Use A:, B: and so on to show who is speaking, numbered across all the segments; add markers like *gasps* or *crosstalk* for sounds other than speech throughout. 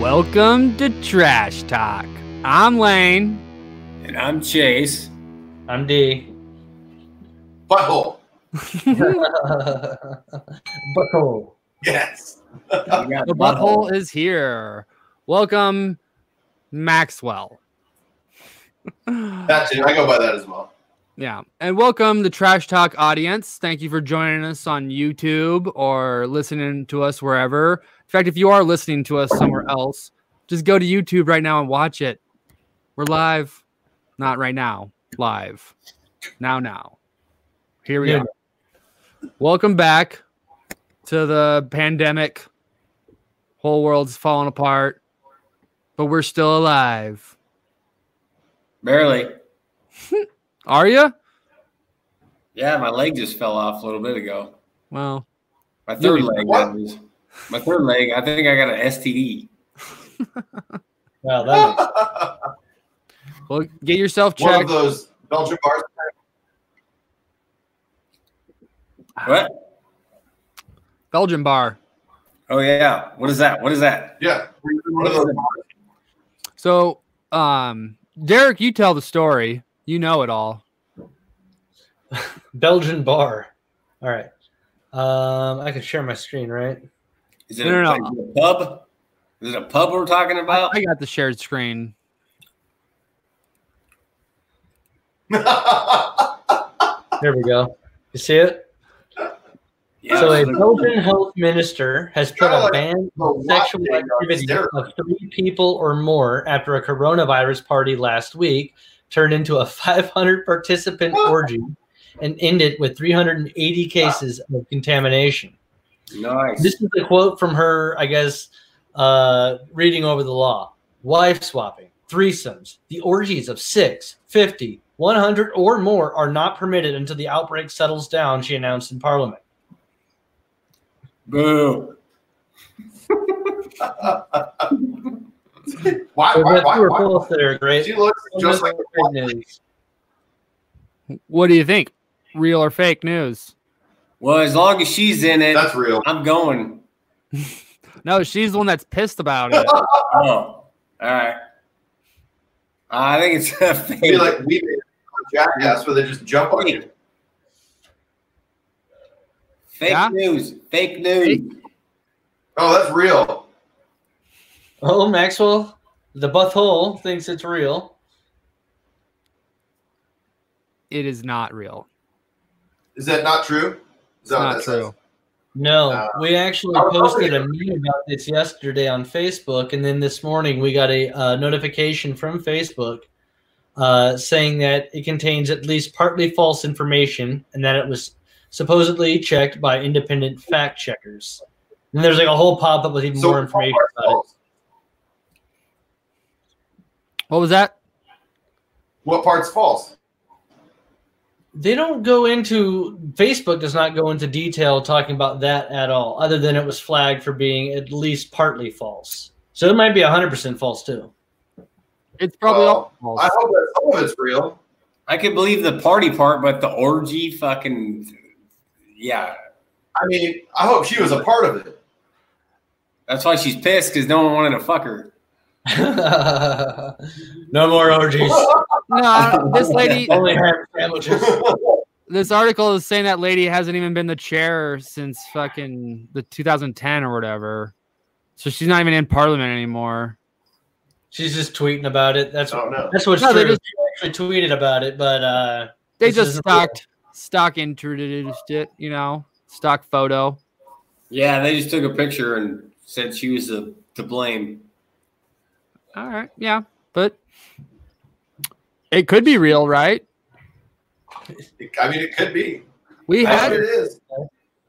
A: Welcome to Trash Talk. I'm Lane.
B: And I'm Chase.
C: *laughs*
D: I'm D.
C: Butthole.
D: Butthole.
C: Yes.
A: The butthole is here. Welcome, Maxwell. *laughs*
C: That too. I go by that as well.
A: Yeah. And welcome the Trash Talk audience. Thank you for joining us on YouTube or listening to us wherever. In fact, if you are listening to us somewhere else, just go to YouTube right now and watch it. We're live. Not right now. Live. Now, now. Here we
D: Yeah.
A: are. Welcome back to the pandemic. Whole world's falling apart, but we're still alive.
B: Barely.
A: Are you?
B: Yeah, my leg just fell off a little bit ago.
A: Well,
B: My third
A: You'll
B: leg.
C: What?
B: that is. My third leg. I think I got an STD.
D: Wow, that makes
C: *laughs*
A: well, get yourself
C: One of
A: checked.
C: those Belgian bars.
B: What?
A: Belgian bar.
B: Oh yeah. What is that? What is that?
C: Yeah. One of those bars. *laughs*
A: So, um, Derek, you tell the story. You know it all.
D: Belgian bar. All right. Um, I can share my screen, right?
B: Is it,
A: No,
B: a,
A: no, no.
B: is it a pub? Is it a pub we're talking about?
A: I got the shared screen.
D: There we go. You see it?
B: yeah.
D: so, a Belgian health minister has put a ban on sexual activity of three people or more after a coronavirus party last week turned into a *laughs* 500 participant orgy and ended with 380 cases of contamination.
B: nice.
D: This is a quote from her, I guess, uh, reading over the law. Wife swapping, threesomes, the orgies of six, 50, 100, or more are not permitted until the outbreak settles down, she announced in Parliament.
B: Boo.
C: Why?
D: So
C: Why?
D: that's
C: Why?
D: true or
C: why?
D: false there, great.
C: She looks just like.
D: Great news.
A: What do you think? Real or fake news?
B: Well, as long as she's in it,
C: That's real.
B: I'm going.
A: No, she's the one that's pissed about
D: *laughs*
A: it.
B: Oh. All right. I think it's *laughs* a
C: Be
B: fake.
C: like we made a jackass where they just jump on you.
B: fake
A: Yeah?
B: news. Fake news.
C: Oh, that's real.
D: Oh, Maxwell, the butthole thinks it's real.
A: It is not real.
C: Is that not true? Is
A: It's
C: that what
A: not
C: that
A: true.
D: No,
C: Uh,
D: we actually
C: I was
D: posted a
C: wondering-
D: meme about this yesterday on Facebook, and then this morning we got a uh, notification from Facebook uh, saying that it contains at least partly false information, and that it was supposedly checked by independent fact checkers. And there's like a whole pop up with even
C: says?
D: more information about it.
C: false?
A: What was that?
C: What part's false?
D: They don't go into Facebook does not go into detail talking about that at all, other than it was flagged for being at least partly false. So it might be 100% false too.
A: It's probably all false.
C: I hope that some of it's real.
B: I could believe the party part, but the orgy fucking yeah.
C: I mean, I hope she was a part of it. *laughs*
B: That's why she's pissed because no one wanted to fuck her.
D: *laughs* no more orgies.
A: no, this lady,
D: *laughs* Only ham sandwiches.
A: this article is saying that lady hasn't even been the chair since fucking the 2010 or whatever. So she's not even in parliament anymore.
D: She's just tweeting about it. That's
C: I don't know.
D: that's what's
A: No, they
D: true. She actually tweeted about it, but uh,
A: They
D: This
A: just
D: isn't real.
A: stocked, stock introduced it, you know, stock photo.
B: Yeah, they just took a picture and said she was the, to blame.
A: All right, yeah, but it could be real, right?
C: I mean, it could be.
A: We
C: That's
A: had
C: what it is.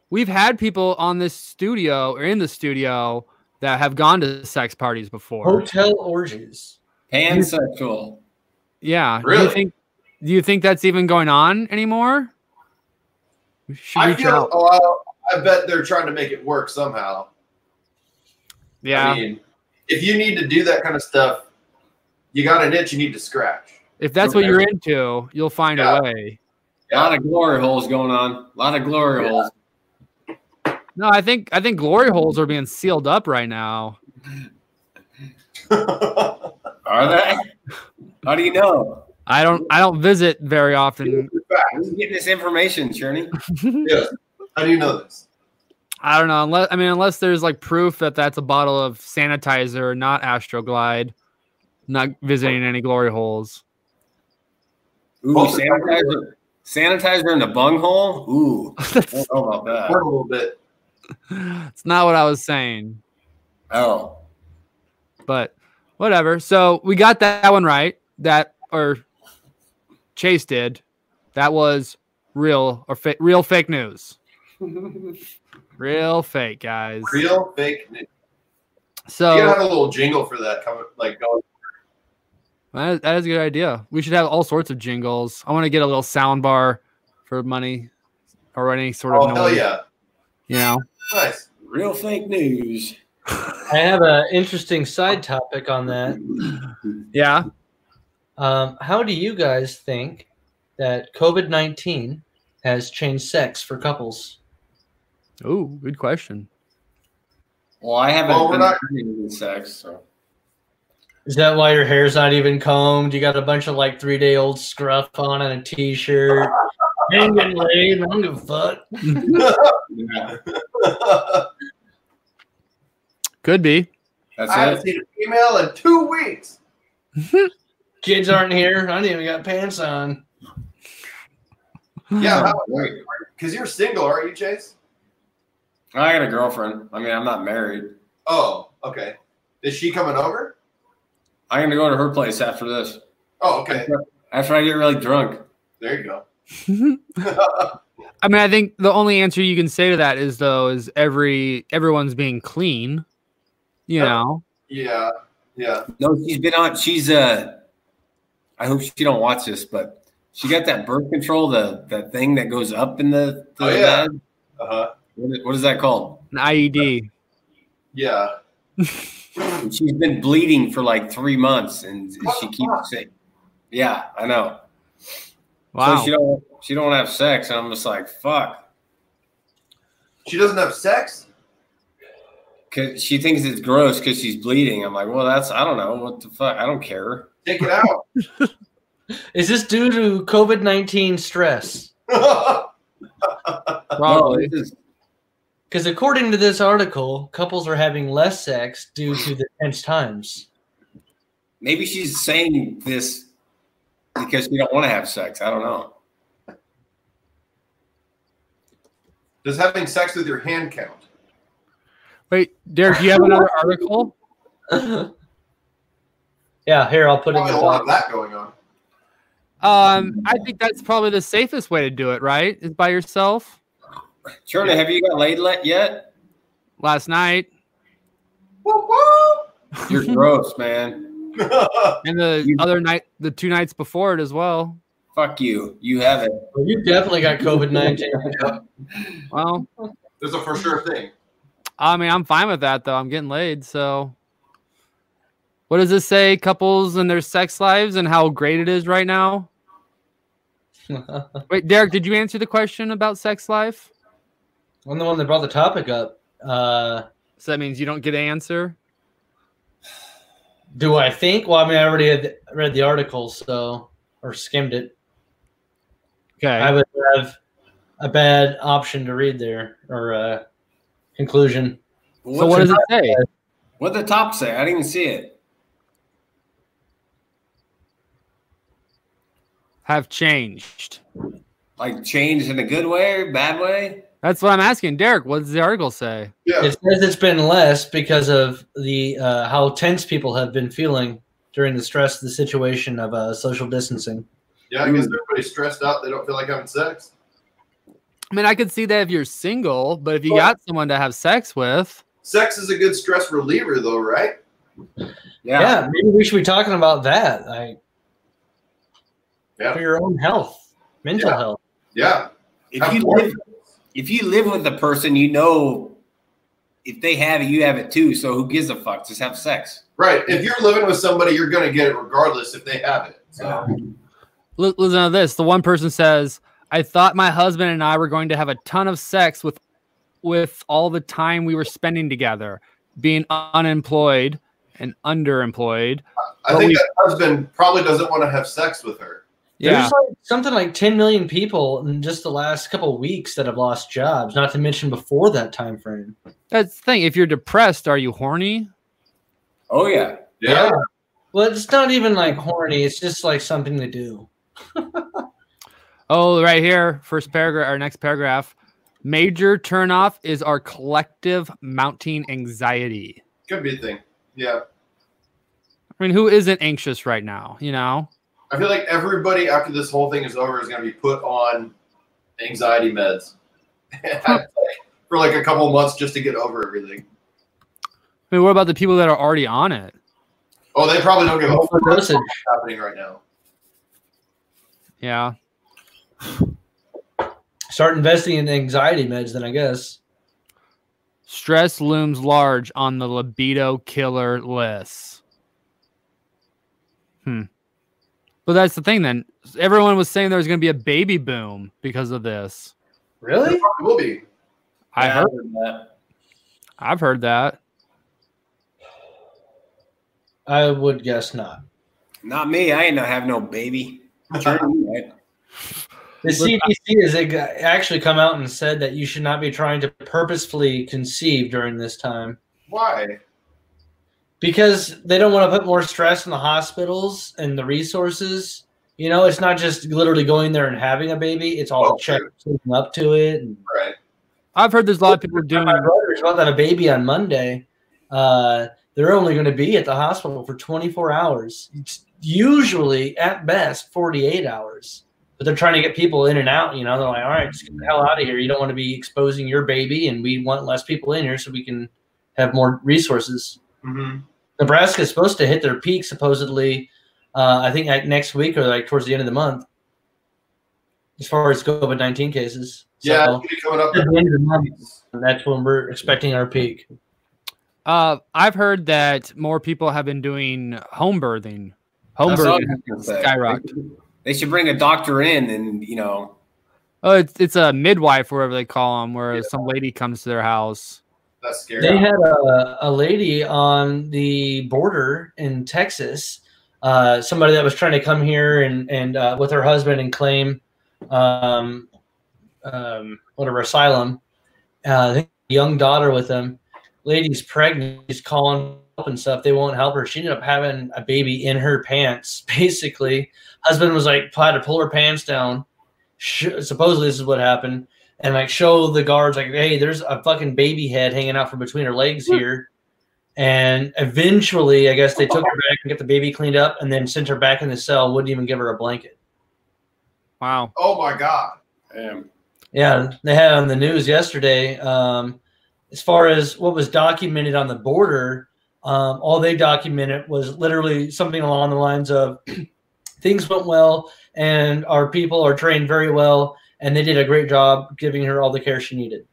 A: we've had people on this studio or in the studio that have gone to sex parties before.
D: hotel orgies.
B: Pansexual.
A: Yeah, do you
C: Really?
A: think do you think that's even going on anymore? We should
C: I
A: reach
C: feel.
A: out.
C: Oh, I I bet they're trying to make it work somehow.
A: Yeah,
C: I mean, if you need to do that kind of stuff, you got an itch you need to scratch. *laughs*
A: if that's what you're into, you'll find
C: Yeah.
A: a way.
B: A lot of glory holes going on. A lot of glory
C: Yeah.
B: holes.
A: No, I think I think glory holes are being sealed up right now.
B: Are they? How do you know?
A: I don't I don't visit very often. *laughs*
B: Who's getting this information, Cherney?
C: How do you know this?
A: I don't know unless I mean unless there's like proof that that's a bottle of sanitizer, not Astroglide. Not visiting any glory holes. *laughs*
B: Ooh,
C: Also-
B: sanitizer, sanitizer in the bunghole? Ooh, I
A: That's,
B: don't know about that.
C: Burn *laughs* a little bit.
A: that's not what I was saying,
B: Oh,
A: but whatever. So we got that one right. That or Chase did. That was real or fa- real fake news. Real fake guys.
C: Real fake news.
A: So
C: you gotta have a little jingle for that coming, like going.
A: That is, that is a good idea. We should have all sorts of jingles. I want to get a little sound bar for money or any sort of
C: Oh hell
A: noise,
C: yeah!
A: You know,
C: Nice. *laughs*
B: real fake news.
D: I have an interesting side topic on that.
A: yeah.
D: Um, how do you guys think that COVID 19 has changed sex for couples?
A: Oh, good question.
B: Well, I haven't
C: Well, we're
B: been
C: not-
B: having sex, so
D: Is that why your hair's not even combed? You got a bunch of like three day old scruff on and a t shirt. I'm getting laid. I don't give a fuck.
B: yeah,
A: Could
B: *laughs*
A: be.
B: that's
C: I haven't
B: it.
C: seen a female in
A: *sighs*
C: two weeks.
D: Kids aren't here. I ain't even got pants on.
C: Yeah, because you're single, aren't you, Chase?
B: I got a girlfriend. I mean, I'm not married.
C: Oh, okay. Is she coming over?
B: I'm gonna go to her place after this.
C: Oh, okay.
B: After I get really drunk.
C: There you go.
A: I mean, I think the only answer you can say to that is though is every everyone's being clean. You
C: Yeah.
A: know,
C: Yeah, yeah.
B: No, she's been on. She's uh, I hope she don't watch this, but she got that birth control, the that thing that goes up in the. the
C: Oh, yeah.
B: bed.
C: Uh huh.
B: What is- what is that called?
A: an E IED.
C: Yeah.
B: And She's been bleeding for like three months, and
C: What
B: she
C: the
B: keeps
C: fuck?
B: saying, "Yeah, I know."
A: Wow.
B: So she don't she don't have sex, and I'm just like, "Fuck,"
C: She doesn't have sex.
B: 'Cause she thinks it's gross because she's bleeding. I'm like, "Well, that's I don't know what the fuck. I don't care."
C: Take it out. *laughs*
D: Is this due to COVID 19 stress?
A: Probably.
B: No, this is-
D: Because according to this article, couples are having less sex due to the tense times.
B: maybe she's saying this because she don't want to have sex. I don't know.
C: Does having sex with your hand count?
A: Wait, Derek, do you have another article?
D: yeah, here I'll put it in
C: Probably a
D: the
C: lot
D: box.
C: of that going on.
A: Um, I think that's probably the safest way to do it. Right, is by yourself.
B: Cherna, have you got laid let yet?
A: Last night,
C: Whoop,
A: *laughs*
C: whoop. *laughs*
B: You're gross, man.
A: and the
B: You-
A: other night, the two nights before it as well.
B: Fuck you. You have it.
D: Well, you definitely got COVID 19.
A: Well,
C: There's a for sure thing.
A: I mean, I'm fine with that though. I'm getting laid, so. What does this say? Couples and their sex lives and how great it is right now.
D: I'm
A: Wait, Derek, did you answer the question about sex life?
D: the one that brought the topic up. Uh,
A: So that means you don't get an answer.
D: do I think? Well, I mean, I already had read the article, so, or skimmed it. I
A: Okay.
D: would have a bad option to read there or uh, conclusion.
A: So what does it say?
B: What the top say? I didn't even see it.
A: Have changed.
B: Like changed in a good way or bad way?
A: That's what I'm asking, Derek. What does the article say?
C: Yeah.
D: It says it's been less because of the uh, how tense people have been feeling during the stress of the situation of uh, social distancing.
C: Yeah, I guess everybody's stressed out. They don't feel like having sex.
A: I mean, I could see that if you're single, but if you
C: Well-
A: got someone to have sex with,
C: Sex is a good stress reliever, though, right?
B: Yeah.
D: Yeah, maybe we should be talking about that. Like
C: Yeah.
D: for your own health, mental
C: Yeah.
D: health.
C: Yeah.
B: If
C: Have
B: you
C: more
B: live, if you live with the person, you know if they have it, you have it too. So who gives a fuck? Just have sex.
C: Right. If you're living with somebody, you're going to get it regardless if they have it. So,
A: Li- Listen to this. The one person says, "I thought my husband and I were going to have a ton of sex with, with all the time we were spending together, being unemployed, and underemployed.
C: I
A: But
C: think
A: we-
C: that husband probably doesn't want to have sex with her.
A: Yeah.
D: There's like something like 10 million people in just the last couple of weeks that have lost jobs, not to mention before that time frame.
A: That's the thing. If you're depressed, are you horny?
B: Oh yeah.
C: Yeah.
D: Well, it's not even like horny, it's just like something to do.
A: Oh, right here, first paragraph, our next paragraph. Major turnoff is our collective mounting anxiety.
C: Could be a thing. Yeah.
A: I mean, who isn't anxious right now? You know,
C: I feel like everybody after this whole thing is over is going to be put on anxiety meds *laughs* for like a couple months just to get over everything.
A: I mean, what about the people that are already on it?
C: Oh, they probably don't give a fuck what's
D: Overdosage.
C: happening right now.
A: Yeah.
D: Start investing in anxiety meds, then I guess.
A: Stress looms large on the libido killer list. Hmm. Well, that's the thing then. Everyone was saying there was going to be a baby boom because of this.
C: They
D: Really?
C: probably will be.
A: I
B: Yeah,
A: heard.
B: that.
A: I've heard that.
D: I would guess not.
B: Not me. I ain't not have no baby. Turn me, right?
D: The CDC has ag- actually come out and said that you should not be trying to purposefully conceive during this time
C: Why?
D: because they don't want to put more stress on the hospitals and the resources. You know, it's not just literally going there and having a baby; it's all
C: Oh,
D: the checks leading up to it. And
C: Right.
A: I've heard there's a lot of people
B: *laughs*
A: doing.
D: my brother's about to have a baby on Monday. Uh, they're only going to be at the hospital for 24 hours. It's usually, at best, 48 hours. But they're trying to get people in and out. You know, they're like, all right, just get the hell out of here. You don't want to be exposing your baby, and we want less people in here so we can have more resources.
C: Mm-hmm.
D: Nebraska is supposed to hit their peak, supposedly, uh, I think like next week or like towards the end of the month, as far as COVID 19 cases.
C: Yeah,
D: So,
C: it's gonna be coming up.
D: at the end of the month, that's when we're expecting our peak.
A: Uh, I've heard that more people have been doing home birthing. Home
B: That's all I
A: birthing.
B: was gonna say.
A: skyrocketed.
B: They should bring a doctor in, and you know,
A: Oh, it's it's a midwife, whatever they call them, where some lady comes to their house.
C: That's scary.
D: They had a, a lady on the border in Texas, uh, somebody that was trying to come here and and uh, with her husband and claim um, um, whatever asylum. Uh, I think a young daughter with them. Lady's pregnant. She's calling up and stuff. They won't help her. She ended up having a baby in her pants. *laughs* Basically, husband was like tried to pull her pants down. Sh- supposedly, this is what happened and like show the guards like, hey, there's a fucking baby head hanging out from between her legs here. And eventually, I guess they took her back and get the baby cleaned up, and then sent her back in the cell. Wouldn't even give her a blanket.
A: Wow.
C: oh my god.
B: um,
D: Yeah, they had on the news yesterday. Um, as far as what was documented on the border, um, all they documented was literally something along the lines of *clears throat* things went well, and our people are trained very well, and they did a great job giving her all the care she needed.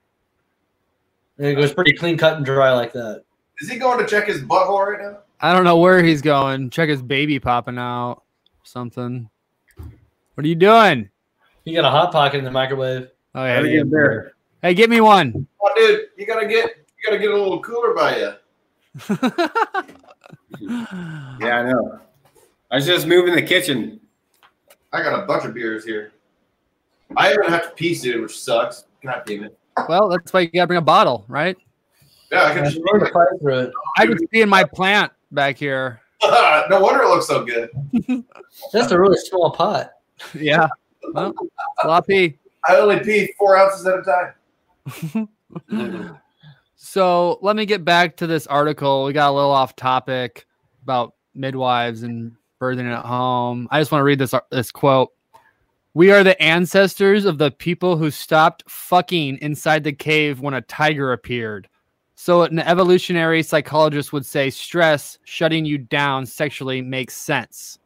D: And it was pretty clean cut and dry like that.
C: Is he going to check his butthole right now?
A: I don't know where he's going. Check his baby popping out. Something. What are you doing?
D: You got a hot pocket in the microwave.
A: Oh
B: gotta
A: yeah.
B: get there.
A: Hey, get me one. *laughs*
C: Oh, dude, you gotta get you gotta get a little cooler by you.
A: yeah.
B: Yeah, I know. I was just moving the kitchen.
C: I got a bunch of beers here. I even have to pee soon, which sucks. God damn it.
A: Well, that's why you gotta bring a bottle, right?
C: Yeah, I can just *laughs*
D: Fight through it.
A: I can see in my plant back here.
C: no wonder it looks so good.
D: That's a really small pot.
A: Yeah. Well, sloppy.
C: I only pee four ounces at a time. Mm-hmm.
A: So let me get back to this article. We got a little off topic about midwives and birthing at home. I just want to read this this quote. We are the ancestors of the people who stopped fucking inside the cave when a tiger appeared. So an evolutionary psychologist would say stress shutting you down sexually makes sense.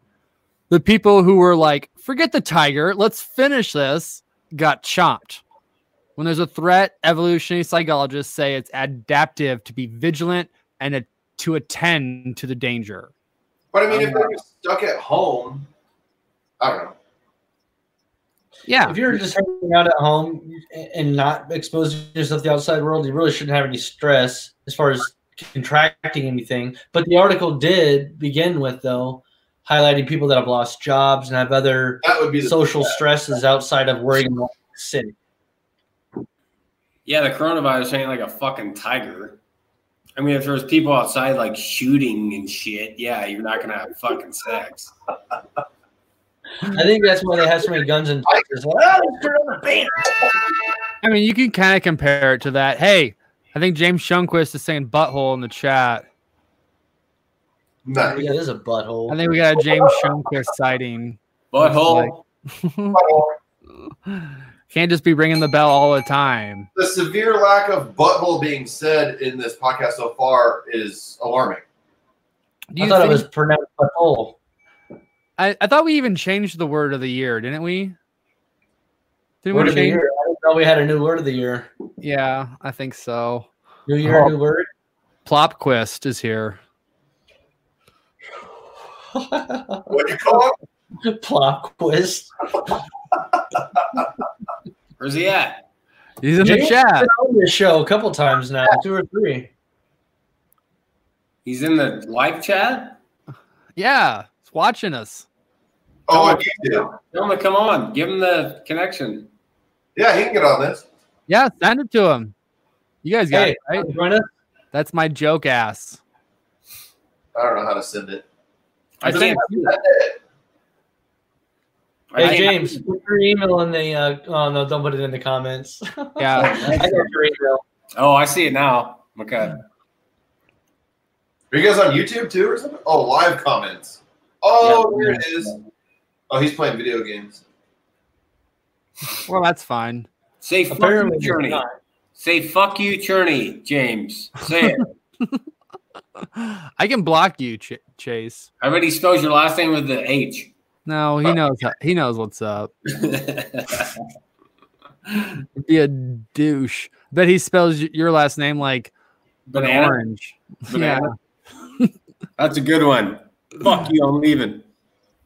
A: The people who were like, forget the tiger, let's finish this, got chomped. When there's a threat, evolutionary psychologists say it's adaptive to be vigilant and a, to attend to the danger.
C: But I mean,
D: Um,
C: if they were stuck at home, I don't know.
A: Yeah.
D: If you're just hanging out at home and not exposing yourself to the outside world, you really shouldn't have any stress as far as contracting anything. But the article did begin with though highlighting people that have lost jobs and have other
C: That would be the
D: social stresses outside of worrying about the city.
B: Yeah, the coronavirus ain't like a fucking tiger. I mean, if there's people outside like shooting and shit, yeah, you're not gonna have fucking sex.
D: I think that's why they have so many guns in Texas.
A: I mean, you can kind of compare it to that. Hey, I think James Shunquist is saying butthole in the chat.
C: Nice.
D: Yeah, there's a butthole.
A: I think we got a James Shunquist sighting. *laughs*
B: Butthole.
A: Can't just be ringing the bell all the time.
C: The severe lack of butthole being said in this podcast so far is alarming.
A: Do
D: I
A: you
D: thought
A: think,
D: it was pronounced butthole.
A: I, I thought we even changed the word of the year, didn't we? Didn't
D: Word
A: we
D: of the
A: change?
D: year. I didn't know we had a new word of the year.
A: Yeah, I think so.
D: New year,
C: Oh.
D: new word. *laughs*
A: Plopquist is here.
C: What you call it?
D: Plop quiz.
B: Where's he at?
A: He's in the
D: James
A: chat.
D: Been on this show a couple times now, two or three.
B: He's in the live chat.
A: Yeah, he's watching us.
C: Oh, on YouTube.
B: Tell him to come on. Give him the connection.
C: Yeah, he can get on this.
A: Yeah, send it to him. You guys got
D: Hey,
A: it, right?
D: join us.
A: That's my joke ass.
C: I don't know how to send it.
B: I
A: Send it
B: can't.
A: to you.
B: I
D: Hey
B: can't-
D: James, put your email in the. Uh, oh no, don't put it in the comments.
B: *laughs*
A: Yeah.
D: I got your email.
B: Oh, I see it now. Okay.
C: Are you guys on YouTube too or something? Oh, live comments. Oh, here it is. Oh, he's playing video games. *laughs*
A: Well, that's fine.
B: Say fuck
D: *laughs* Apparently,
B: you, Journey.
D: not.
B: Say fuck you, Journey, James. Say it.
A: I can block you, Ch- Chase.
B: I already spelled your last name with the
D: *laughs*
B: H.
A: No, he knows. how- He knows what's up. Be a douche. Bet he spells y- your last name like
B: Banana.
A: orange. *laughs*
B: Banana. That's a good one. Fuck you, I'm leaving.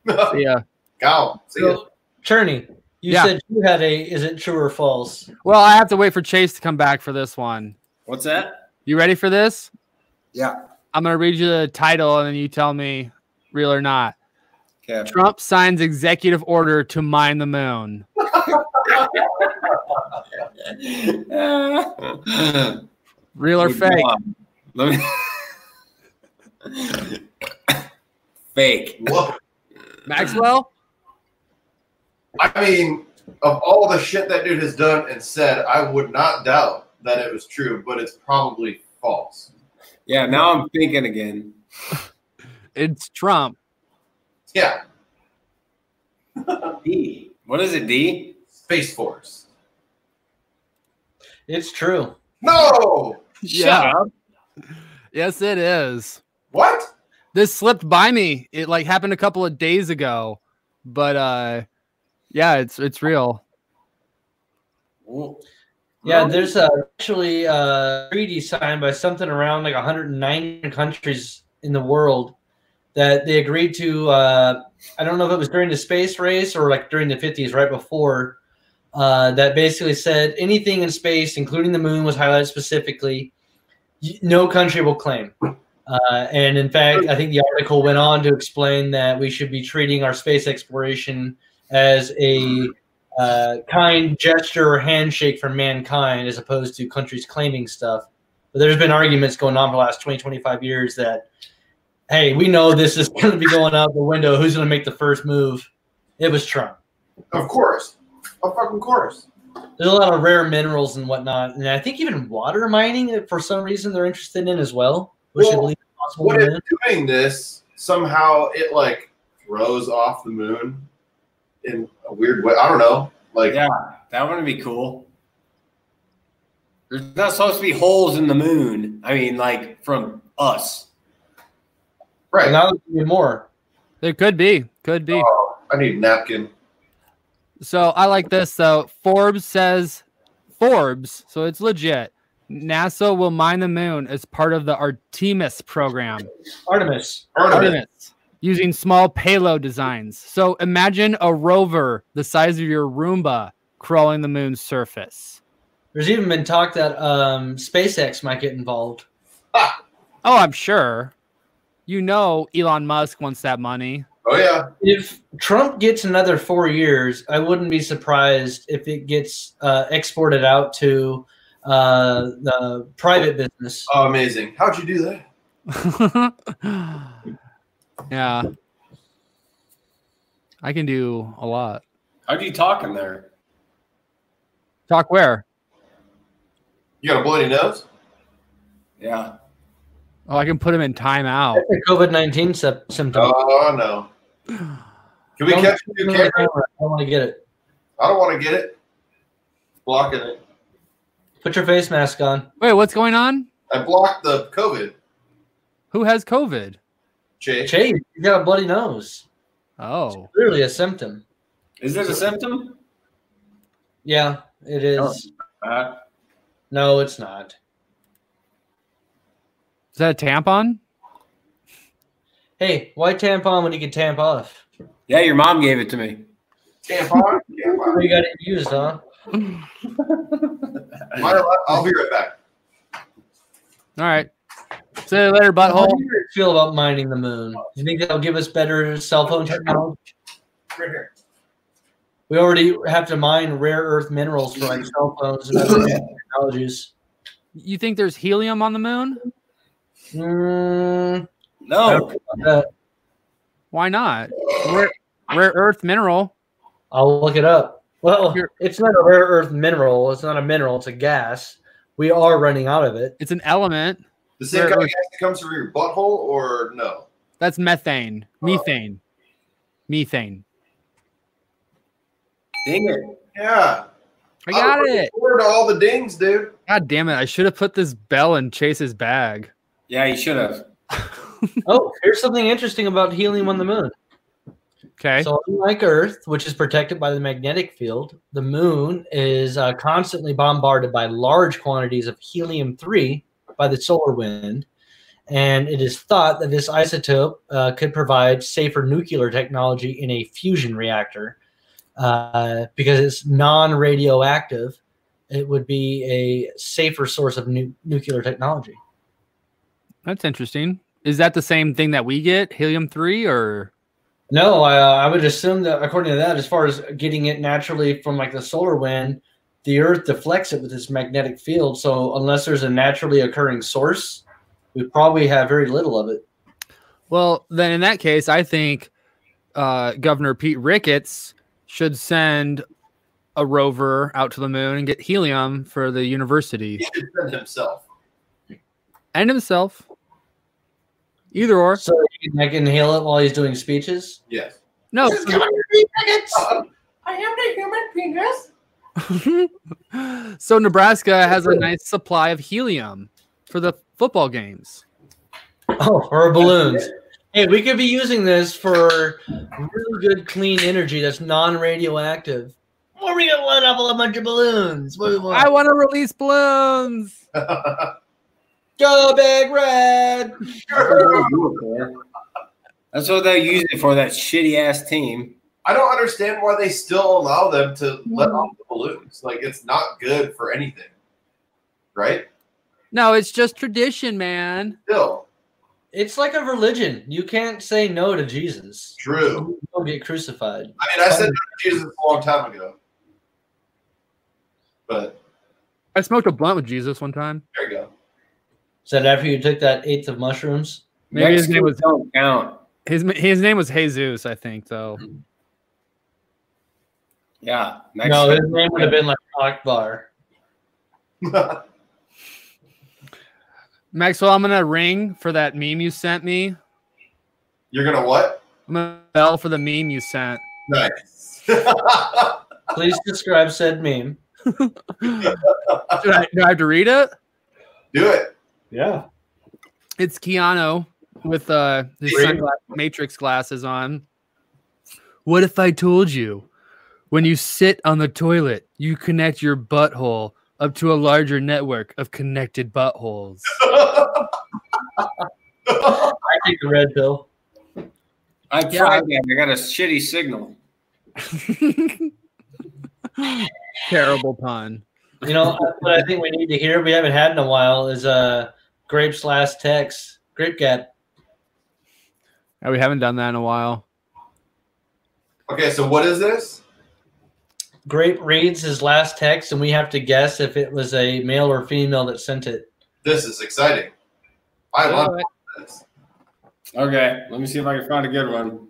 A: Yeah. Yeah.
C: Cow. See ya.
D: So, Cherney, you
A: Yeah.
D: said you had a. Is it true or false?
A: Well, I have to wait for Chase to come back for this one.
B: What's that?
A: You ready for this?
B: Yeah.
A: I'm gonna read you the title and then you tell me real or not.
D: *laughs*
B: Okay.
A: Trump signs executive order to mine the moon. Real or
B: Good
A: fake?
B: job. Let me- *laughs* fake.
C: Whoa.
A: Maxwell?
C: I mean, of all the shit that dude has done and said, I would not doubt that it was true, but it's probably false.
B: Yeah, now I'm thinking again.
A: It's Trump.
C: Yeah,
B: D. What is it, D?
C: Space Force.
D: It's true.
C: No!
A: Yeah. Yes, it is.
C: What?
A: This slipped by me. It like happened a couple of days ago. But uh yeah, it's it's real.
B: Whoa.
D: Yeah,
B: No.
D: there's uh, actually a treaty signed by something around like 109 countries in the world that they agreed to. Uh, I don't know if it was during the space race or like during the 50s, right before, uh, that basically said anything in space, including the moon, was highlighted specifically. y- No country will claim. Uh, and in fact, I think the article went on to explain that we should be treating our space exploration as a uh, kind gesture or handshake from mankind as opposed to countries claiming stuff. But there's been arguments going on for the last 20, 25 years that, hey, we know this is *laughs* going to be going out the window. Who's going to make the first move? It was Trump.
C: Of course. Of fucking course.
D: There's a lot of rare minerals and whatnot. And I think even water mining, uh, for some reason, they're interested in as well, which I
C: Well,
D: believe is possible.
C: What
D: to
C: if
D: do.
C: doing this somehow it like rose off the moon in a weird way? I don't know. Like,
B: Yeah, that wouldn't be cool. There's not supposed to be holes in the moon. I mean, like from us.
C: right.
D: Now there's gonna be more.
A: There could be. Could be.
C: Oh, I need a napkin.
A: So I like this though. Forbes says Forbes, so it's legit. NASA will mine the moon as part of the Artemis program.
D: Artemis.
C: Artemis.
A: Artemis using small payload designs. So imagine a rover the size of your Roomba crawling the moon's surface.
D: There's even been talk that um, SpaceX might get involved.
A: Oh, I'm sure. You know, Elon Musk wants that money. *laughs*
C: Oh yeah,
D: If Trump gets another four years, I wouldn't be surprised if it gets uh, exported out to uh, the private business.
C: oh amazing. How'd you do that?
A: yeah. I can do a lot.
B: How do you talk in there?
A: Talk where?
C: You got a bloody nose?
B: Yeah.
A: Oh, I can put him in timeout.
D: COVID nineteen symptom.
C: Oh no. Can we
D: Don't-
C: catch a new
D: I
C: camera?
D: don't want to get it.
C: I don't want to get it. Blocking it.
D: Put your face mask on.
A: Wait, what's going on?
C: I blocked the COVID.
A: Who has COVID?
C: Chase.
D: Chase, you got a bloody nose.
A: Oh,
D: Clearly a symptom.
B: Is it a symptom?
D: Yeah, it
C: Oh.
D: is.
B: Uh,
D: No, it's not.
A: is that a tampon?
D: Hey, why tampon when you can tamp off?
B: yeah, your mom gave it to me.
C: Tampon? Tampon.
D: You got it used, huh?
C: *laughs* Myra, I'll be right back.
A: All right. See you later,
D: How
A: butthole.
D: do you feel about mining the moon? Do you think that'll give us better cell phone technology?
C: Right here.
D: We already have to mine rare earth minerals for like cell phones and other technologies.
A: You think there's helium on the moon?
D: Mm, I don't
B: No.
D: know about that.
A: Why not? Rare, rare earth mineral.
D: I'll look it up. Well,
A: Here.
D: it's not a rare earth mineral. It's not a mineral. It's a gas. We are running out of it.
A: It's an element.
C: The same kind of gas that comes from your butthole or no?
A: That's methane. Methane. Methane.
B: Dang it.
C: Yeah.
A: I got
C: Oh.
A: it.
C: Forward to all the dings, dude.
A: God damn it. I should have put this bell in Chase's bag.
B: Yeah, you should have.
D: Oh, here's something interesting about helium on the moon.
A: Okay.
D: So, unlike Earth, which is protected by the magnetic field, the moon is uh, constantly bombarded by large quantities of helium 3 by the solar wind. And it is thought that this isotope uh, could provide safer nuclear technology in a fusion reactor uh, because it's non radioactive. It would be a safer source of nu- nuclear technology.
A: That's interesting. Is that the same thing that we get? Helium 3 or
D: No, I, uh, I would assume that according to that, as far as getting it naturally from like the solar wind, the Earth deflects it with its magnetic field. So unless there's a naturally occurring source, we probably have very little of it.
A: Well, then in that case, I think uh, Governor Pete Ricketts should send a rover out to the moon and get helium for the university *laughs*
C: He should send himself.
A: and himself. Either or.
D: So you can like inhale it while he's doing speeches. *laughs*
C: Yes.
A: No. *laughs*
C: I am the human penis.
A: so Nebraska has a nice supply of helium for the football games.
D: Oh, or balloons. Hey, we could be using this for really good clean energy that's non-radioactive. Where we gonna light up a bunch of balloons? What do we want?
A: I want to release balloons.
D: go big red.
B: That's what they use it for, that shitty ass team.
C: I don't understand why they still allow them to let off the balloons. Like it's not good for anything, right?
A: No, it's just tradition, man.
C: Still
D: It's like a religion. You can't say no to Jesus.
C: true.
D: You'll get crucified.
C: I mean, I said no to Jesus a long time ago, but
A: I smoked a blunt with Jesus one time.
C: there you go.
D: Is that after you took that eighth of mushrooms?
A: Maybe his
B: Mexicans
A: name was
B: don't count.
A: his his name was Jesus, I think. Though
B: Yeah.
D: no,
B: Mexicans
D: his name would have been like Akbar.
A: Maxwell, I'm gonna ring for that meme you sent me.
C: *laughs* You're gonna what?
A: I'm gonna bell for the meme you sent.
C: Nice. *laughs* yeah,
D: Please describe said meme.
A: Should I, do I have to read it?
C: do it. *laughs*
D: Yeah.
A: It's Keanu with uh, his
C: Really?
A: sungla- Matrix glasses on. What if I told you when you sit on the toilet, you connect your butthole up to a larger network of connected buttholes?
D: I take the red pill.
B: I
A: Yeah.
B: tried that. I got a shitty signal.
A: Terrible pun.
D: *laughs* You know what I think we need to hear we haven't had in a while is uh Grape's last text. Grape Gap.
A: Yeah, we haven't done that in a while.
C: Okay, so what is this?
D: Grape reads his last text, and we have to guess if it was a male or female that sent it.
C: This is exciting. I love
A: Alright.
C: this.
B: Okay, let me see if I can find a good one.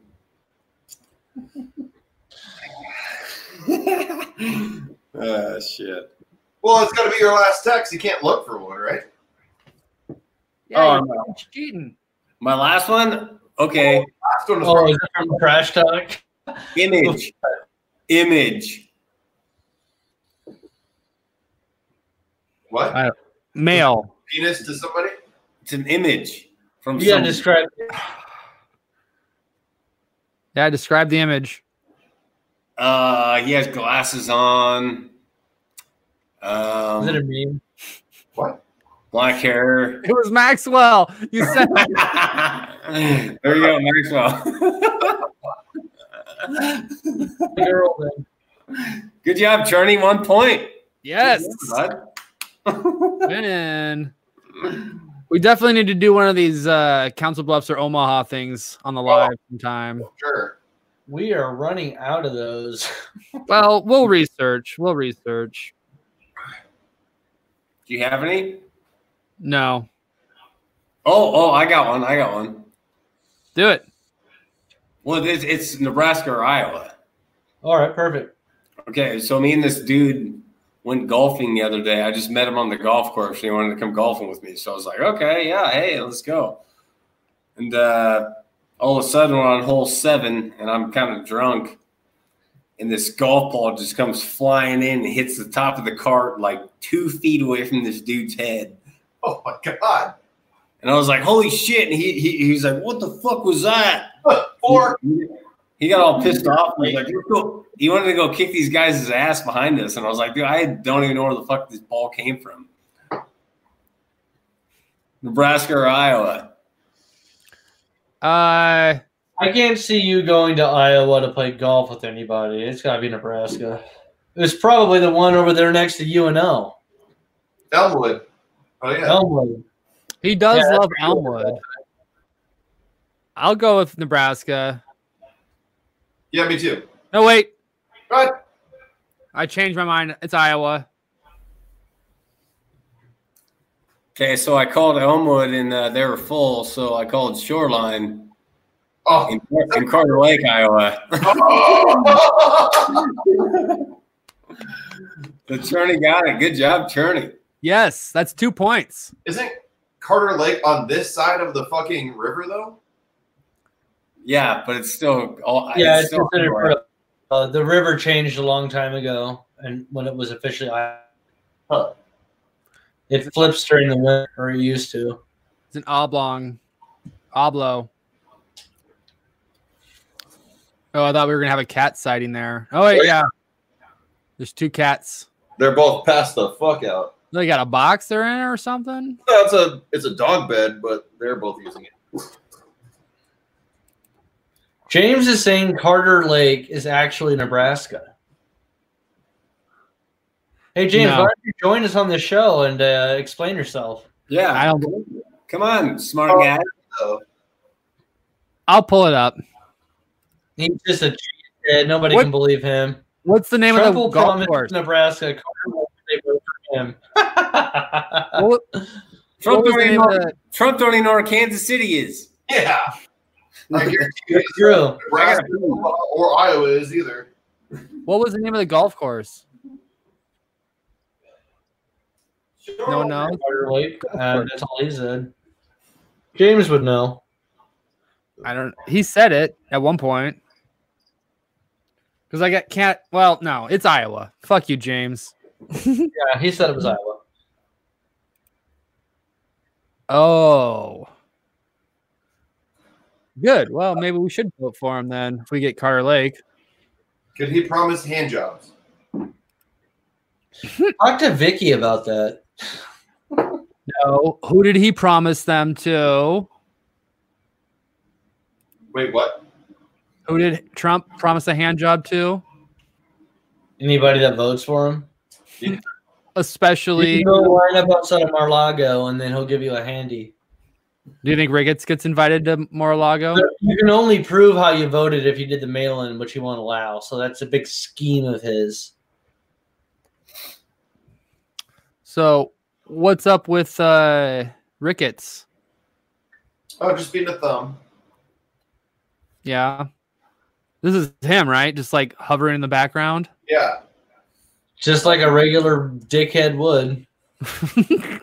B: Ah, shit.
C: Well, it's got to be your last text. You can't look for one, right?
A: Yeah,
B: Oh,
A: you're cheating.
B: My last one? Okay.
C: Last one is
D: Oh,
C: probably-
D: is it from Trash Talk?
B: Image. Image.
C: what?
A: I- Male.
C: Penis to somebody?
B: It's an image from
D: You gotta
B: some-
D: describe it.
A: Yeah, describe the image. *laughs*
B: uh he has glasses on. Um
D: Is it a meme?
C: What?
B: black hair. *laughs*
A: It was Maxwell. You said
B: there you go, Maxwell. *laughs*
D: The girl then.
B: good job, Journey. One point.
A: yes.
B: Good *laughs*
A: Man. We definitely need to do one of these uh, Council Bluffs or Omaha things on the live sometime.
C: Sure.
D: We are running out of those. *laughs*
A: Well, we'll research. We'll research.
B: Do you have any?
A: No,
B: Oh, oh, I got one. I got one.
A: do it.
B: Well, it's, it's Nebraska or Iowa.
D: All right, perfect.
B: Okay, so me and this dude went golfing the other day. I just met him on the golf course. And he wanted to come golfing with me, so I was like, okay, yeah, hey, let's go. And uh, all of a sudden, we're on hole seven, and I'm kind of drunk, and this golf ball just comes flying in and hits the top of the cart like two feet away from this dude's head.
C: Oh my god.
B: And I was like, holy shit! And he, he he's like, what the fuck was that?
C: Four.
B: He got all pissed off. and He was like, "Let's go." he wanted to go kick these guys' ass behind us, and I was like, dude, I don't even know where the fuck this ball came from. Nebraska or Iowa?
A: Uh,
D: I can't see you going to Iowa to play golf with anybody. It's gotta be Nebraska. It was probably the one over there next to UNL.
C: Elmwood. Oh yeah.
D: Elmwood.
A: he does
D: Yeah,
A: love Elmwood. I'll go with Nebraska.
C: Yeah, me too.
A: No, wait.
C: What?
A: I changed my mind. It's Iowa.
B: Okay, so I called Elmwood, and uh, they were full, so I called Shoreline
C: Oh. *laughs*
B: in, in Carter Lake, Iowa. *laughs* the Churney got it. Good job, Churney.
A: Yes, that's two points.
C: Isn't Carter Lake on this side of the fucking river though?
B: Yeah, but it's still all.
D: Yeah, it's
B: still
D: considered
B: Iowa.
D: for- uh, the river changed a long time ago, and when it was officially Iowa,
C: Huh.
D: it flips during the winter, or it used to.
A: It's an oblong, oblo. Oh, I thought we were gonna have a cat sighting there. Oh wait, yeah. There's two cats.
C: They're both passed the fuck out.
A: They got a box they're in or something.
C: That's a it's a dog bed, but they're both using it.
D: James is saying Carter Lake is actually Nebraska. Hey James,
A: No.
D: why don't you join us on the show and uh, explain yourself?
A: I
B: Yeah,
A: don't.
B: come on, smart
C: Oh.
B: guy.
C: So
A: I'll pull it up.
D: He's just a cheater. Nobody
A: What?
D: can believe him.
A: What's the name
D: Trump
A: of
D: will
A: the golf
D: promise
A: course?
D: Nebraska. Carter Lake, they vote for him.
A: *laughs* What,
B: Trump
A: what was the
B: don't, even
A: name of
B: know,
A: the-
B: Trump don't even know where Kansas City is.
C: yeah. I guarantee you it's
D: Drew,
C: Nebraska uh, or Iowa is either.
A: what was the name of the golf course? No, no.
D: Carter Lake. Uh, that's all he said. James would know.
A: I don't. He said it at one point. Because I got can't. Well, no, it's Iowa. Fuck you, James.
D: Yeah, he said it was Iowa.
A: Oh, good. Well, maybe we should vote for him then if we get Carter Lake.
C: Could he promise hand jobs?
D: Talk to Vicky about that.
A: No, who did he promise them to?
C: Wait, what?
A: Who did Trump promise a hand job to?
D: Anybody that votes for him?
A: especially.
D: You can go line up outside of Mar-Lago, and then he'll give you a handy.
A: Do you think Ricketts gets invited to Mar-a-Lago?
D: You can only prove how you voted if you did the mail-in, which he won't allow. So that's a big scheme of his.
A: So, what's up with uh, Ricketts?
C: Oh, just being a thumb.
A: Yeah, this is him, right? Just like hovering in the background.
C: Yeah.
D: Just like a regular dickhead would.
B: Hovering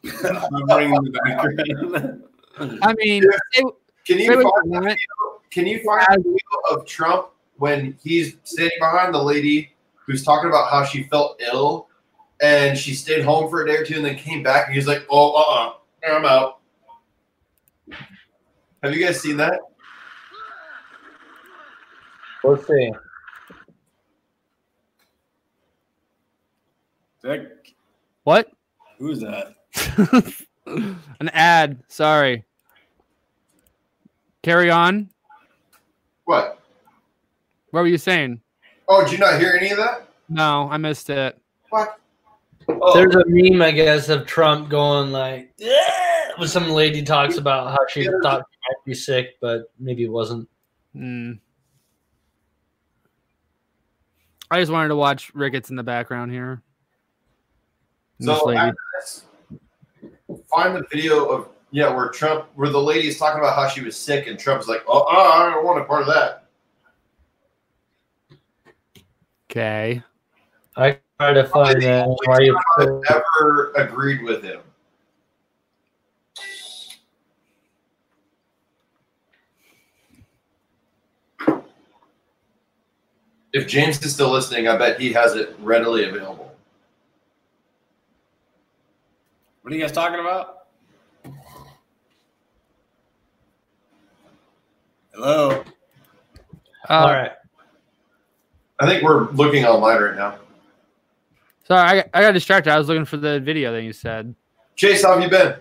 B: in the *laughs* background.
A: I mean, say-
C: Can you
A: say what
C: find
A: you
C: the
A: want.
C: video- can you find a video of Trump when he's standing behind the lady who's talking about how she felt ill and she stayed home for a day or two and then came back and he's like, "Oh, uh, uh-uh, I'm out." Have you guys seen that?
D: Let's see.
B: That-
A: what? *laughs*
B: Who's that?
A: An ad. Sorry. Carry on.
C: What?
A: What were you saying?
C: Oh, did you not hear any of that?
A: No, I missed it.
C: What?
D: There's a meme, I guess, of Trump going like, "Yeah," with some lady talks about how she thought she might be sick, but maybe wasn't.
A: Mm. I just wanted to watch Ricketts in the background here. And this
C: So
A: lady.
C: after this, find the video of yeah where Trump where the lady is talking about how she was sick and Trump's like, "Oh, uh, I don't want a part of that."
A: okay.
D: I try to find that. Why you
C: I've ever agreed with him. If James is still listening, I bet he has it readily available.
B: What are you guys talking about? Hello.
A: Uh,
D: All right.
C: I think we're looking online right now.
A: Sorry, I, I got distracted. I was looking for the video that you said.
C: Chase, how have you been?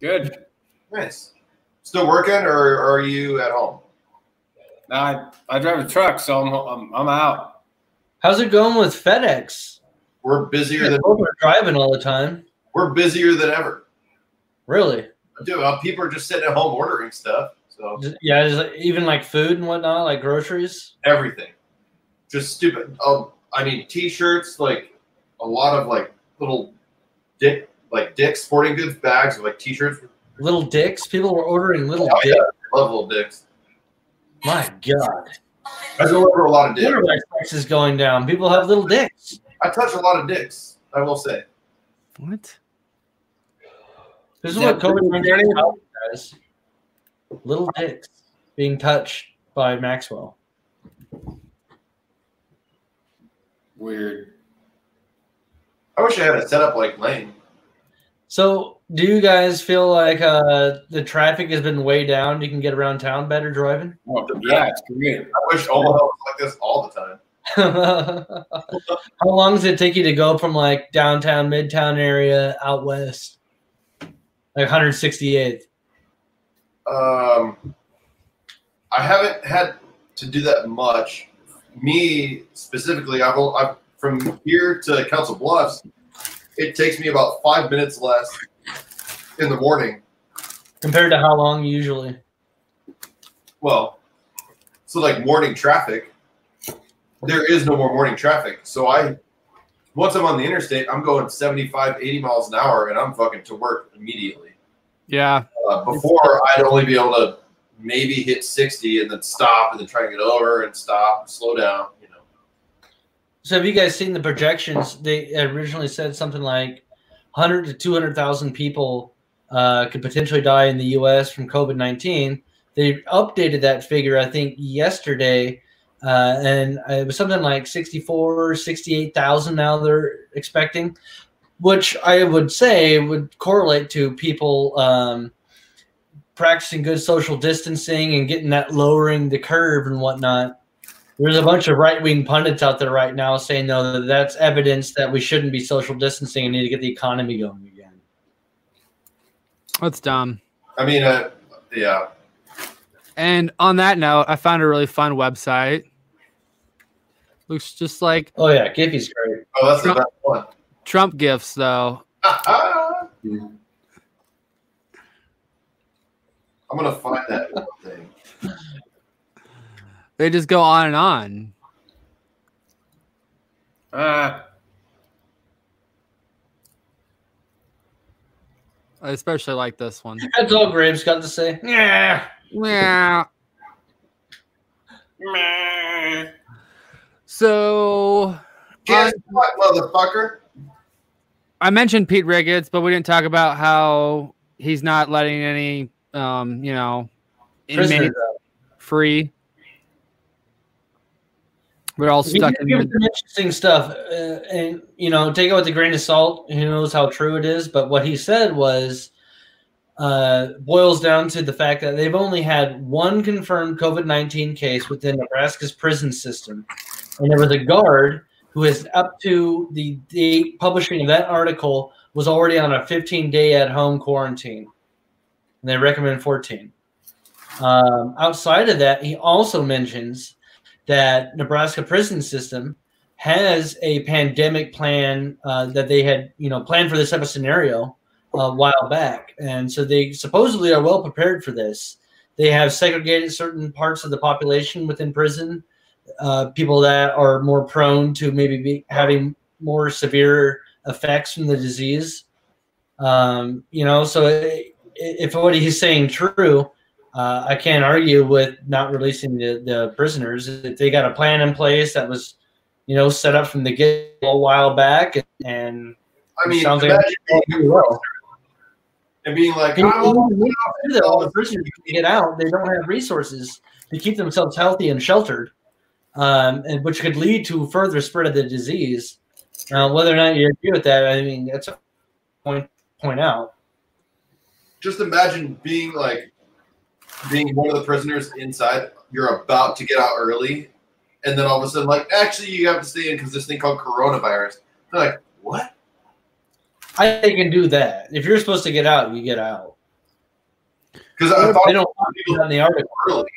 B: Good.
C: Nice. Still working, or are you at home?
B: Now I, I drive a truck, so I'm I'm, I'm out.
D: How's it going with FedEx?
C: We're busier
D: You're
C: than
D: over driving all the time.
C: we're busier than ever.
D: Really?
C: Dude, uh, people are just sitting at home ordering stuff. So
D: Just- Yeah, just like, even like food and whatnot, like groceries.
C: everything, just stupid. Um, I mean, t-shirts, like a lot of like little dick, like dick sporting goods bags of like t-shirts.
D: Little dicks. People were ordering little
C: Oh, yeah.
D: dicks.
C: Love little dicks.
D: My God.
C: I deliver a lot of dicks.
D: Quarterback price is going down. People have little dicks.
C: I touch a lot of dicks. I will say.
A: What?
D: This is
B: Yeah,
D: what COVID
B: pretty
D: nineteen guys. Little dicks being touched by Maxwell.
B: Weird.
C: I wish I had a setup like Lane.
D: So, do you guys feel like uh, the traffic has been way down? You can get around town better driving. *laughs*
B: Well, Oh, yeah, it's great.
C: I wish Omaha was like this all the time.
D: How long does it take you to go from like downtown, midtown area out west, like 168th?
C: Um, I haven't had to do that much. Me specifically, I've, o- I've from here to Council Bluffs, it takes me about five minutes less in the morning.
D: Compared to how long usually?
C: Well, so like morning traffic, there is no more morning traffic. So I, once I'm on the interstate, I'm going 75, 80 miles an hour, and I'm fucking to work immediately.
A: Yeah.
C: Uh, before, I'd only be able to maybe hit 60 and then stop and then try and get over and stop, slow down, you know.
D: So have you guys seen the projections? They originally said something like 100 to 200,000 people uh, could potentially die in the U.S. from COVID-19. They updated that figure, I think, yesterday, uh, and it was something like 64, 68,000 now they're expecting, which I would say would correlate to people um, practicing good social distancing and getting that lowering the curve and whatnot. There's a bunch of right wing pundits out there right now saying, though, that that's evidence that we shouldn't be social distancing and need to get the economy going again.
A: That's dumb.
C: I mean, uh, yeah.
A: And on that note, I found a really fun website. Looks just like
D: Oh, yeah. Giphy's great.
C: Oh, that's the
A: Trump-
C: best one. *laughs*
A: Trump gifts, though.
C: I'm gonna find that one thing.
A: They just go on and on.
B: Ah,
A: I especially like this one.
D: That's all Graves got to say. Yeah.
A: Yeah.
B: meh.
A: So
C: Guess what, motherfucker?
A: I mentioned Pete Ricketts, but we didn't talk about how he's not letting any, um, you know,
D: Prisoner,
A: inmates free. We're all
D: He
A: stuck
D: did
A: in
D: give
A: the
D: some interesting stuff, uh, and you know, take it with a grain of salt. Who knows how true it is? But what he said was uh, boils down to the fact that they've only had one confirmed COVID nineteen case within Nebraska's prison system, and there was a guard who is up to the date publishing of that article was already on a fifteen day at home quarantine, and they recommend fourteen. Um, outside of that, he also mentions that Nebraska prison system has a pandemic plan uh, that they had, you know, planned for this type of scenario uh, a while back, and so they supposedly are well prepared for this. They have segregated certain parts of the population within prison, uh, people that are more prone to maybe be having more severe effects from the disease. Um, you know, so i- if what he's saying true, uh, I can't argue with not releasing the, the prisoners. If they got a plan in place that was, you know, set up from the get a while back, and, and
C: I mean,
D: Sounds like-
C: imagine being, and being like,
D: And
C: I
D: you
C: will
D: don't need to do that. All the prisoners can get out. They don't have resources to keep themselves healthy and sheltered, um, and which could lead to further spread of the disease. Now, whether or not you agree with that, I mean, that's a point point out.
C: just imagine being like being one of the prisoners inside. You're about to get out early, and then all of a sudden, like, actually, you have to stay in because this thing called coronavirus. They're like, what?
D: I think they can do that. If you're supposed to get out, you get out.
C: Because I
D: They
C: thought
D: don't want you in the article.
C: early.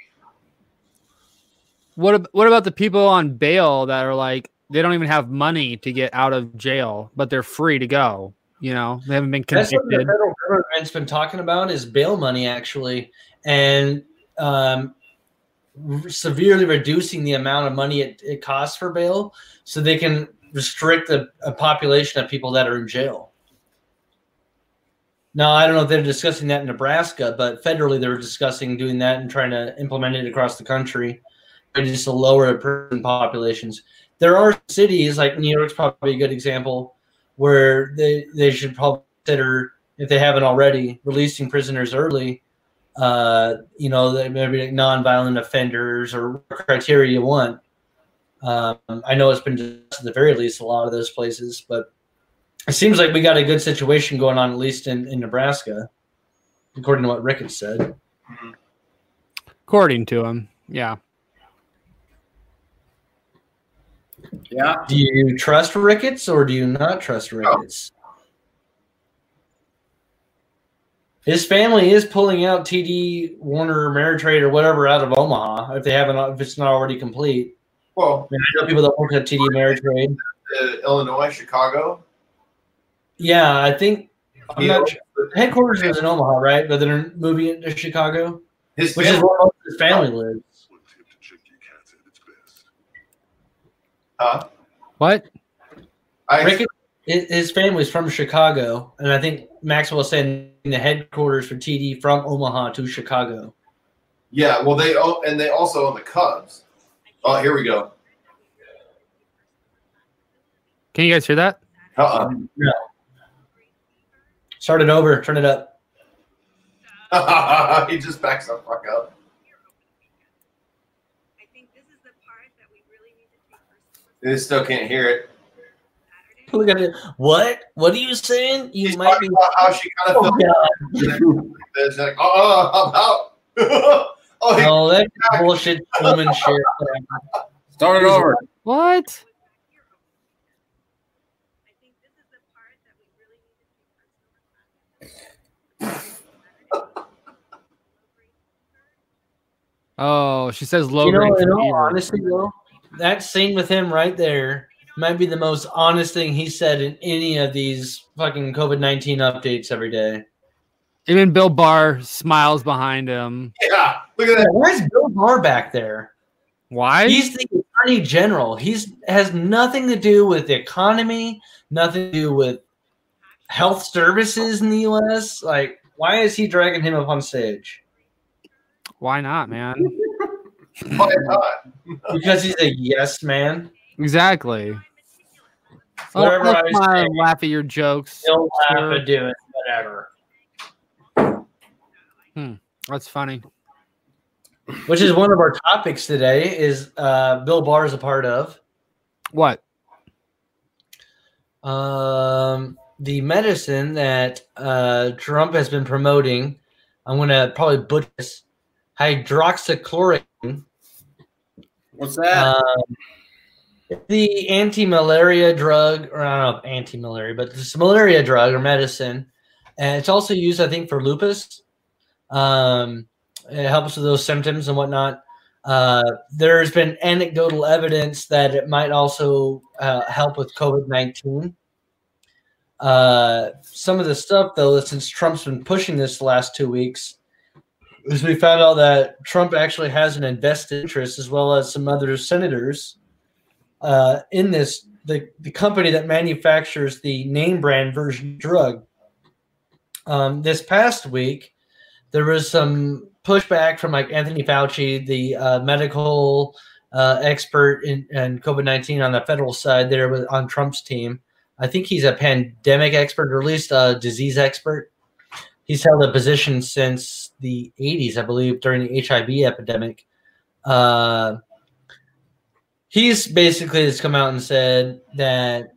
A: What ab- what about the people on bail that are like they don't even have money to get out of jail, but they're free to go? You know, they haven't been
D: That's what the
A: convicted.
D: federal government's been talking about is bail money, actually, and um, r- severely reducing the amount of money it, it costs for bail, so they can restrict the a population of people that are in jail. Now, I don't know if they're discussing that in Nebraska, but federally they were discussing doing that and trying to implement it across the country, and just to lower prison populations. There are cities like New York's probably a good example where they they should probably consider if they haven't already releasing prisoners early uh you know that maybe like non-violent offenders or criteria you want um i know it's been discussed at the very least a lot of those places but it seems like we got a good situation going on at least in, in nebraska according to what ricketts said
A: According to him, yeah.
B: yeah.
D: do you trust ricketts or do you not trust ricketts His family is pulling out TD Warner, Ameritrade, or whatever out of Omaha if they haven't, if it's not already complete.
C: Well,
D: I mean, I know people that work at TD Ameritrade.
C: uh, Illinois, Chicago.
D: Yeah, I think I'm
C: Yeah.
D: not sure. headquarters is in Omaha, right? But they're moving it to Chicago,
C: His
D: which is
C: family-
D: where most of his family lives.
E: One tip to check your cats at its best.
C: huh?
A: What?
C: I,
D: Rick, his his family's from Chicago, and I think Maxwell said the headquarters for TD from Omaha to Chicago.
C: yeah. Well, they own, and they also own the Cubs. Oh, here we go.
A: Can you guys hear that?
C: Uh-uh. *laughs*
D: Start it over. Turn it up.
C: he just backs the fuck up.
F: I think this is the part that we really need to take personally.
C: They still can't hear it.
D: *laughs*
F: Saturday.
D: Look at it. What? What are you saying? You
C: He's
D: might
C: talking
D: be.
C: about how she kind of
D: Oh,
C: felt
D: *laughs* God.
C: It's like, oh, I'm out. *laughs* oh, he-
D: No, that's bullshit woman shit.
B: Start it over.
A: What?
F: oh, I think this is the part that we really need to take personally.
A: Oh, she says low
D: You know,
A: grade
D: in all
A: fever. Oh,
D: honesty, though, that scene with him right there might be the most honest thing he said in any of these fucking COVID 19 updates every day.
A: Even Bill Barr smiles behind him.
C: Yeah, look at that.
D: Where's Bill Barr back there?
A: Why?
D: He's the attorney general. He's has nothing to do with the economy, nothing to do with health services in the US. Like, why is he dragging him up on stage?
A: Why not, man?
C: Why not?
D: Because he's a yes man.
A: Exactly. Oh,
D: Whatever
A: that's
D: I
A: my
D: say.
A: laugh at your jokes.
D: He'll
A: Sure.
D: laugh and do it, whatever.
A: That's funny.
D: Which is one of our topics today is uh Bill Barr is a part of.
A: What?
D: Um, the medicine that uh, Trump has been promoting, I'm going to probably butcher this hydroxychloroquine.
B: What's that?
D: Um, the anti malaria drug, or I don't know, anti malaria, but this malaria drug or medicine. And it's also used, I think, for lupus. Um, it helps with those symptoms and whatnot. Uh, there's been anecdotal evidence that it might also uh, help with COVID 19. Uh, some of the stuff, though, that since Trump's been pushing this the last two weeks, is we found out that Trump actually has an invested interest, as well as some other senators, uh, in this the, the company that manufactures the name brand version drug. Um, this past week, there was some pushback from like Anthony Fauci, the uh, medical uh, expert in, in COVID nineteen on the federal side there with, on Trump's team. I think he's a pandemic expert, or at least a disease expert. He's held a position since the 80s, I believe, during the HIV epidemic. Uh, he's basically has come out and said that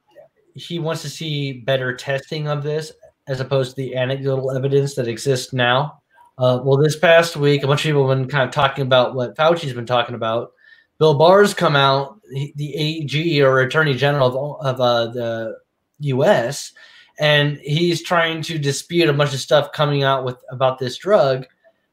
D: he wants to see better testing of this as opposed to the anecdotal evidence that exists now. Uh, well, this past week, a bunch of people have been kind of talking about what Fauci's been talking about. Bill Barr's come out, he- the AG or Attorney General of, of uh, the U.S., and he's trying to dispute a bunch of stuff coming out with about this drug,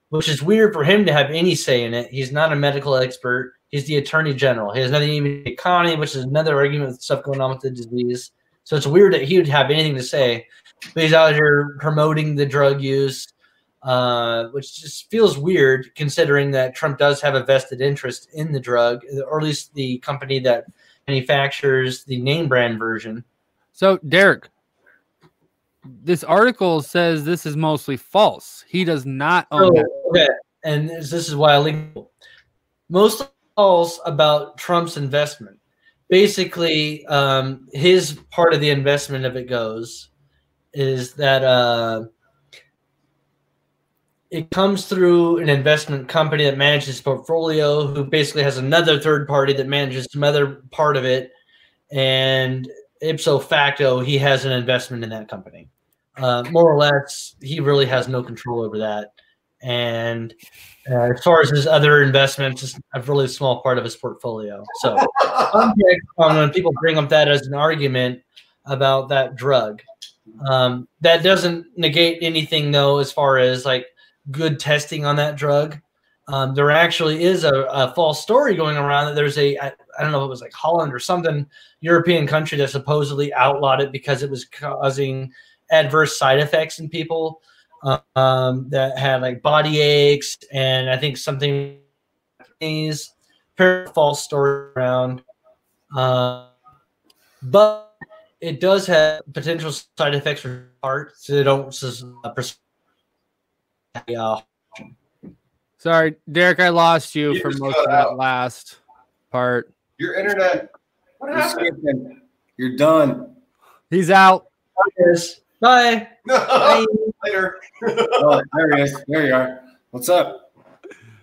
D: which is weird for him to have any say in it. He's not a medical expert. He's the attorney general. He has nothing to do with the economy, which is another argument with stuff going on with the disease. So it's weird that he would have anything to say. But he's out here promoting the drug use, uh, which just feels weird considering that Trump does have a vested interest in the drug, or at least the company that manufactures the name brand version.
A: So, Derek, this article says this is mostly false. He does not
D: Oh,
A: own it.
D: okay. And this this is why I link most calls about Trump's investment. Basically, um, his part of the investment, if it goes, is that uh, it comes through an investment company that manages portfolio, who basically has another third party that manages some other part of it, and ipso facto, he has an investment in that company. Uh, more or less, he really has no control over that and uh, as far as his other investments, it's a really small part of his portfolio. So I'm big on when people bring up that as an argument about that drug, um, that doesn't negate anything though, as far as like good testing on that drug. Um, there actually is a, a false story going around that there's a I, I don't know if it was like Holland or something European country that supposedly outlawed it because it was causing adverse side effects in people um, that had like body aches and I think something these fair- false story around. Uh, but it does have potential side effects for heart, so they don't sus- uh, pres- yeah.
A: Sorry, Derek, I lost you
C: You
A: for
C: just
A: most
C: cut
A: of that
C: out.
A: last part.
C: Your internet. What
B: You're
C: happened?
B: skipping. You're done.
A: He's out.
D: Bye. Bye.
C: *laughs* Later.
B: Oh, there he is. There you are. What's up?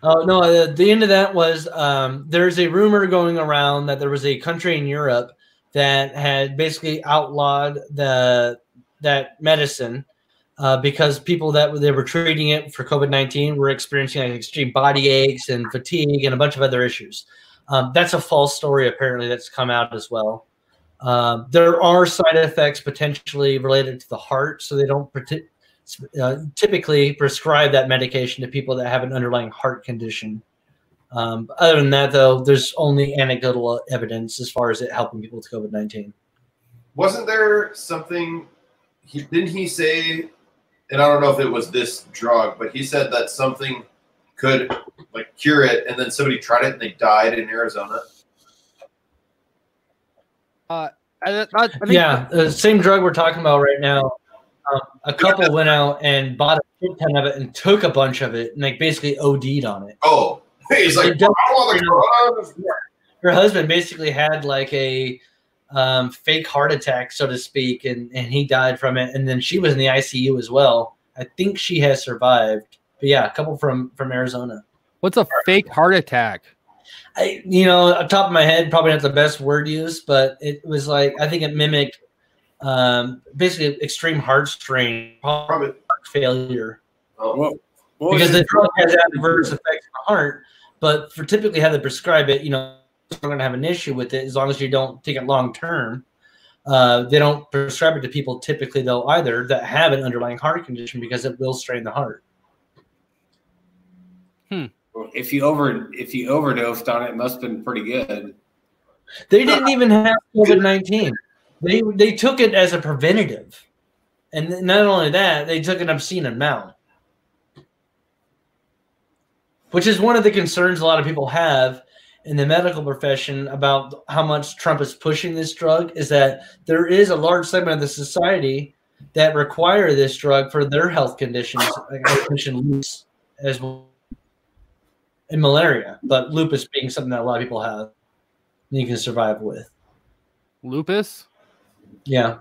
D: Oh no! The, the end of that was um, there's a rumor going around that there was a country in Europe that had basically outlawed the that medicine uh, because people that they were treating it for COVID nineteen were experiencing like, extreme body aches and fatigue and a bunch of other issues. Um, that's a false story apparently that's come out as well. Um, there are side effects potentially related to the heart, so they don't parti- uh, typically prescribe that medication to people that have an underlying heart condition. Um, other than that, though, there's only anecdotal evidence as far as it helping people with COVID 19.
C: Wasn't there something? He, didn't he say? And I don't know if it was this drug, but he said that something could like cure it, and then somebody tried it and they died in Arizona.
A: I, I, I think
D: Yeah, the same drug we're talking about right now. Um, a couple went out and bought a shit ton of it and took a bunch of it and like basically OD'd on it.
C: Oh, *laughs* he's like, I
D: It does-
C: don't want the drug.
D: her husband basically had like a um, fake heart attack, so to speak, and, and he died from it. And then she was in the ICU as well. I think she has survived. But yeah, a couple from from Arizona.
A: What's a fake heart attack?
D: I, you know, up top of my head, probably not the best word use, but it was like I think it mimicked um, basically extreme heart strain, heart
C: Probably.
D: failure.
C: Oh,
B: What, what was
D: because the
B: it?
D: drug has adverse effects on the heart, but for typically how they prescribe it, you know, you're going to have an issue with it as long as you don't take it long term. Uh, they don't prescribe it to people typically though either that have an underlying heart condition because it will strain the heart.
B: if you over if you overdosed on it, it must have been pretty good.
D: They didn't even have COVID nineteen. They they took it as a preventative, and th- not only that, they took an obscene amount, which is one of the concerns a lot of people have in the medical profession about how much Trump is pushing this drug. Is that there is a large segment of the society that require this drug for their health conditions, like I mentioned lupus as well, and malaria, but lupus being something that a lot of people have you can survive with.
A: Lupus?
D: Yeah.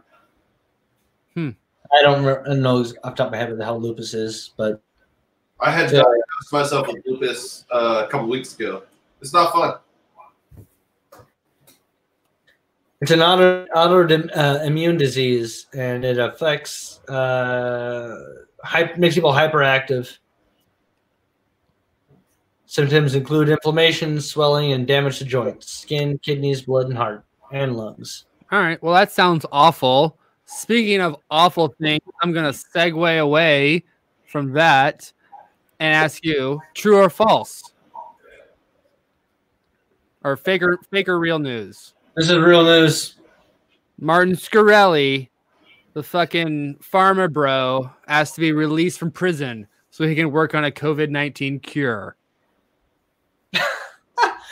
A: Hmm.
D: I don't, re- I don't know off the top of my head what the hell lupus is, but
C: I had to
D: Yeah.
C: diagnose myself with lupus uh, a couple weeks ago. It's not fun.
D: it's an auto autoimmune uh, immune disease, and it affects uh, hy- makes people hyperactive. Symptoms include inflammation, swelling, and damage to joints, skin, kidneys, blood, and heart, and lungs.
A: All right. Well, that sounds awful. Speaking of awful things, I'm going to segue away from that and ask you true or false? Or fake or, fake or real news?
D: This is real news.
A: Martin Scarelli, the fucking farmer bro, asked to be released from prison so he can work on a COVID 19 cure.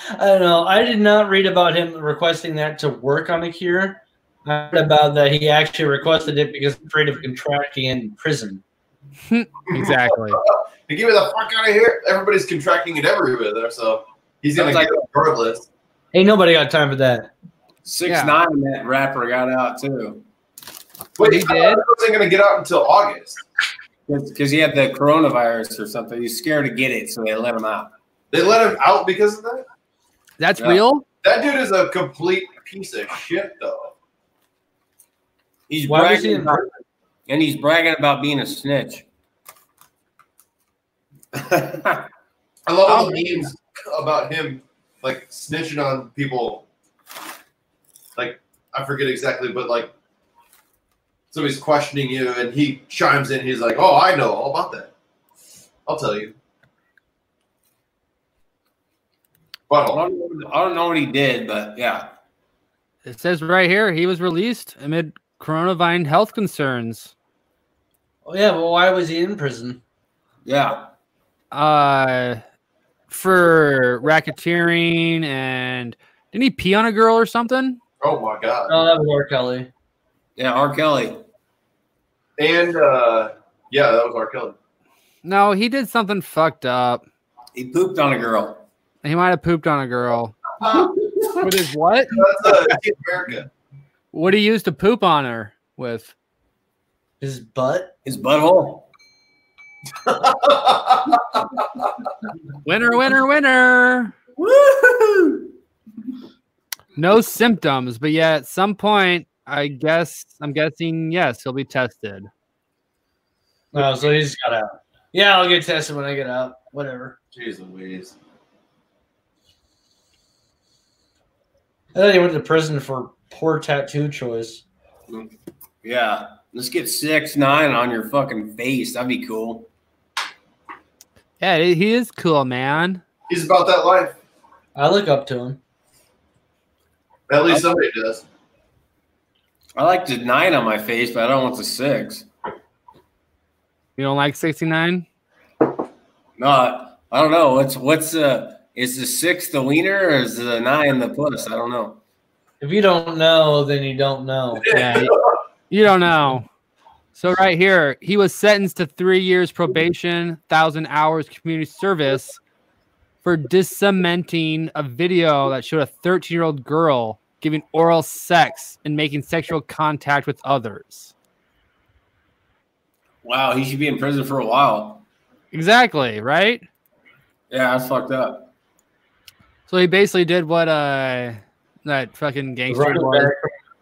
D: I don't know. I did not read about him requesting that to work on a cure. I read about that he actually requested it because he's afraid of contracting in prison.
A: Exactly.
C: Hey, Get me the fuck out of here. Everybody's contracting it everywhere, so he's going to
B: Sounds
C: get it regardless.
D: Ain't nobody got time for that.
B: Six
A: Yeah.
B: nine, that rapper got out too
C: Wait,
A: He
C: he
A: did?
C: wasn't going to get out until August.
B: because he had the coronavirus or something. He's scared to get it, so they let him out.
C: They let him out because of that?
A: That's
B: Yeah.
A: real?
C: That dude is a complete piece of shit, though.
B: He's
D: Why was
B: bragging
D: he in
B: about, and he's bragging about being a
D: *laughs*
B: snitch.
C: I love all the memes about him, like, snitching on people. Like, I forget exactly, but, like, somebody's questioning you, and he chimes in. He's like, oh, I know all about that. I'll tell you.
B: I
C: Butthole.
B: don't, I don't know what he did, but yeah.
A: It says right here he was released amid coronavirus health concerns.
D: Oh yeah, well, why was he in prison?
B: Yeah.
A: Uh, for racketeering and didn't he pee on a girl or something?
C: Oh, my God.
D: Oh, that was R. Kelly.
B: Yeah. R. Kelly.
C: And, uh, yeah, that was our killer.
A: No, he did something fucked up.
B: He pooped on a girl.
A: He might have pooped on a girl. With his what?
C: That's uh, *laughs* Team America.
A: What he used to poop on her with?
D: His butt.
B: His butthole.
A: Winner, winner, winner.
B: Woo!
A: No symptoms, but yeah, at some point, I guess I'm guessing yes, he'll be tested.
D: Oh, so he just got out. Yeah, I'll get tested when I get out. Whatever.
C: Jeez Louise.
D: I thought he went to prison for poor tattoo choice.
B: Yeah. Let's get six nine on your fucking face. That'd be cool.
A: Yeah, he is cool, man.
C: He's about that life.
D: I look up to him.
C: At least somebody does.
B: I like the nine on my face, but I don't want the six.
A: You don't like 69?
B: Not. I don't know. What's what's uh is the six the wiener or is the nine the puss? I don't know.
D: If you don't know, then you don't know.
A: Yeah. You don't know. So right here, he was sentenced to three years probation, thousand hours community service for disseminating a video that showed a 13-year-old girl giving oral sex and making sexual contact with others.
B: Wow, he should be in prison for a while.
A: Exactly, right?
B: Yeah, that's fucked up.
A: So he basically did what uh that fucking gangster
D: Running
A: was.
D: back.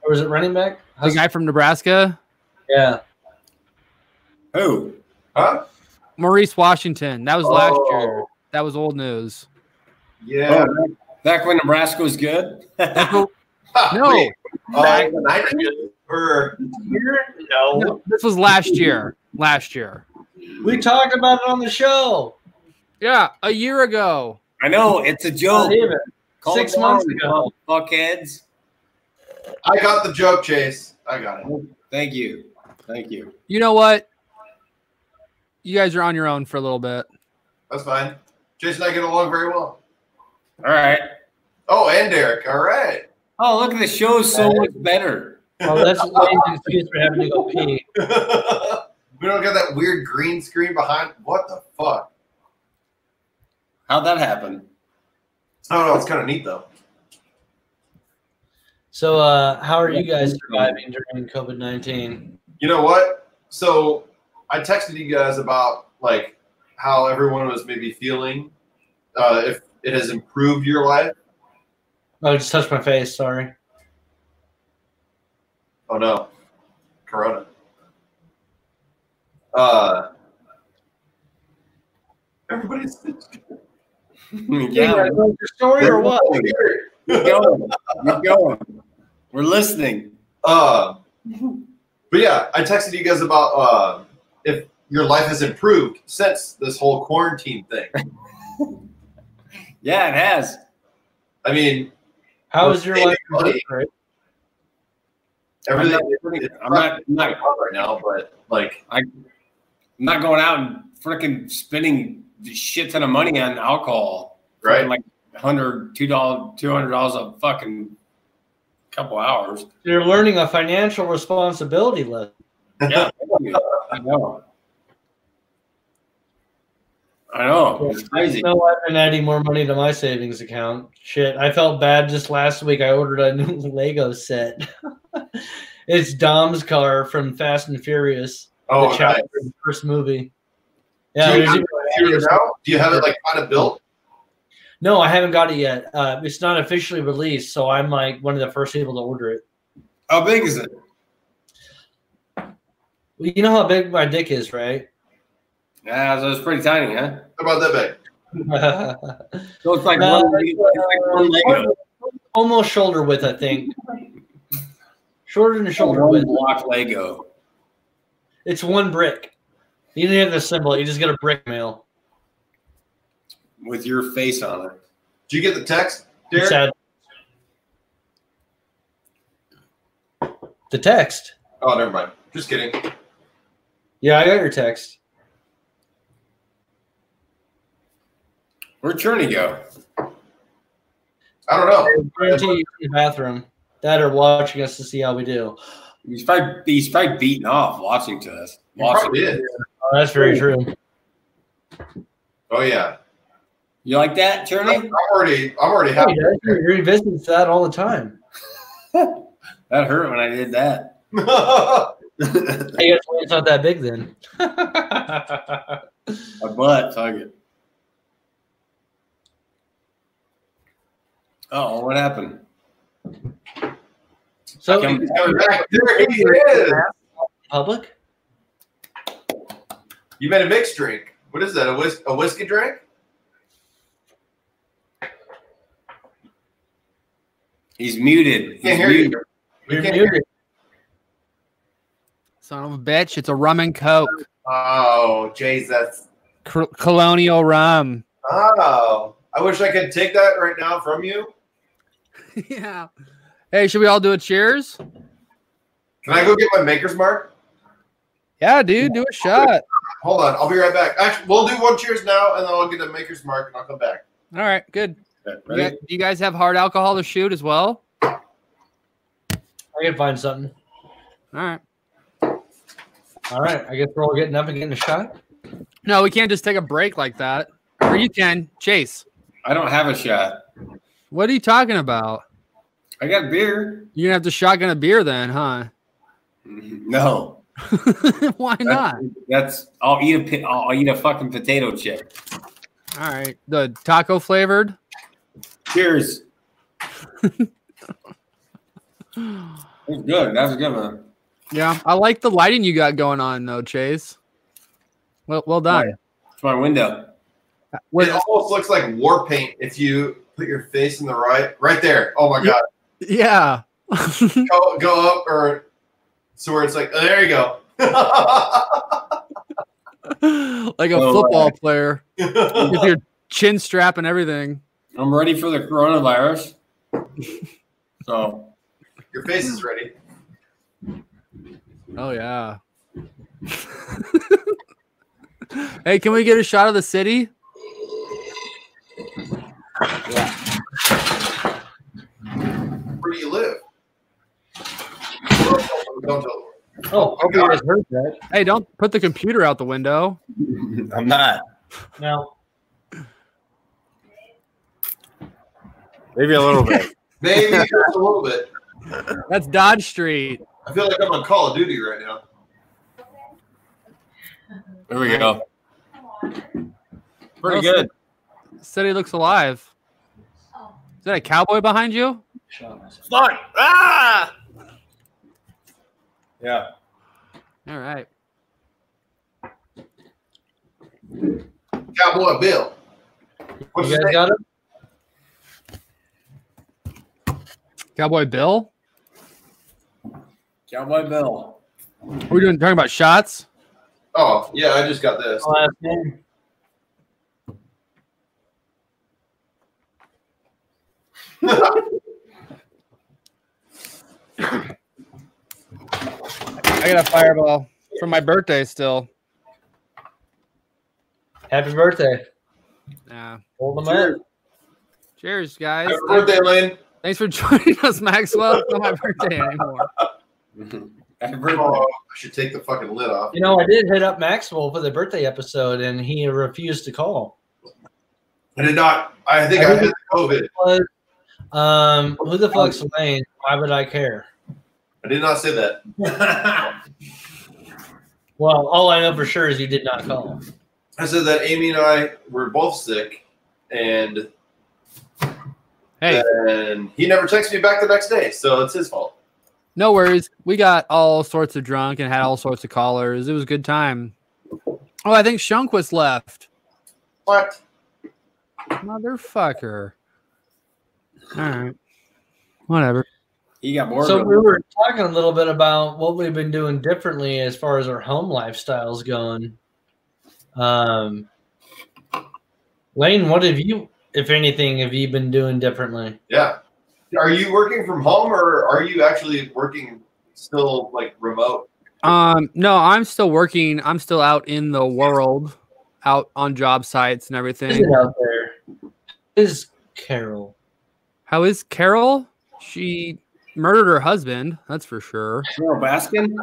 D: Or was it running back?
A: the guy from Nebraska,
D: Yeah.
B: Who?
C: Huh?
A: Maurice Washington. That was last
C: Oh.
A: year. That was old news.
C: Yeah.
B: Oh, back when Nebraska was good. *laughs*
A: No, Oh,
C: *laughs* Wait, uh,
A: Back-
C: the 90s or
A: no, this was last year. Last year.
D: We talked about it on the show.
A: Yeah, a year ago.
B: I know it's a joke.
D: Not even.
B: Calm
D: Six
B: down,
D: months
B: you
D: ago.
B: fuckheads.
C: I got the joke, Chase. I got it.
B: Thank you, thank you.
A: You know what? You guys are on your own for a little bit.
C: That's fine. Chase and I get along very well.
B: All right.
C: Oh, and Derek. All right. *laughs*
B: Oh, look at the show's so much better.
D: Well, that's Wayne's excuse for having to go pee.
C: we don't got that weird green screen behind. What the fuck?
B: How'd that happen?
C: I don't know. It's kind of neat though.
D: So, uh, how are you guys surviving during COVID 19?
C: You know what? So I texted you guys about like how everyone was maybe feeling. Uh, if it has improved your life.
D: Oh, I just touched my face. Sorry.
C: Oh no, Corona. Uh, everybody's
D: *laughs*
B: yeah,
D: Your story or what?
B: we're going. We're going. We're listening.
C: Uh, but yeah, I texted you guys about uh, if your life has improved since this whole quarantine thing.
B: Yeah, it has.
C: I mean,
D: How is your life?
B: I'm
C: everything.
D: *laughs*
B: not, I'm not, I'm not,
C: not right now, but like,
B: I'm not going out and freaking spending shit ton of money on alcohol.
C: right?
B: Like hundred, two dollars, two hundred dollars a fucking couple hours.
D: You're learning a financial responsibility lesson.
B: Yeah, I know. I know. It's crazy.
D: No, I've been adding more money to my savings account. Shit, I felt bad just last week. I ordered a *laughs* new Lego set. *laughs* it's Dom's car from Fast and Furious,
C: *laughs* Oh,
D: the
C: nice.
D: chapter in the first movie. Yeah,
C: do, you
D: there's
C: have
D: even-
C: it figured out? Do you have it like kind of built?
D: no, I haven't got it yet. Uh, it's not officially released, so I'm like one of the first people to order it.
B: How big is it?
D: Well, You know how big my dick is, right? *laughs*
B: Yeah, so it's pretty tiny, huh?
C: About that big.
B: So it's like
D: Uh,
B: one, it's like one Lego.
D: Almost shoulder width, I think. Shorter than shoulder
B: One
D: width.
B: block Lego.
D: It's one brick. You didn't have the symbol. You just get a brick mail.
B: with your face on it.
C: Did you get the text, Derek?
D: It said- the text.
C: Oh, never mind. Just kidding.
D: Yeah, I got your text.
B: Where'd Journey go?
C: I don't know.
D: I guarantee you in the bathroom. That are watching us to see how we do.
B: He's probably he's probably beaten off watching to us.
C: He probably
B: Watching.
C: is.
D: Oh, that's very true.
C: Oh yeah.
B: You like that,
C: I'm
B: Journey?
C: already. I'm already
D: Hey,
C: *laughs* happy.
D: that- he revisits that all the time.
B: That hurt when I did that.
C: *laughs* oh
B: My
D: I guess it's not that
C: *laughs*
D: big then.
B: butt, fuck it. Oh, what happened?
D: so
B: Come-
C: He's coming back. There he is.
D: public?
C: You made a mixed drink. What is that? A, whis- a whiskey drink?
B: He's muted. He's
C: Can't hear
B: muted.
C: you. We
D: You're
C: can't hear
D: muted.
A: Son of a bitch. It's a rum and coke.
C: Oh Jesus.
A: Cr- colonial rum. *laughs*
C: Oh, I wish I could take that right now from you.
A: yeah. Hey, should we all do a cheers?
C: Can I go get my maker's mark?
A: Yeah, dude, do a shot.
C: Hold on, I'll be right back. Actually, we'll do one cheers now, and then I'll get a maker's mark, and I'll come back.
A: All right, good.
B: Okay,
A: You
B: ready?
A: guys- do you guys have hard alcohol to shoot as well?
D: I can find something.
A: All right.
D: All right, I guess we're all getting up and getting a shot.
A: No, we can't just take a break like that. Or you can. Chase,
B: I don't have a shot.
A: what are you talking about?
B: I got beer. *laughs*
A: You're going to have to shotgun a beer then, huh? *laughs*
B: No,
A: Why
B: that's,
A: not?
B: that's I'll eat a pi- I'll, I'll eat a fucking potato chip.
A: All right. The taco flavored.
B: Cheers. It was good. That was a good one.
A: Yeah. I like the lighting you got going on, though, Chase. Well, well done.
B: It's my window.
A: Was-
C: it almost looks like war paint if you put your face in the right, right there. Oh my
A: Yeah.
C: god,
A: *laughs* yeah.
C: go, go up or so where it's like, oh, there you go. *laughs*
A: like a
B: Oh,
A: football player with
C: That's
A: your chin strap and everything.
B: I'm ready for the coronavirus. so
C: your face is ready.
A: Oh, yeah. *laughs* hey, can we get a shot of the city?
C: Where do you live? Don't tell them.
D: Oh, hope you guys heard that.
A: Hey, don't put the computer out the window.
B: I'm not.
D: Now,
G: Maybe a little bit.
C: Maybe just a little bit.
A: That's Dodge Street.
C: I feel like I'm on Call of Duty right now.
B: *laughs* There we go. Pretty
A: Well,
B: good.
A: City looks alive. Is that a cowboy behind you?
G: Fuck! Ah!
B: Yeah.
A: All right.
C: Cowboy Bill. What's
D: you
C: his name?
D: guys got it?
A: Cowboy Bill?
B: Cowboy Bill.
A: Are we doing talking about shots?
C: Oh, yeah, I just got this.
D: Last name.
A: I got a fireball for my birthday still.
D: Happy birthday.
A: Yeah.
D: Hold them up.
A: Cheers, guys.
C: Happy birthday, Lane.
A: Thanks for *laughs* joining us, Maxwell. It's not my birthday anymore.
B: *laughs* Happy
C: Oh,
B: birthday.
C: I should take the fucking lid off.
D: You know, I did hit up Maxwell for the birthday episode, and he refused to call.
C: I did not. I think I, had COVID.
D: But, um, who the fuck's
C: Oh.
D: Lane? Why would I care?
C: I did not say that.
D: Well, all I know for sure is you did not call.
C: I said that Amy and I were both sick, and
A: Hey,
C: and he never texted me back the next day, so it's his fault.
A: no worries. We got all sorts of drunk and had all sorts of callers. It was a good time. Oh, I think Shunquist left.
C: What?
A: Motherfucker. All right. Whatever.
B: He got bored.
D: So
B: of
D: we
B: it.
D: were talking a little bit about what we've been doing differently as far as our home lifestyles going. Um, Lane, what have you, if anything, have you been doing differently?
C: Yeah. Are you working from home, or are you actually working still like remote?
A: Um, no, I'm still working. I'm still out in the world, out on job sites and
D: Is
A: everything.
D: it out there? Is Carol? *laughs*
A: How is Carol? She murdered her husband, that's for sure.
B: Carol Baskin.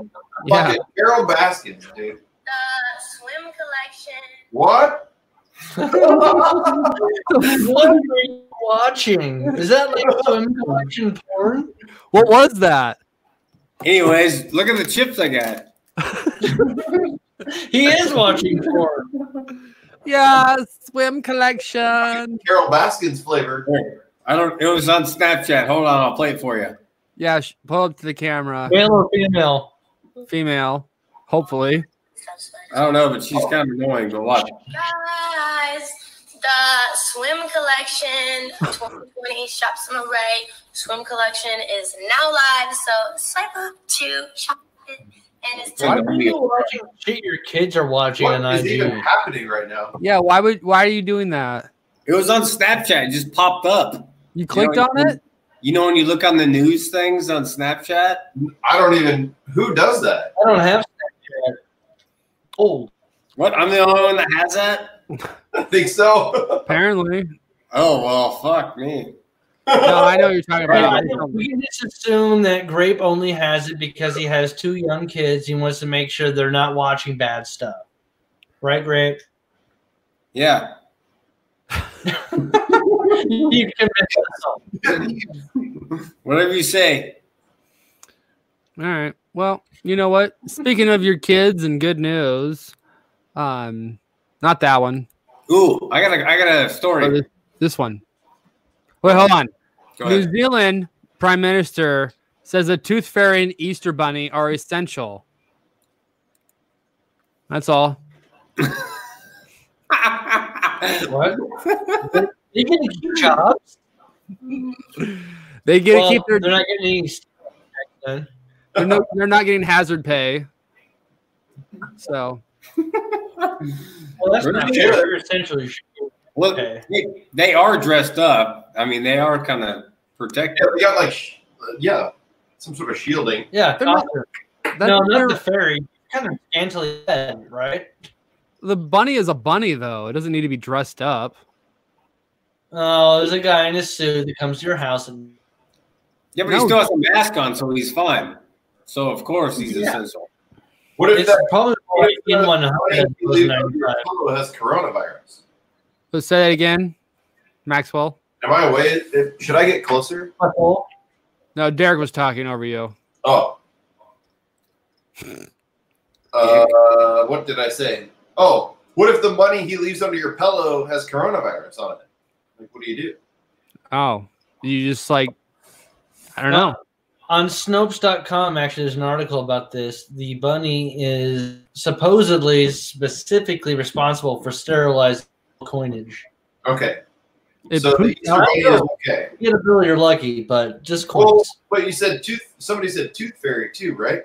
A: Yeah.
C: Fucking Carol Baskins, dude.
F: The swim collection.
C: What?
D: What are you watching? Is that like swim collection porn?
A: What was that?
B: Anyways, look at the chips I got.
D: He is watching porn.
A: Yeah, swim collection.
C: Carol Baskins flavor.
B: I don't. It was on Snapchat. Hold on, I'll play it for you.
A: Yeah, sh- pull up to the camera.
D: Male or female?
A: Female, hopefully.
B: I don't know, but she's kind of annoying. But watch.
F: Guys, the swim collection 2020 Shop Some Array swim collection is now live. So swipe up to shop it. And it's
D: Why
B: Why
F: time.
D: are
B: are
D: you
B: you
D: watching shit your kids are watching
C: What
D: on
C: is even
D: IG?
C: happening right now?
A: Yeah, why would why are you doing that?
B: It was on Snapchat. It just popped up.
A: You clicked
B: know,
A: on it?
B: You know when you look on the news things on Snapchat?
C: I don't even. Who does that? *laughs*
D: I don't have Snapchat. Old.
B: What? I'm the only one that has that?
C: I think so.
A: Apparently.
B: Oh well, fuck me.
C: *laughs*
A: No, I know what you're talking
D: Yeah, I
A: about.
D: think uh, we can just assume that Grape only has it because he has two young kids. He wants to make sure they're not watching bad stuff. Right, Grape?
B: Yeah.
D: you convinced us.
B: Whatever you say.
A: All right. Well, you know what? Speaking of your kids and good news, um, not that one,
B: Ooh, I got a I got a
D: Oh,
A: but
B: story.
A: this, this one. Wait, hold on.
B: Go
A: New
B: ahead.
A: Zealand Prime Minister says a tooth fairy and Easter bunny are essential. That's all.
D: What? They get to keep jobs.
A: They get
D: Well,
A: to keep their. They're
D: they're
A: not,
D: not getting any stuff back then.
A: they're, no, they're not getting hazard pay. So
D: Well, that's
B: Really?
D: not true. They're essentially sh-
B: *laughs* Look,
D: okay.
B: they, they are dressed up. I mean, they are kind of
C: Yeah,
B: protected.
C: they got like, sh- yeah, some sort of shielding.
D: Yeah,
A: They're not-
D: doctor.
A: that's
D: no,
A: their-
D: not the fairy. Kind of scantily fed, right?
A: the bunny is a bunny though. It doesn't need to be dressed up.
D: Oh, there's a guy in a suit that comes to your house and
B: Yeah, but
A: No.
B: he still has a mask on, so he's fine. So of course he's
D: Yeah.
B: essential.
C: What if
D: it's
C: that
D: probably
C: what if
D: in
C: that-
D: one hundred.
C: what if your fellow has coronavirus?
A: So say that again, Maxwell.
C: Am I away? If, should I get closer?
A: No, Derek was talking over you.
C: Oh. Uh, what did I say? Oh, what if the money he leaves under your pillow has coronavirus on it? Like, what do you do?
A: Oh, you just like I don't
D: No.
A: know.
D: On Snopes.com, actually, there's an article about this. The bunny is supposedly specifically responsible for sterilized coinage.
C: Okay,
A: It
C: so the
A: poops
C: Easter
A: out-
C: bunny is okay.
D: You get a bill, you're lucky, but just coins.
C: Well, but you said tooth. Somebody said tooth fairy too, right?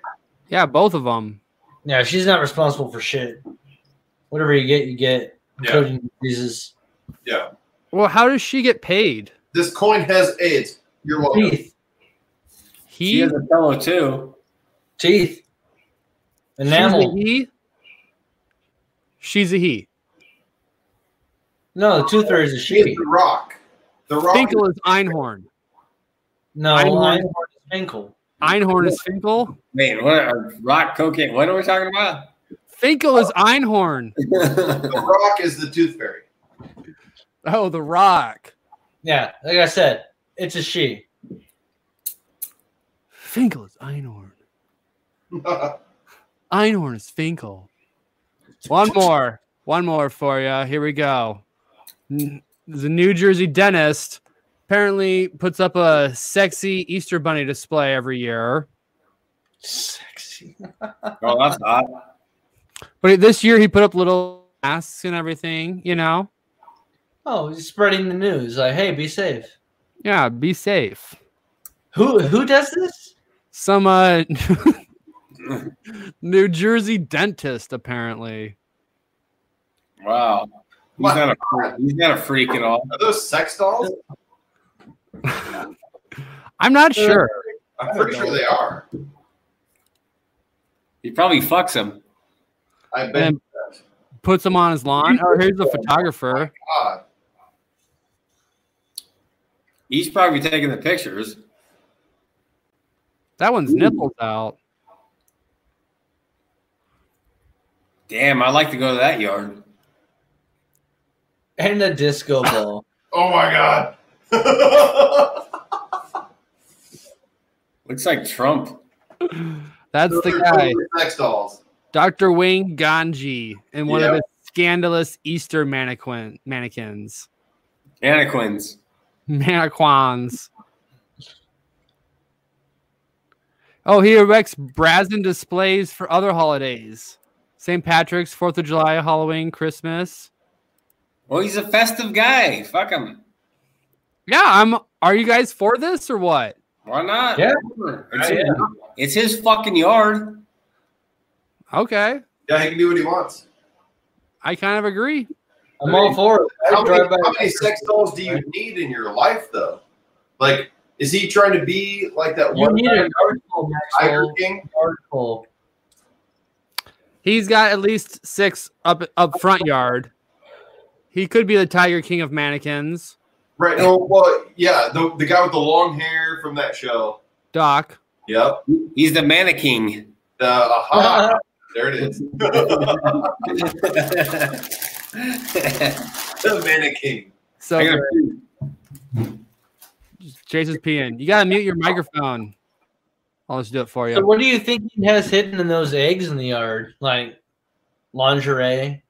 A: yeah, both of them.
D: yeah, she's not responsible for shit. Whatever you get, you get. Including diseases.
A: Well, how does she get paid?
C: This coin has AIDS. You're welcome.
D: Teeth.
B: He
A: He,
B: has a fellow too.
D: Teeth.
A: she's a
D: Enamel.
A: he. She's a he.
D: No, the tooth fairy is a
C: She is
D: she.
C: the rock. The rock.
A: Finkel is Einhorn.
D: No,
A: I'm-
D: I'm Finkel.
A: Einhorn is Finkel.
B: Wait, what? Are, rock cocaine? What are we talking
D: *laughs*
B: about?
A: Finkel is Einhorn.
C: The rock is the tooth fairy. *laughs*
A: Oh, The Rock.
D: Yeah, like I said, it's a she.
A: Finkel is Einhorn.
C: All
A: Einhorn is Finkel. One more. One more for you. Here we go. N- The New Jersey dentist apparently puts up a sexy Easter bunny display every year.
D: Sexy.
B: oh, that's hot.
A: But this year he put up little masks and everything, you know?
D: Oh, he's spreading the news. Like, hey, be safe.
A: Yeah, be safe.
D: Who who does this?
A: Some uh *laughs* New Jersey dentist apparently.
B: Wow. He's not a freak. he's not a freak at all.
C: Are those sex dolls?
A: I'm not sure.
C: I'm pretty sure they are.
B: He probably fucks him.
C: I bet.
A: And puts him on his lawn. Oh, here's the photographer.
C: God.
B: He's probably taking the pictures.
A: That one's nipples out.
B: Damn, I'd like to go to that yard.
D: And
C: *laughs*
D: a disco ball.
C: Oh my god.
B: Looks like Trump.
A: That's
C: *laughs*
A: the guy.
C: Sex dolls.
A: Dr. Wayne Ganji and one of
C: Yeah.
A: his scandalous Easter mannequin mannequins.
B: Anaquins.
A: Mannequins. Oh, he erects brazen displays for other holidays. St. Patrick's, Fourth of July, Halloween, Christmas.
B: Well, he's a festive guy. Fuck him.
A: Yeah, I'm are you guys for this or what?
B: Why not?
D: Yeah.
B: It's, his, it's his fucking yard.
A: Okay.
C: Yeah, he can do what he wants.
A: I kind of agree.
D: I'm all for it.
C: How
D: I'd
C: many,
D: drive by-
C: how many sex dolls do you need in your life, though? Like, is he trying to be like that
D: You
C: one
D: need
C: guy,
D: an article,
C: Tiger
D: Maxwell.
C: King?
D: Article.
A: He's got at least six up up front yard. He could be the Tiger King of mannequins.
C: Right. No, well, yeah, the, the guy with the long hair from that show.
A: Doc.
C: Yep.
B: He's the
D: *laughs*
B: mannequin. *laughs*
C: The, aha.
D: Uh,
C: There it is. the mannequin.
A: So Jason's peeing. You gotta mute your microphone. I'll just do it for
D: So
A: you.
D: what do you think he has hidden in those eggs in the yard? Like lingerie,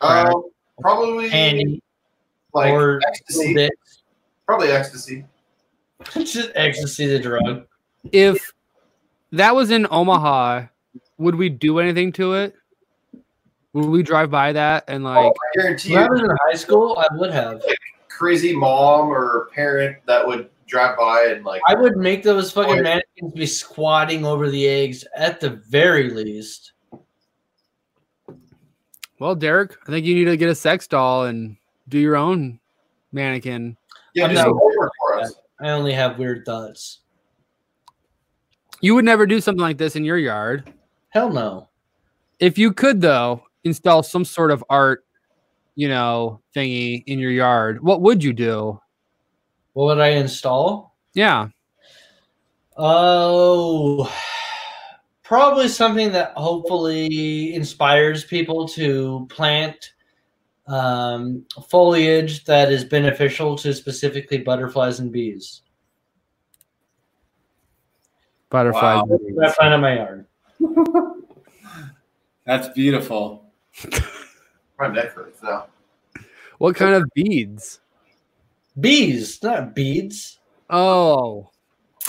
C: Um, probably
D: candy,
C: like
D: or
C: ecstasy.
D: dicks.
C: Probably ecstasy.
D: *laughs* just ecstasy the drug.
A: If that was in Omaha, would we do anything to it? Would we drive by that and
C: Oh,
A: like
C: I guarantee
D: When I
C: you,
D: was in high school, I would have.
C: crazy mom or parent that would drive by and like
D: I would make those
C: Oh, yeah.
D: fucking mannequins be squatting over the eggs at the very least.
A: Well, Derek, I think you need to get a sex doll and do your own mannequin.
C: yeah,
D: I'm
C: do some
D: not-
C: homework for us.
D: I only have weird thoughts.
A: You would never do something like this in your yard.
D: Hell no.
A: If you could, though, install some sort of art, you know, thingy in your yard, what would you do?
D: What would I install?
A: Yeah.
D: Oh, *sighs* probably something that hopefully inspires people to plant um, foliage that is beneficial to specifically butterflies and bees.
A: Butterfly.
B: Wow.
D: That's what I find in my yard.
B: That's beautiful.
C: My neck hurts now.
A: What kind of beads?
D: Bees, not beads.
A: Oh,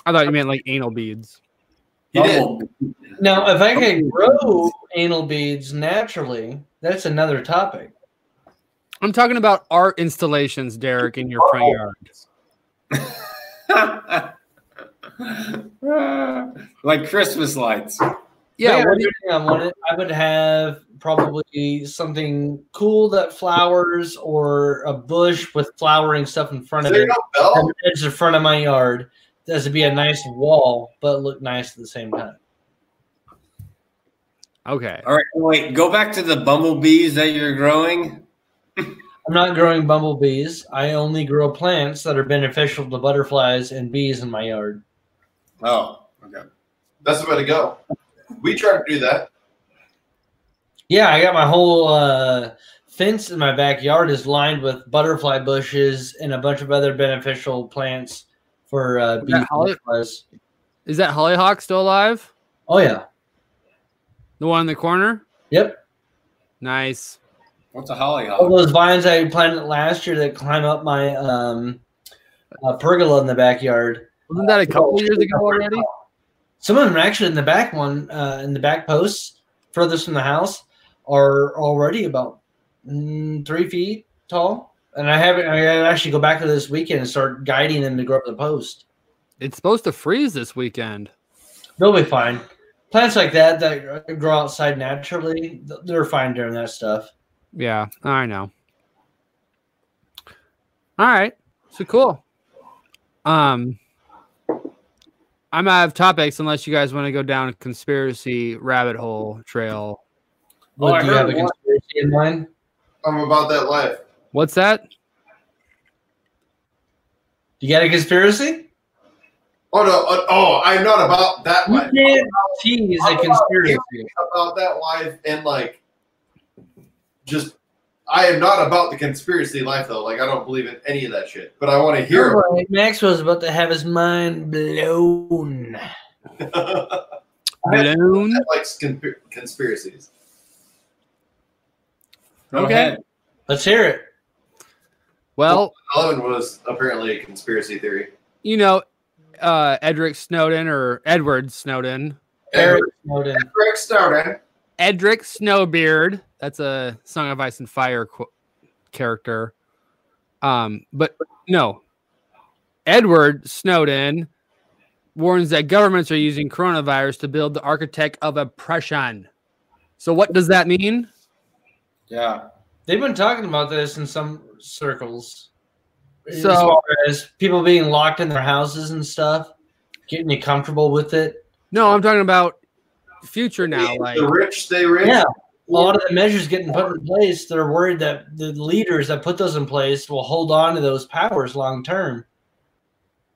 A: I thought you meant like anal beads.
B: He did.
C: Bubble.
D: Now, if I could grow anal beads naturally, that's another topic.
A: I'm talking about art installations, Derek, in your front yard.
B: *laughs* like Christmas lights.
A: Yeah.
D: But
A: what do you-
D: depending on what it- I would have probably something cool that flowers or a bush with flowering stuff in front
C: Is
D: of
C: there
D: it.
C: no bell?
D: And It's in front of my yard. That would be a nice wall, but look nice at the same time.
A: okay.
B: All right, wait. Go back to the bumblebees that you're growing.
D: I'm not growing bumblebees. I only grow plants that are beneficial to butterflies and bees in my yard.
B: Oh, okay.
C: That's the way to go. We tried to do that.
D: Yeah, I got my whole uh, fence in my backyard is lined with butterfly bushes and a bunch of other beneficial plants for uh, bees.
A: that
D: and
A: holly-
D: butterflies.
A: Is that hollyhock still alive?
D: Oh yeah,
A: The one in the corner?
D: yep.
A: Nice.
B: What's a
D: All
B: hollyhock?
D: those vines I planted last year that climb up my um, uh, pergola in the backyard.
A: Wasn't that a couple years ago already?
D: Some of them actually in the back one, uh, in the back posts, furthest from the house, are already about mm, three feet tall. And I haven't. I gotta actually go back to this weekend and start guiding them to grow up the post.
A: It's supposed to freeze this weekend.
D: They'll be fine. Plants like that that grow outside naturally, th- they're fine during that stuff.
A: Yeah, I know. All right. So cool. Um I'm out of topics unless you guys want to go down a conspiracy rabbit hole trail.
B: Oh, I
D: What, do you have a
B: heard one.
D: conspiracy in mind?
C: I'm about that life.
A: What's that?
D: You got a conspiracy?
C: Oh no! uh, Oh, I'm not about that
D: You
C: life.
D: can't tease a
C: I'm not
D: conspiracy.
C: About that life and like, just I am not about the conspiracy life though. Like I don't believe in any of that shit. But I want to *laughs* hear.
D: Alright, Max was about to have his mind blown.
C: it. that
A: Balloon?
C: likes consp- conspiracies.
B: Go
A: Okay.
B: ahead.
D: Let's hear it.
A: Well,
C: Eleven was apparently a conspiracy theory.
A: you know, uh Edric Snowden or Edward Snowden.
D: Eric
C: Eric
D: Snowden.
C: Eric Snowden.
A: Edric Snowbeard. That's a Song of Ice and Fire qu- character. Um, but no, Edward Snowden warns that governments are using coronavirus to build the architect of oppression. So what does that mean?
B: Yeah.
D: They've been talking about this in some circles. As
A: So-
D: far as people being locked in their houses and stuff, getting you comfortable with it.
A: No, I'm talking about future now. Like
C: the rich stay rich.
D: Yeah. A lot of the measures getting put in place, they're worried that the leaders that put those in place will hold on to those powers long term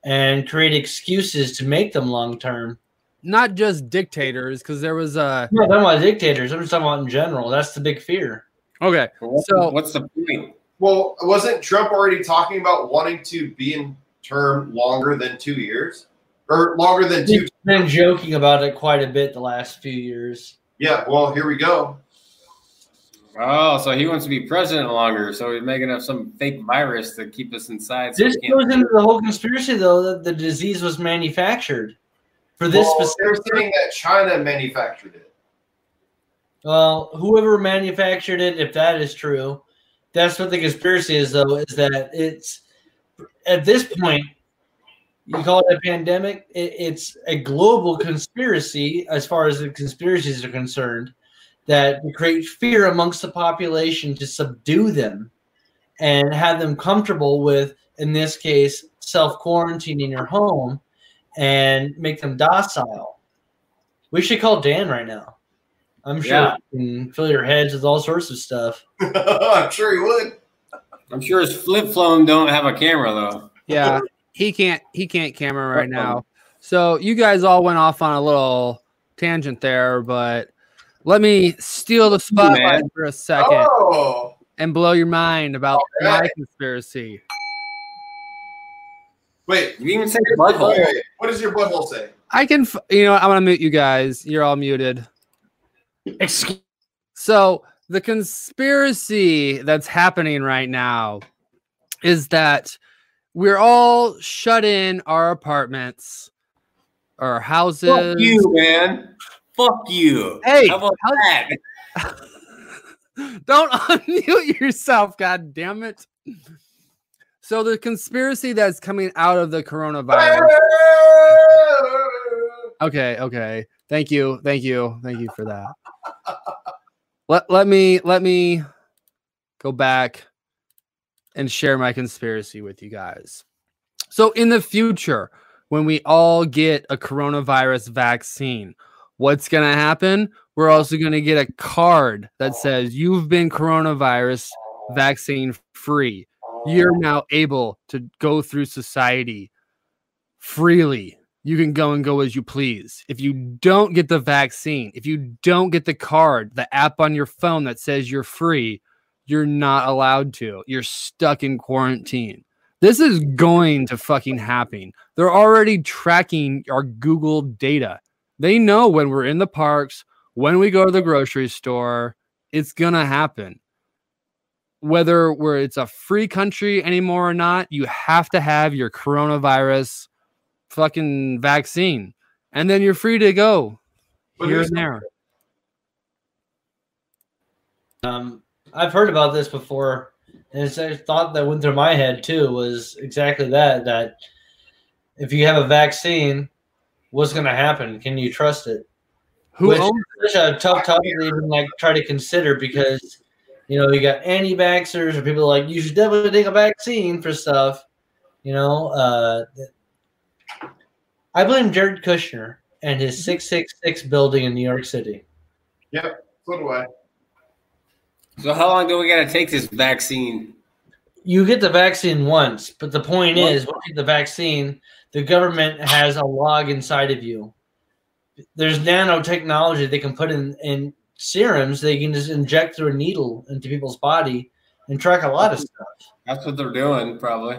D: and create excuses to make them long term.
A: not just dictators, because there was a
D: I'm not talking about dictators. I'm just talking about in general. That's the big fear.
A: okay.
B: What's,
A: So-
B: what's the point?
C: Well, wasn't Trump already talking about wanting to be in term longer than two years or longer than two?
D: He's been joking about it quite a bit the last few years.
C: Yeah. Well, here we go.
B: Oh, so he wants to be president longer. So he's making up some fake virus to keep us inside. So
D: This
B: we
D: goes
B: can't-
D: into the whole conspiracy, though, that the disease was manufactured for this
C: Well, they're
D: specific.
C: saying that China manufactured it. *laughs*
D: Well, whoever manufactured it, if that is true, that's what the conspiracy is, though, is that it's at this point, you call it a pandemic, it, it's a global conspiracy as far as the conspiracies are concerned that to create fear amongst the population to subdue them and have them comfortable with, in this case, self quarantine in your home and make them docile. We should call Dan right now. I'm sure
B: Yeah.
D: he can fill your heads with all sorts of stuff.
C: I'm sure he would.
B: I'm sure his flip phone don't have a camera though. *laughs*
A: Yeah, he can't. He can't camera right now. So you guys all went off on a little tangent there, but let me steal the spotlight for a second
C: Oh,
A: and blow your mind about
B: Oh,
A: my
C: Alright.
A: conspiracy.
C: wait.
B: You even say
C: Wait,
B: butthole.
C: wait, wait. What does your butthole say?
A: I can. f- You know, I'm gonna mute you guys. You're all muted.
G: Excuse
A: So the conspiracy that's happening right now is that we're all shut in our apartments, our houses.
B: Fuck you, man. Fuck you.
A: Hey,
B: how about
A: how's-
B: that?
A: Don't *laughs* unmute yourself, god damn it. So the conspiracy that's coming out of the coronavirus. Okay, okay. Thank you. Thank you. Thank you for that. Let let me let me go back and share my conspiracy with you guys. So in the future, when we all get a coronavirus vaccine, what's going to happen? We're also going to get a card that says you've been coronavirus vaccine free. You're now able to go through society freely. You can go and go as you please. If you don't get the vaccine, if you don't get the card, the app on your phone that says you're free, you're not allowed to. You're stuck in quarantine. This is going to fucking happen. They're already tracking our Google data. They know when we're in the parks, when we go to the grocery store, it's going to happen whether where it's a free country anymore or not, you have to have your coronavirus fucking vaccine, and then you're free to go
C: But
A: here
C: here's-
A: and there.
D: Um, I've heard about this before, and it's a thought that went through my head too was exactly that that if you have a vaccine, what's going to happen? Can you trust it?
A: Who
D: Which-
A: owns?
D: Such a tough topic to even like try to consider because you know you got anti-vaxxers or people like you should definitely take a vaccine for stuff. You know, uh, I blame Jared Kushner and his six six six building in New York City.
C: So do I.
B: So how long do we gotta take this vaccine?
D: you get the vaccine once, but the point
B: Once.
D: is, once you get the vaccine, the government has a log inside of you. There's nanotechnology they can put in in serums. They can just inject through a needle into people's body and track a lot of stuff.
B: That's what they're doing, probably.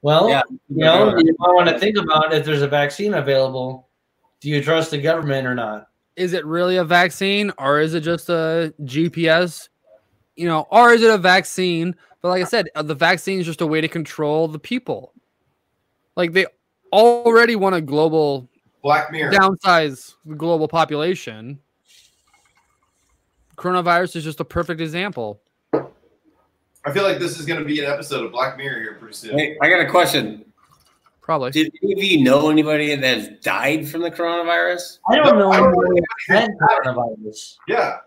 D: Well,
B: Yeah,
D: you know,
B: they're
D: you might want to think about if there's a vaccine available. Do you trust the government or not?
A: Is it really a vaccine, or is it just a GPS? You know, or is it a vaccine? But like I said, uh, the vaccine is just a way to control the people. Like they already want a global
C: Black Mirror.
A: downsize the global population. Coronavirus is just a perfect example.
C: I feel like this is going to be an episode of Black Mirror here pretty soon.
B: Wait, I got a question.
A: Probably.
B: Did any of you know anybody that has died from the coronavirus?
D: I don't know.
C: I don't
D: anyone
C: know
D: who had coronavirus.
C: Yeah.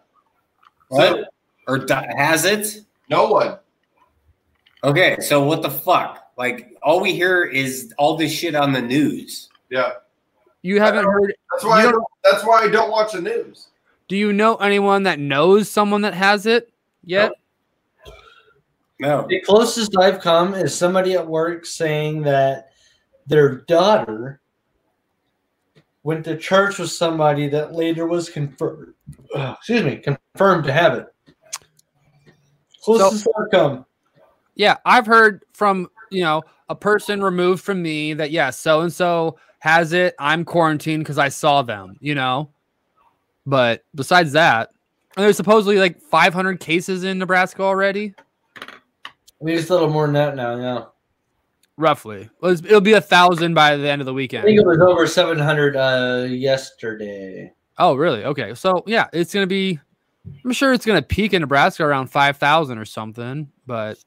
B: What? or di- has it?
C: No one.
B: Okay, so what the fuck? Like, all we hear is all this shit on the news.
C: Yeah.
A: You haven't heard
C: That's why. I
A: You
C: don't, that's why I don't watch the news.
A: Do you know anyone that knows someone that has it yet?
B: No.
D: The closest I've come is somebody at work saying that their daughter went to church with somebody that later was confirmed. Excuse me, confirmed to have it. Closest I've come.
A: Yeah, I've heard from, you know, a person removed from me that yes, so and so has it. I'm quarantined because I saw them, you know. But besides that, and there's supposedly like 500 cases in Nebraska already,
D: We just a little more than that now. Yeah,
A: roughly. Well, it's- It'll be a thousand by the end of the
D: I think
A: weekend.
D: it was over seven hundred uh, yesterday.
A: Oh, really? Okay. So yeah, it's gonna be. I'm sure it's gonna peak in Nebraska around 5,000 or something, but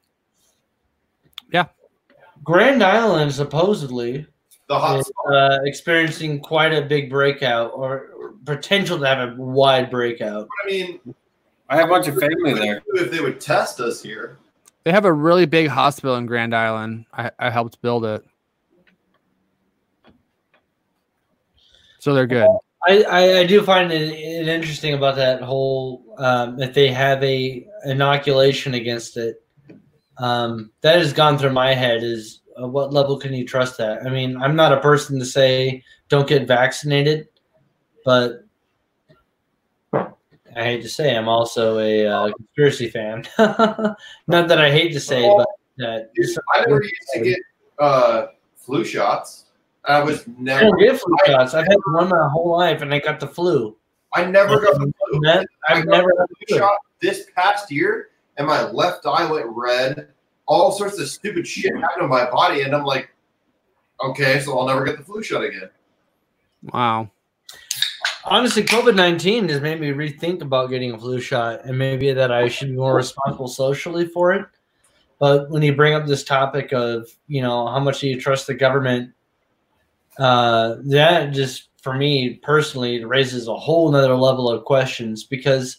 D: Grand Island supposedly
C: The hot.
D: is uh, experiencing quite a big breakout or or potential to have a wide breakout.
C: I mean,
B: I have a bunch of family there.
C: if they would test us here,
A: They have a really big hospital in Grand Island. I, I helped build it. So they're good.
D: I, I, I do find it, it interesting about that whole um, that they have a inoculation against it. Um, that has gone through my head is uh, what level can you trust that? I mean, I'm not a person to say don't get vaccinated, but I hate to say I'm also a uh, conspiracy fan. *laughs* not that I hate to say, but that
C: I never used to get uh, flu shots. I was
D: I
C: never.
D: don't get flu shots. I've had one my whole life, and I got the flu.
C: I never got the flu.
D: I've
C: I got
D: never had
C: the
D: the
C: flu
D: flu.
C: shot this past year, and my left eye went red. All sorts of stupid shit happened to my body, and I'm like, okay, so I'll never get the flu shot again.
A: Wow.
D: Honestly, COVID nineteen has made me rethink about getting a flu shot, and maybe that I should be more responsible socially for it. But when you bring up this topic of you know how much do you trust the government, uh, that just for me personally raises a whole nother level of questions because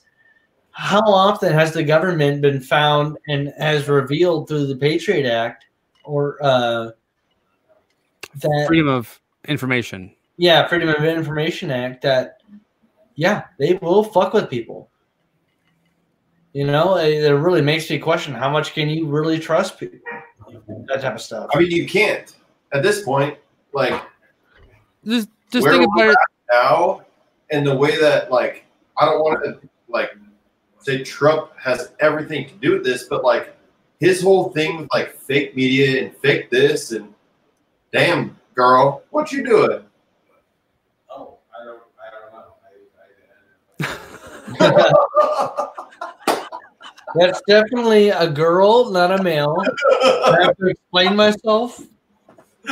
D: how often has the government been found and has revealed through the Patriot Act or uh, that
A: Freedom of information.
D: yeah, Freedom of Information Act that, yeah, they will fuck with people. You know, it, it really makes me question how much can you really trust people? That type of stuff.
C: I mean, you can't at this point. Like,
A: Just just
C: Where
A: think
C: we're
A: about it.
C: now and the way that like I don't want to like say Trump has everything to do with this, but like his whole thing with like fake media and fake this and damn girl, what you doing?
B: Oh, I don't, I don't know.
D: *laughs* That's definitely a girl, not a male. I have to explain myself. *laughs*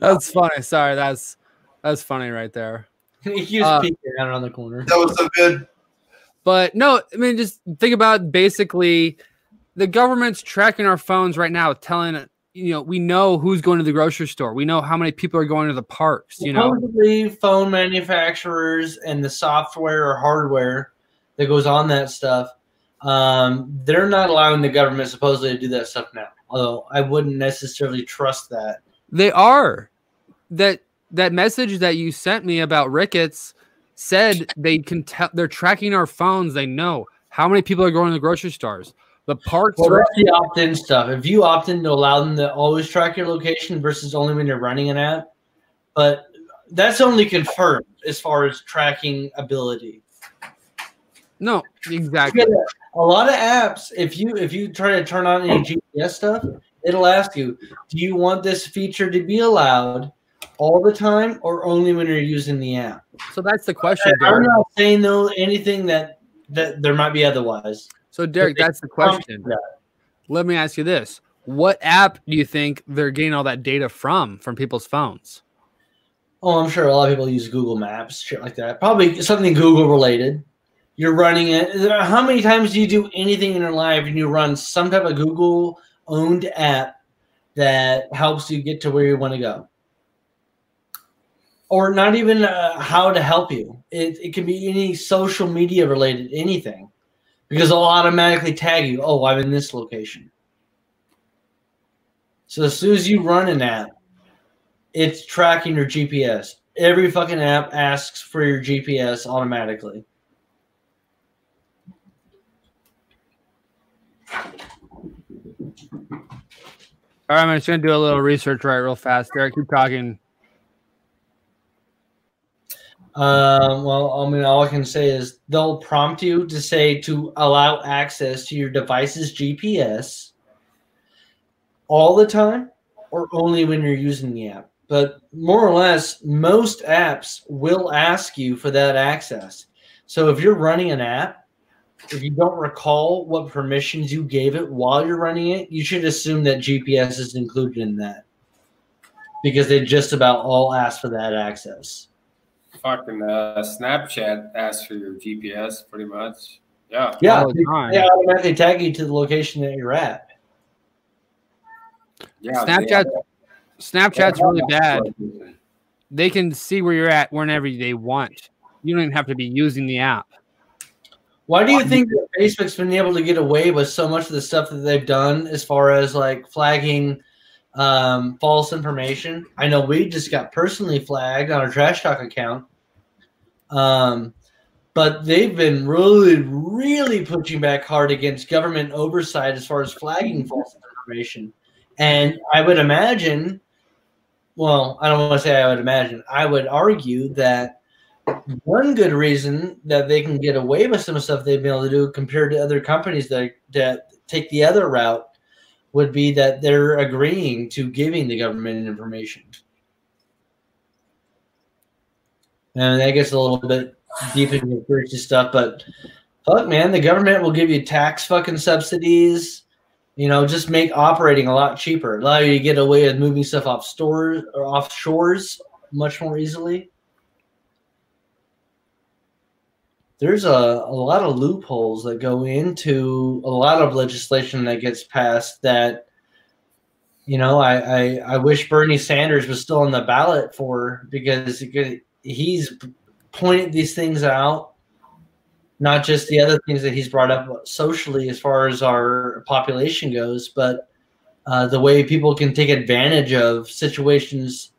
A: That's funny. Sorry, that's that's funny right there.
D: He's
A: Uh,
D: peeking out around the corner.
C: *laughs* that was so good.
A: But no, I mean, just think about basically the government's tracking our phones right now, telling you know, we know who's going to the grocery store. We know how many people are going to the parks, you know.
D: Supposedly, phone manufacturers and the software or hardware that goes on that stuff, um, they're not allowing the government supposedly to do that stuff now. Although I wouldn't necessarily trust that.
A: They are. That that message that you sent me about Ricketts said they can tell they're tracking our phones. They know how many people are going to the grocery stores. The parks
D: Well,
A: are-
D: that's the opt-in stuff. If you opt in to allow them to always track your location versus only when you're running an app, but that's only confirmed as far as tracking ability.
A: no, exactly.
D: Yeah, a lot of apps if you if you try to turn on any gps stuff it'll ask you do you want this feature to be allowed all the time or only when you're using the app
A: So that's the question,
D: i'm
A: Derek.
D: not saying though anything that that there might be otherwise
A: So Derek, that's the question. Let me ask you this. What app do you think they're getting all that data from from people's phones?
D: oh i'm sure a lot of people use google maps shit like that probably something google related you're running it how many times do you do anything in your life and you run some type of google owned app that helps you get to where you want to go or not even uh, how to help you it, it can be any social media related anything because it'll automatically tag you. Oh, I'm in this location. So as soon as you run an app, it's tracking your GPS. Every fucking app asks for your GPS automatically.
A: All right, I'm just gonna do a little research right real fast. There, keep talking.
D: Um, well, I mean, all I can say is they'll prompt you to say to allow access to your device's GPS all the time or only when you're using the app. But more or less, most apps will ask you for that access. So if you're running an app, if you don't recall what permissions you gave it while you're running it, you should assume that GPS is included in that because they just about all ask for that access.
B: Fucking uh, Snapchat asks for your GPS pretty much. Yeah.
D: Yeah,
A: All the
D: they-
A: time.
D: they automatically tag you to the location that you're at.
B: Yeah.
A: Snapchat- Snapchat's really bad.
B: bad.
A: They can see where you're at whenever they want. You don't even have to be using the app.
D: Why do you think that Facebook's been able to get away with so much of the stuff that they've done as far as like flagging um, false information? I know we just got personally flagged on our Trash Talk account, um, but they've been really, really pushing back hard against government oversight as far as flagging false information. And I would imagine, well, I don't want to say I would imagine, I would argue that one good reason that they can get away with some stuff they've been able to do compared to other companies that that take the other route would be that they're agreeing to giving the government information. And that gets a little bit deep into the crazy stuff, but fuck man, the government will give you tax fucking subsidies. You know, just make operating a lot cheaper, allow you to get away with moving stuff off stores or off shores much more easily. there's a, a lot of loopholes that go into a lot of legislation that gets passed that you know I, I, I wish Bernie Sanders was still on the ballot for because it could- he's pointed these things out not just the other things that he's brought up socially as far as our population goes but uh, the way people can take advantage of situations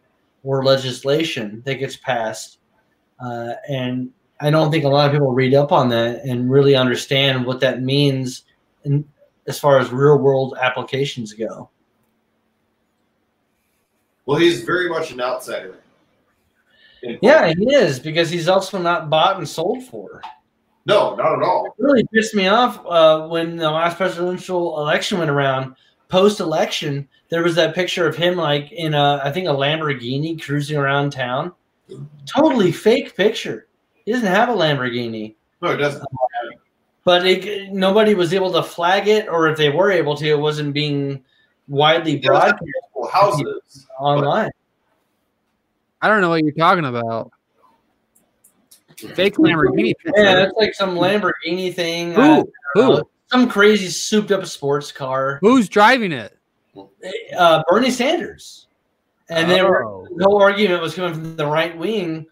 D: or legislation that gets passed uh, and I don't think a lot of people read up on that and really understand what that means in, as far as real world applications go.
C: Well, he's very much an outsider.
D: Yeah, he is because he's also not bought and sold for.
C: No, not at all.
D: really pissed me off uh, when the last presidential election went around. Post election, there was that picture of him like in a, I think a Lamborghini cruising around town. Totally fake picture. He doesn't have a Lamborghini.
C: No, it doesn't.
D: but it, nobody was able to flag it, or if they were able to, it wasn't being widely
C: It doesn't have
D: broadcast
C: multiple houses.
D: online.
A: I don't know what you're talking about. Fake Lamborghini.
D: Yeah,
A: picture.
D: that's like some Lamborghini thing, uh,
A: Who? Who?
D: some crazy souped up sports car.
A: Who's driving it?
D: Uh, Bernie Sanders, and they were
A: Oh.
D: the whole argument was coming from the right wing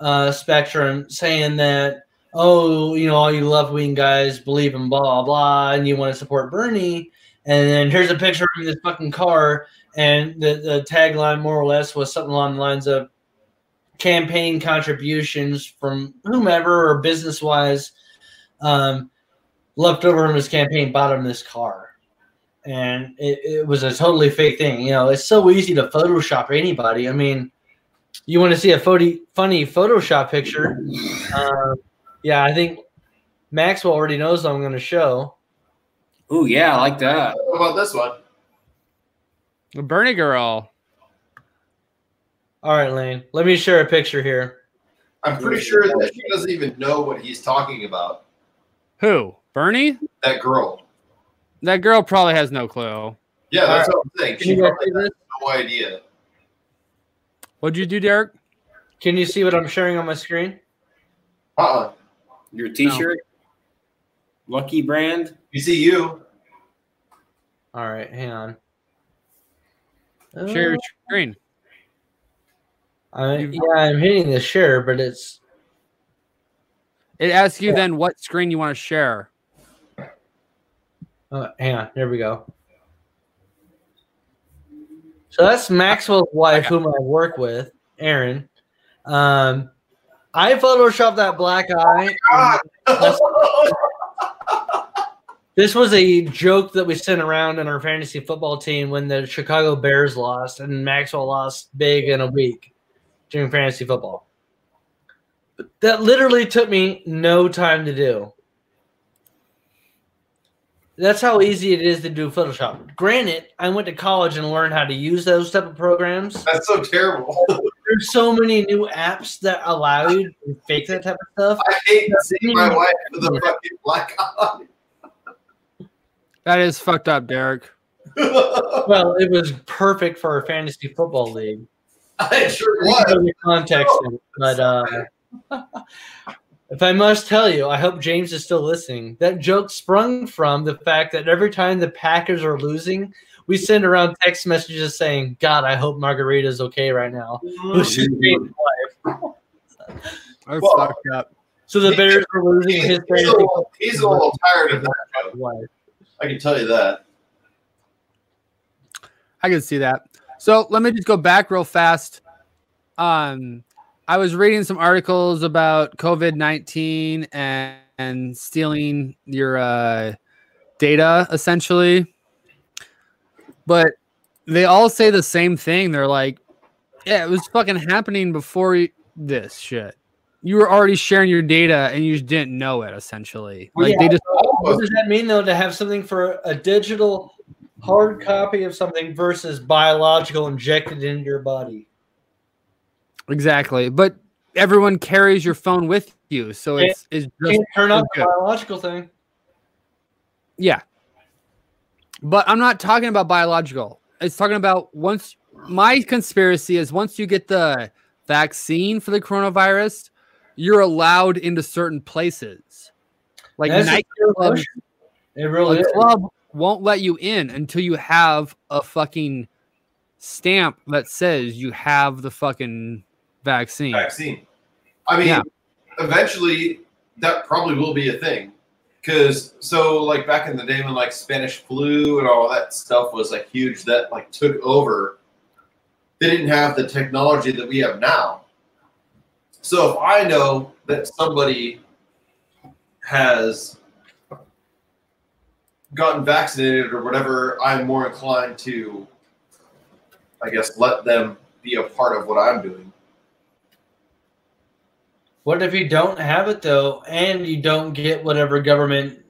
D: uh, spectrum, saying that oh, you know, all you left wing guys believe in blah blah blah, and you want to support Bernie, and then here's a picture of him in this fucking car, and the the tagline more or less was something along the lines of campaign contributions from whomever or business wise um, left over from his campaign bottom this car and it, it was a totally fake thing. You know, it's so easy to Photoshop anybody. I mean, you want to see a photo, funny Photoshop picture? Uh, yeah, I think Maxwell already knows what I'm going to show.
B: Oh yeah, I like that.
C: How about this one?
A: The Bernie girl.
D: All right, Lane, let me share a picture here.
C: I'm pretty sure that she doesn't even know what he's talking about.
A: Who? Bernie?
C: That girl.
A: That girl probably has no clue.
C: Yeah, that's what I'm saying.
D: Can
C: She
D: you guys
C: probably
D: see
C: has
D: this?
C: no idea.
A: What'd you do, Derek?
D: Can you see what I'm sharing on my screen?
C: Uh-uh.
B: Your T-shirt, Lucky brand.
C: You see you.
D: All right, hang on.
A: Share
D: Uh,
A: your screen.
D: I, Uh, yeah, I'm hitting the share, but it's
A: It asks you then what screen you want to share.
D: Uh, hang on, there we go. So that's Maxwell's wife, whom I work with, Aaron. Um, I photoshopped that black eye.
C: God.
D: This was a joke that we sent around in our fantasy football team when the Chicago Bears lost and Maxwell lost big in a week during fantasy football. But that literally took me no time to do. That's how easy it is to do Photoshop. Granted, I went to college and learned how to use those type of
C: *laughs*
D: programs.
C: That's so terrible.
D: There's so many new apps that allow you to fake that type of stuff.
C: I hate seeing my wife with a fucking black eye.
A: That is fucked up, Derek.
D: Well, it was perfect for our fantasy football league.
C: *laughs* I sure
D: I
C: was.
D: don't know the context of it, but uh, if I must tell you, I hope James is still listening. That joke sprung from the fact that every time the Packers are losing, we send around text messages saying, "God, I hope Margarita's okay right now." Which
C: Mm-hmm.
D: is James' wife.
A: That's
C: Well-
A: fucked up.
D: *laughs* So the Bears are losing,
C: He's,
D: and his
C: he's
D: fantasy
C: a little, he's a little tired of that.
D: wife.
C: I can tell you that.
A: I can see that. So let me just go back real fast. Um, I was reading some articles about COVID nineteen and, and stealing your uh, data, essentially. But they all say the same thing. They're like, "Yeah, it was fucking happening before y- this shit. You were already sharing your data, and you just didn't know it. Essentially,
D: Well,
A: like they just
D: What does that mean, though, to have something for a digital hard copy of something versus biological injected into your body?
A: exactly. But everyone carries your phone with you, so
D: And-
A: it's it's
D: You
A: just
D: can't turn off the
A: Okay.
D: biological thing.
A: Yeah. But I'm not talking about biological. It's talking about once my conspiracy is once you get the vaccine for the coronavirus, you're allowed into certain places. Like
D: That's a fair
A: nightclubs,
D: question. It really
A: a
D: is.
A: club won't let you in until you have a fucking stamp that says you have the fucking vaccine.
C: Vaccine. I mean,
A: Yeah.
C: eventually that probably will be a thing. Cause so like back in the day when like Spanish flu and all that stuff was like huge that like took over, they didn't have the technology that we have now. So if I know that somebody has gotten vaccinated or whatever, I'm more inclined to I guess let them be a part of what I'm doing.
D: What if you don't have it though, and you don't get whatever government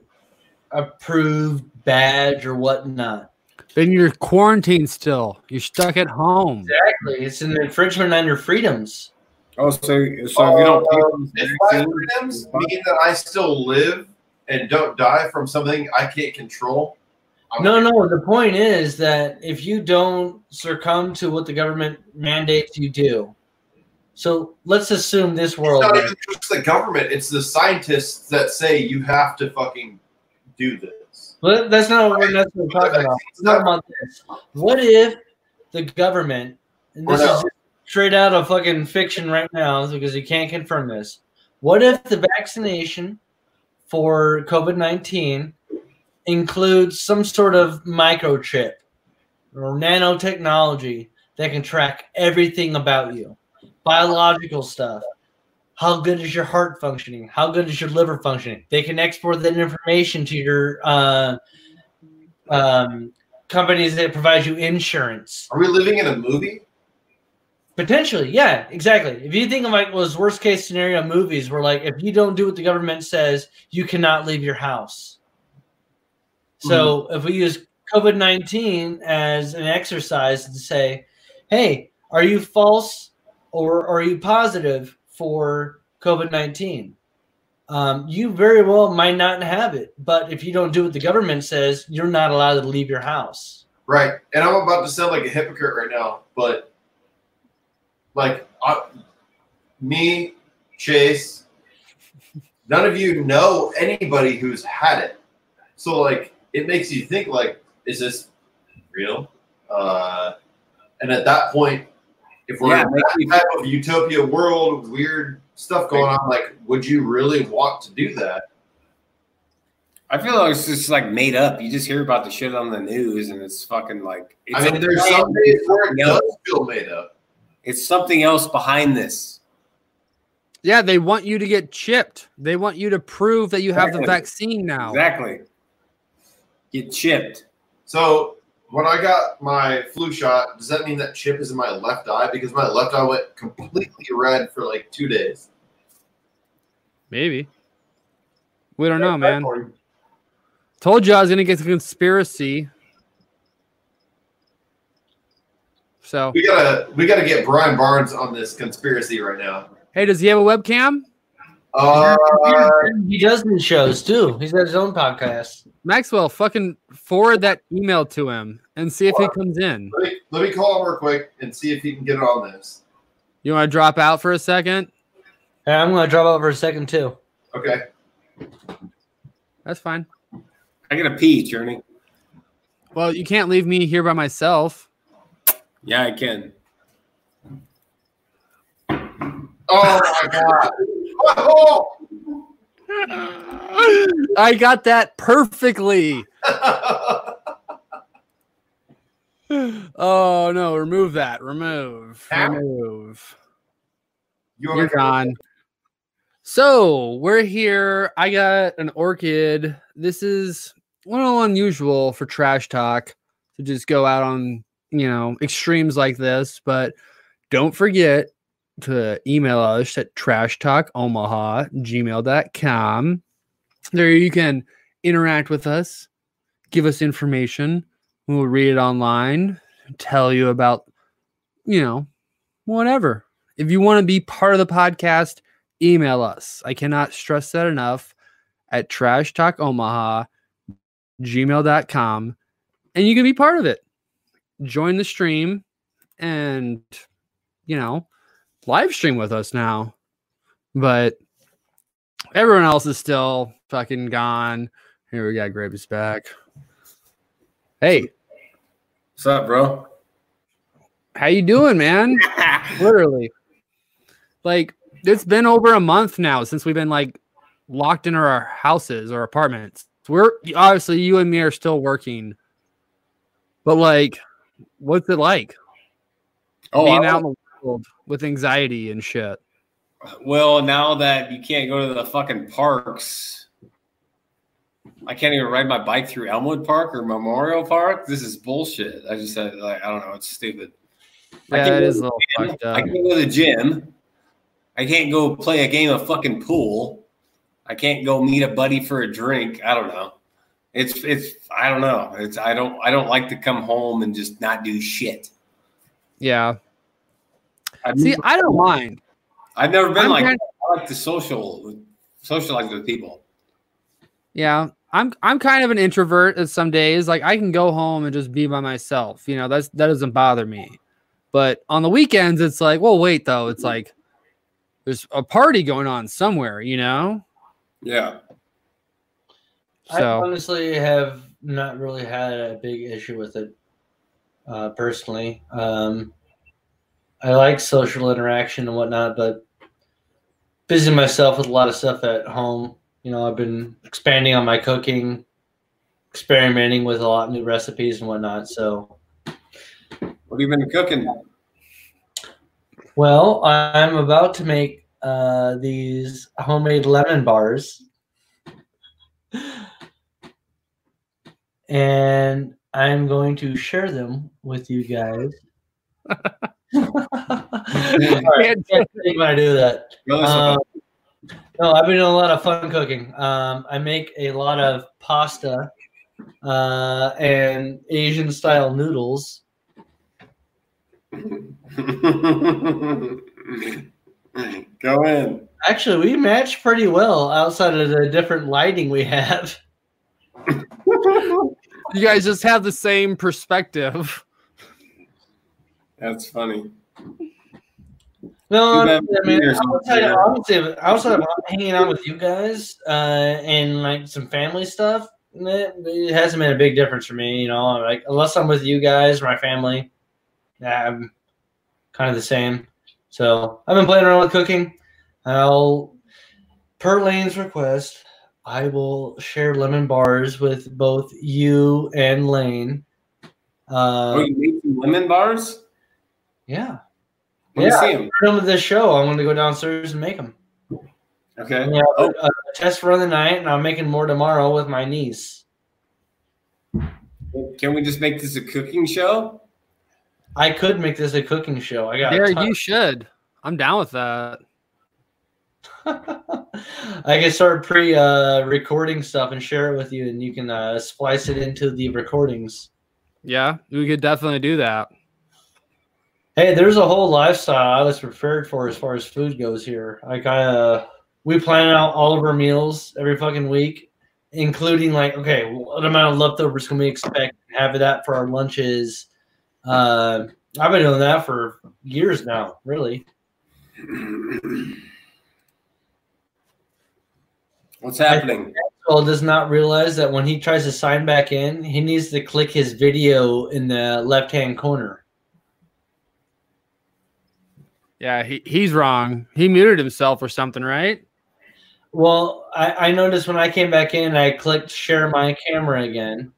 D: approved badge or whatnot?
A: Then you're quarantined still. You're stuck at home.
D: Exactly, it's an infringement on your freedoms.
B: Oh, so so if you don't pay for
C: Um, If
B: the
C: my
B: vaccine,
C: freedoms mean that I still live and don't die from something I can't control, I'm
D: No, no. The point is that if you don't succumb to what the government mandates you do, so let's assume this
C: It's
D: world.
C: not even just the government; it's the scientists that say you have to fucking do this.
D: But that's not what we're necessarily talking about. We're talking about this. What if the government, and this
C: Or no.
D: is straight out of fucking fiction right now because you can't confirm this. What if the vaccination for COVID 19 includes some sort of microchip or nanotechnology that can track everything about you? Biological stuff. How good is your heart functioning? How good is your liver functioning? They can export that information to your uh, um, companies that provide you insurance.
C: Are we living in a movie?
D: Potentially, yeah, exactly. If you think of like was worst case scenario movies where like if you don't do what the government says, you cannot leave your house. So if we use COVID nineteen as an exercise to say, hey, are you false or are you positive for COVID nineteen? Um, you very well might not have it, but if you don't do what the government says, you're not allowed to leave your house.
C: Right. And I'm about to sound like a hypocrite right now, but like I, me, Chase, none of you know anybody who's had it. So like it makes you think like, is this real? Uh, and at that point, if we're
B: Yeah,
C: in
B: it makes
C: that
B: you-
C: type of utopia world, with weird stuff going on, like, would you really want to do that?
B: I feel like it's just like made up. You just hear about the shit on the news, and it's fucking like it's,
C: I mean, there's some days where it does feel made up.
B: it's something else behind this.
A: Yeah, they want you to get chipped. They want you to prove that you have the
B: Exactly.
A: vaccine now.
B: Exactly. Get chipped.
C: So when I got my flu shot, does that mean that chip is in my left eye? Because my left eye went completely red for like two days.
A: Maybe. We don't know, man.
C: Or-
A: Told you I was gonna get to conspiracy. So
C: We gotta we gotta get Brian Barnes on this conspiracy right now.
A: hey, does he have a webcam?
C: Uh,
D: he does these shows too. He's got his own podcast.
A: Maxwell, fucking forward that email to him and see if he
C: What?
A: comes in.
C: let, me, let me call him real quick and see if he can get it on this.
A: You want to drop out for a second?
D: Hey, I'm gonna drop out for a second too.
C: Okay.
A: That's fine.
B: I gotta pee, Journey.
A: Well, you can't leave me here by myself.
B: Yeah, I can.
C: Oh my god. *laughs* Oh! *laughs*
A: I got that perfectly. Oh no, remove that. Remove.
C: Ow.
A: Remove.
C: you
A: You're
C: want to
A: gone. So we're here. I got an orchid. This is a little unusual for trash talk to just go out on, you know, extremes like this. But don't forget to email us at trash talk omaha gmail.com. There you can interact with us, give us information. We will read it online, tell you about, you know, whatever. If you want to be part of the podcast, email us. I cannot stress that enough at trash talk omaha gmail.com and you can be part of it. Join the stream and you know, live stream with us now. But everyone else is still fucking gone. Here we got Graves back. Hey,
B: What's up, bro? *laughs*
A: how you doing, man? literally like it's been over a month now since we've been like locked into our houses or apartments we're obviously you and me are still working but like what's it like
B: Oh,
A: being
B: I-
A: out in the world with anxiety and shit
B: Well, now that you can't go to the fucking parks, I can't even ride my bike through Elmwood Park or Memorial Park. This is bullshit. I just said, like, I don't know. It's stupid. I
A: yeah
B: can't
A: it
B: go
A: is a
B: to
A: little
B: the gym.
A: fucked
B: I
A: up
B: can't go to the gym. I can't go play a game of fucking pool. I can't go meet a buddy for a drink. I don't know. It's it's I don't know. It's I don't I don't like to come home and just not do shit.
A: yeah
B: I've,
A: see
B: never,
A: i don't mind
B: I've never been
A: I'm
B: like
A: kind-
B: that. I like to social socialize with people.
A: yeah i'm i'm kind of an introvert at some days like i can go home and just be by myself you know that's that doesn't bother me But on the weekends, it's like, well, wait, though. It's like there's a party going on somewhere, you know?
B: Yeah.
D: I
A: So,
D: honestly have not really had a big issue with it uh, personally. Um, I like social interaction and whatnot, but busy myself with a lot of stuff at home. You know, I've been expanding on my cooking, experimenting with a lot of new recipes and whatnot. So,
B: What have you been cooking?
D: well, I'm about to make uh, these homemade lemon bars. And I'm going to share them with you guys. Sorry, I can't think when I do that.
B: Really?
A: Uh,
D: Um, no, I've been doing a lot of fun cooking. Um, I make a lot of pasta uh, and Asian style noodles.
B: *laughs* Go in.
D: Actually, we match pretty well outside of the different lighting we have.
A: you guys just have the same perspective.
B: That's funny.
D: No,
B: You
D: honestly,
B: have
D: I mean,
B: beers,
D: outside,
B: yeah.
D: of, honestly, outside of hanging out with you guys uh, and like some family stuff, it, it hasn't been a big difference for me. You know, like unless I'm with you guys or my family, yeah, I'm kind of the same. So I've been playing around with cooking. I'll, per Lane's request, I will share lemon bars with both you and Lane.
B: oh,
D: Uh,
B: you made some lemon bars?
D: yeah.
B: Let me
D: Yeah.
B: see 'em.
D: Freedom of the show. I'm going to go downstairs and make them.
B: Okay.
D: Yeah,
B: Oh.
D: uh, test run the night, and I'm making more tomorrow with my niece.
B: Can we just make this a cooking show?
D: I could make this a cooking show. I got. a
A: Yeah,
D: ton-
A: you should. I'm down with that.
D: *laughs* I can start pre uh, recording stuff and share it with you, and you can uh, splice it into the recordings.
A: Yeah, we could definitely do that.
D: Hey, there's a whole lifestyle I was prepared for as far as food goes here. Like I, uh, we plan out all of our meals every fucking week, including like, okay, what amount of leftovers can we expect? Have that for our lunches. Uh, I've been doing that for years now, really.
B: What's happening?
D: Well, does not realize that when he tries to sign back in, he needs to click his video in the left hand corner.
A: Yeah, he, he's wrong. He muted himself or something,
D: *laughs*
A: right?
D: Well, I, I noticed when I came back in, I clicked share my camera again,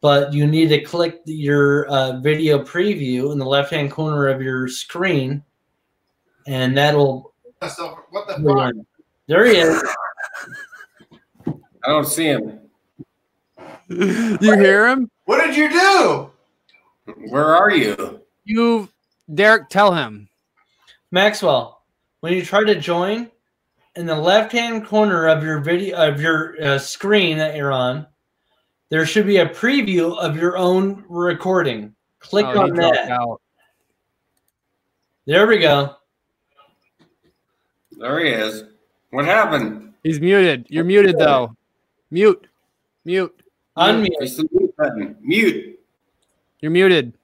D: but you need to click your uh, video preview in the left hand corner of your screen, and that'll.
C: Myself, what the fuck?
D: There he is.
B: I don't see him.
A: you hear him?
C: What did you do?
B: Where are you?
A: You, Derek, tell him.
D: Maxwell, when you try to join, in the left-hand corner of your video of your uh, screen that you're on, there should be a preview of your own recording. Click
A: Oh, he
D: on
A: dropped
D: that.
A: out.
D: There we go.
B: There he is. What happened?
A: He's muted. You're muted though. Mute. Mute.
D: Unmute.
B: There's the mute button. Mute.
A: You're muted.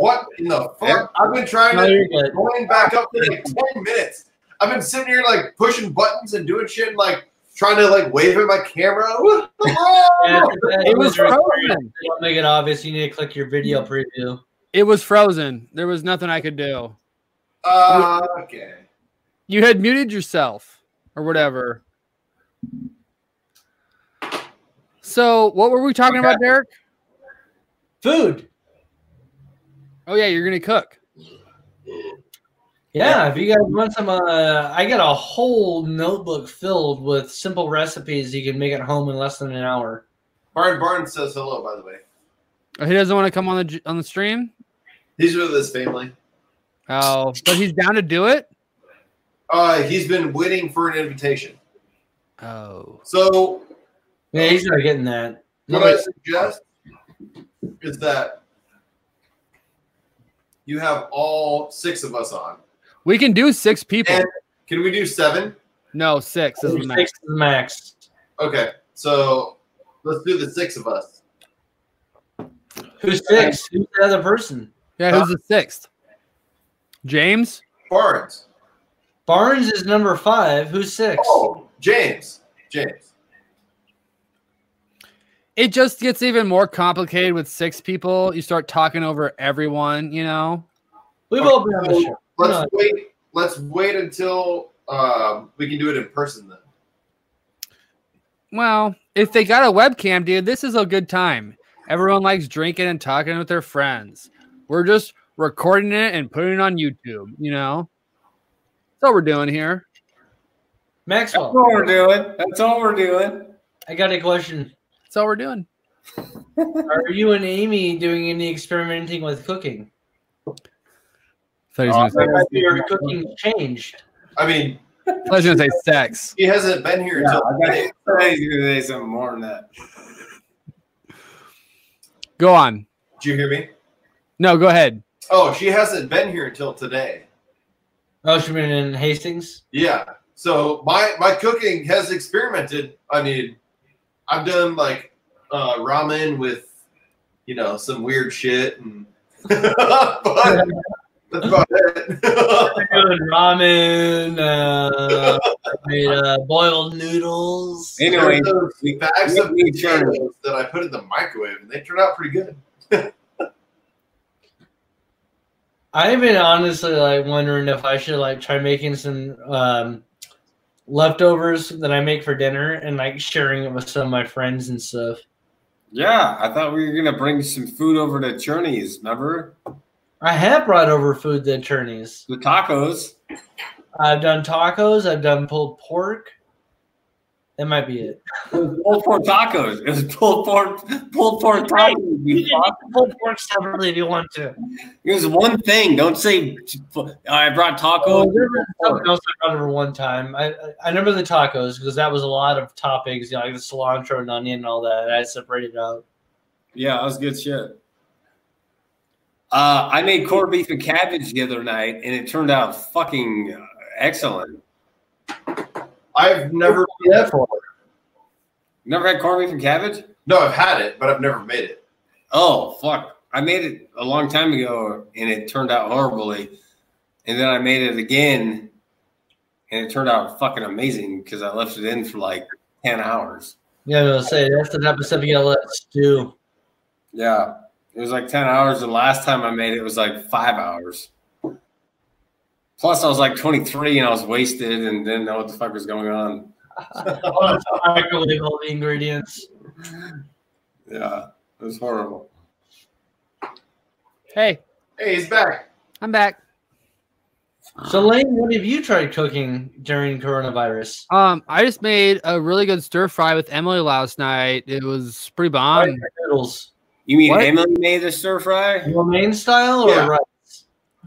C: What in the fuck? I've been trying
D: No,
C: to
D: you're good.
C: going back up for like ten minutes. I've been sitting here like pushing buttons and doing shit and like trying to like wave at my camera. *laughs* What the
D: Yeah,
C: fuck?
A: Oh, It was frozen.
D: Don't make it obvious. You need to click your video preview.
A: It was frozen. There was nothing I could do.
C: Uh, okay.
A: You had muted yourself or whatever. So what were we talking about, Derek?
D: Food.
A: Oh yeah, you're gonna cook.
D: Yeah, if you guys want some, uh, I got a whole notebook filled with simple recipes you can make at home in less than an hour.
C: Brian Barnes says hello, by the way.
A: Oh, He doesn't want to come on the j- on the stream.
C: He's with his family.
A: Oh, but he's down to do it.
C: Uh, he's been waiting for an invitation.
A: Oh,
C: So
D: Yeah, he's not getting that.
C: what I suggest is that you have all six of us on.
A: we can do six people.
C: And- Can we do seven?
A: no, six is the max.
D: Six is the max.
C: Okay, so let's do the six of us.
D: Who's six? Who's the other person?
A: Yeah, who's the sixth? James.
C: Barnes.
D: Barnes is number five. Who's six?
C: Oh, James. James.
A: it just gets even more complicated with six people. You start talking over everyone, you know.
D: We've all been on the show.
C: Let's
D: No.
C: wait. Let's wait until um, we can do it in person then.
A: Well, if they got a webcam, dude, this is a good time. Everyone likes drinking and talking with their friends. We're just recording it and putting it on YouTube, you know. That's all we're doing here.
B: That's
D: Maxwell,
A: Oh.
B: all we're doing. That's all we're doing.
D: I got a question.
A: That's all we're doing.
D: Are you and Amy doing any experimenting with cooking?
A: I
B: he was
A: was
B: gonna
A: gonna
D: Has your cooking changed?
C: I mean,
A: say, sex.
C: he hasn't been here
B: Yeah,
C: until
B: I got it. He's gonna say something more than that.
A: Go on.
C: Did you hear me?
A: No, go ahead.
C: Oh, she hasn't been here until today.
D: Oh, she's been in Hastings.
C: Yeah. So my my cooking has experimented. I mean, I've done like uh, ramen with, you know, some weird shit, and *laughs* but that's about it. *laughs*
D: Doing ramen, uh, made, uh, boiled noodles.
B: Anyway,
C: There are
B: we-
C: those bags of
B: we- we turned-
C: potatoes that I put in the microwave, and they turned out pretty good.
D: I've been honestly like wondering if I should like try making some um leftovers that I make for dinner and like sharing it with some of my friends and stuff.
B: Yeah, I thought we were gonna bring some food over to Cherney's. Remember
D: I have brought over food to attorneys.
B: the tacos?
D: I've done tacos. I've done pulled pork. That might be it.
B: It was pulled pork tacos. It was pulled pork, pulled pork
D: Right.
B: tacos.
D: You
B: you
D: can
B: fuck.
D: eat pulled pork separately if you want to.
B: It was one thing. Don't say I brought
D: Oh,
B: tacos.
D: there was something else I brought over one time. I I- I remember the tacos because that was a lot of toppings, you know, like the cilantro and onion and all that. I separated out.
B: Yeah, that was good shit. Uh, I made corned beef and cabbage the other night, and it turned out fucking uh, excellent.
C: I've never
B: Never had corned beef and cabbage?
C: No, I've had it, but I've never made it.
B: Oh fuck! I made it a long time ago, and it turned out horribly. And then I made it again, and it turned out fucking amazing because I left it in for like ten hours.
D: Yeah, I was gonna say that's the type of stuff you gotta let it stew.
B: Yeah, it was like ten hours. The last time I made it was like five hours. Plus, I was like 23 and I was wasted and didn't know what the fuck was going on.
D: I really all the ingredients.
B: Yeah, it was horrible.
A: Hey,
C: Hey, he's back.
A: I'm back.
D: So, Lane, what have you tried cooking during coronavirus?
A: Um, I just made a really good stir fry with Emily last night. It was pretty
C: Um,
D: Fried
A: bomb.
D: noodles,
B: You mean
A: What?
B: Emily made the stir fry?
D: romaine style or
C: Yeah.
D: rice?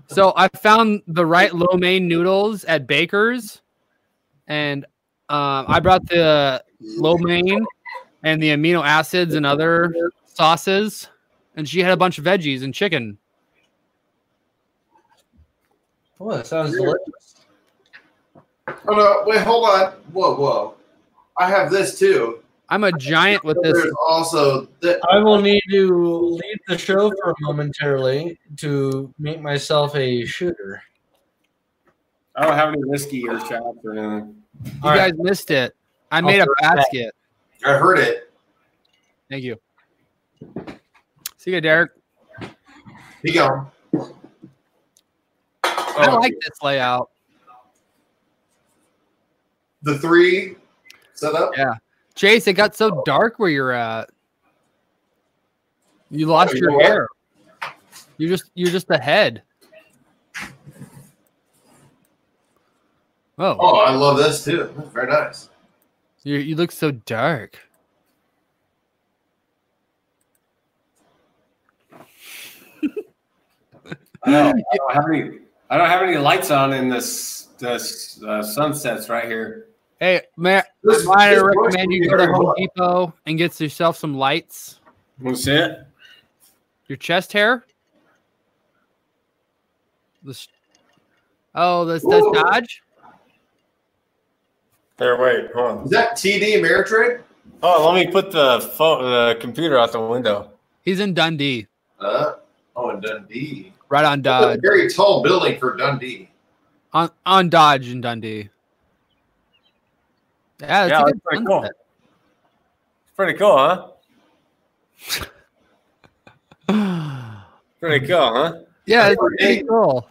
A: So I found the right lo mein noodles at Baker's, and um, I brought the
C: Oh,
A: lo mein and the amino acids and other sauces, and she had a bunch of veggies and chicken.
D: Oh, that sounds delicious.
C: Oh no, wait, hold on. Whoa, whoa. I have this too.
A: I'm a giant with this.
C: There's also that.
D: I will need to leave the show for momentarily to make myself a shooter.
B: I don't have any whiskey or shots or anything.
A: You
D: All
A: guys
D: right.
A: missed it. I made a
D: throw it back.
A: basket.
C: I heard it.
A: Thank you. See you, Derek.
C: He gone.
A: I
C: Oh,
A: like this layout.
C: the three setup.
A: Yeah. Chase, it got
C: Oh.
A: so dark where you're at. You lost
C: Oh, you know
A: your
C: what?
A: hair. You're just you're just the head. Oh,
C: Oh, I love this too. That's Very nice.
A: you you look so dark.
B: Oh, I don't, I don't have any. I don't have any lights on in this this uh, sunsets right here.
A: Hey, man,
C: This-
A: I
C: this
A: recommend you
C: voice
A: go to
C: is
A: Home
C: very
A: Depot and get yourself some lights.
B: Want to see it?
A: Your chest hair. This. Oh, this that's
C: Ooh.
A: Dodge.
B: Here, wait, hold
C: hot.
B: on.
C: Is that TD Ameritrade?
B: Oh, let me put the phone, the computer out the window.
A: He's in Dundee,
C: Uh, oh, in Dundee.
A: right on
C: That's
A: Dodge.
C: a very tall building for Dundee.
A: on on Dodge in Dundee. Yeah, that's
B: Yeah,
A: a
B: that's
A: good
B: pretty cool.
A: sunset.
B: It's pretty cool, huh? Pretty cool, huh?
A: yeah,
C: That's
A: it's pretty
C: great.
A: cool.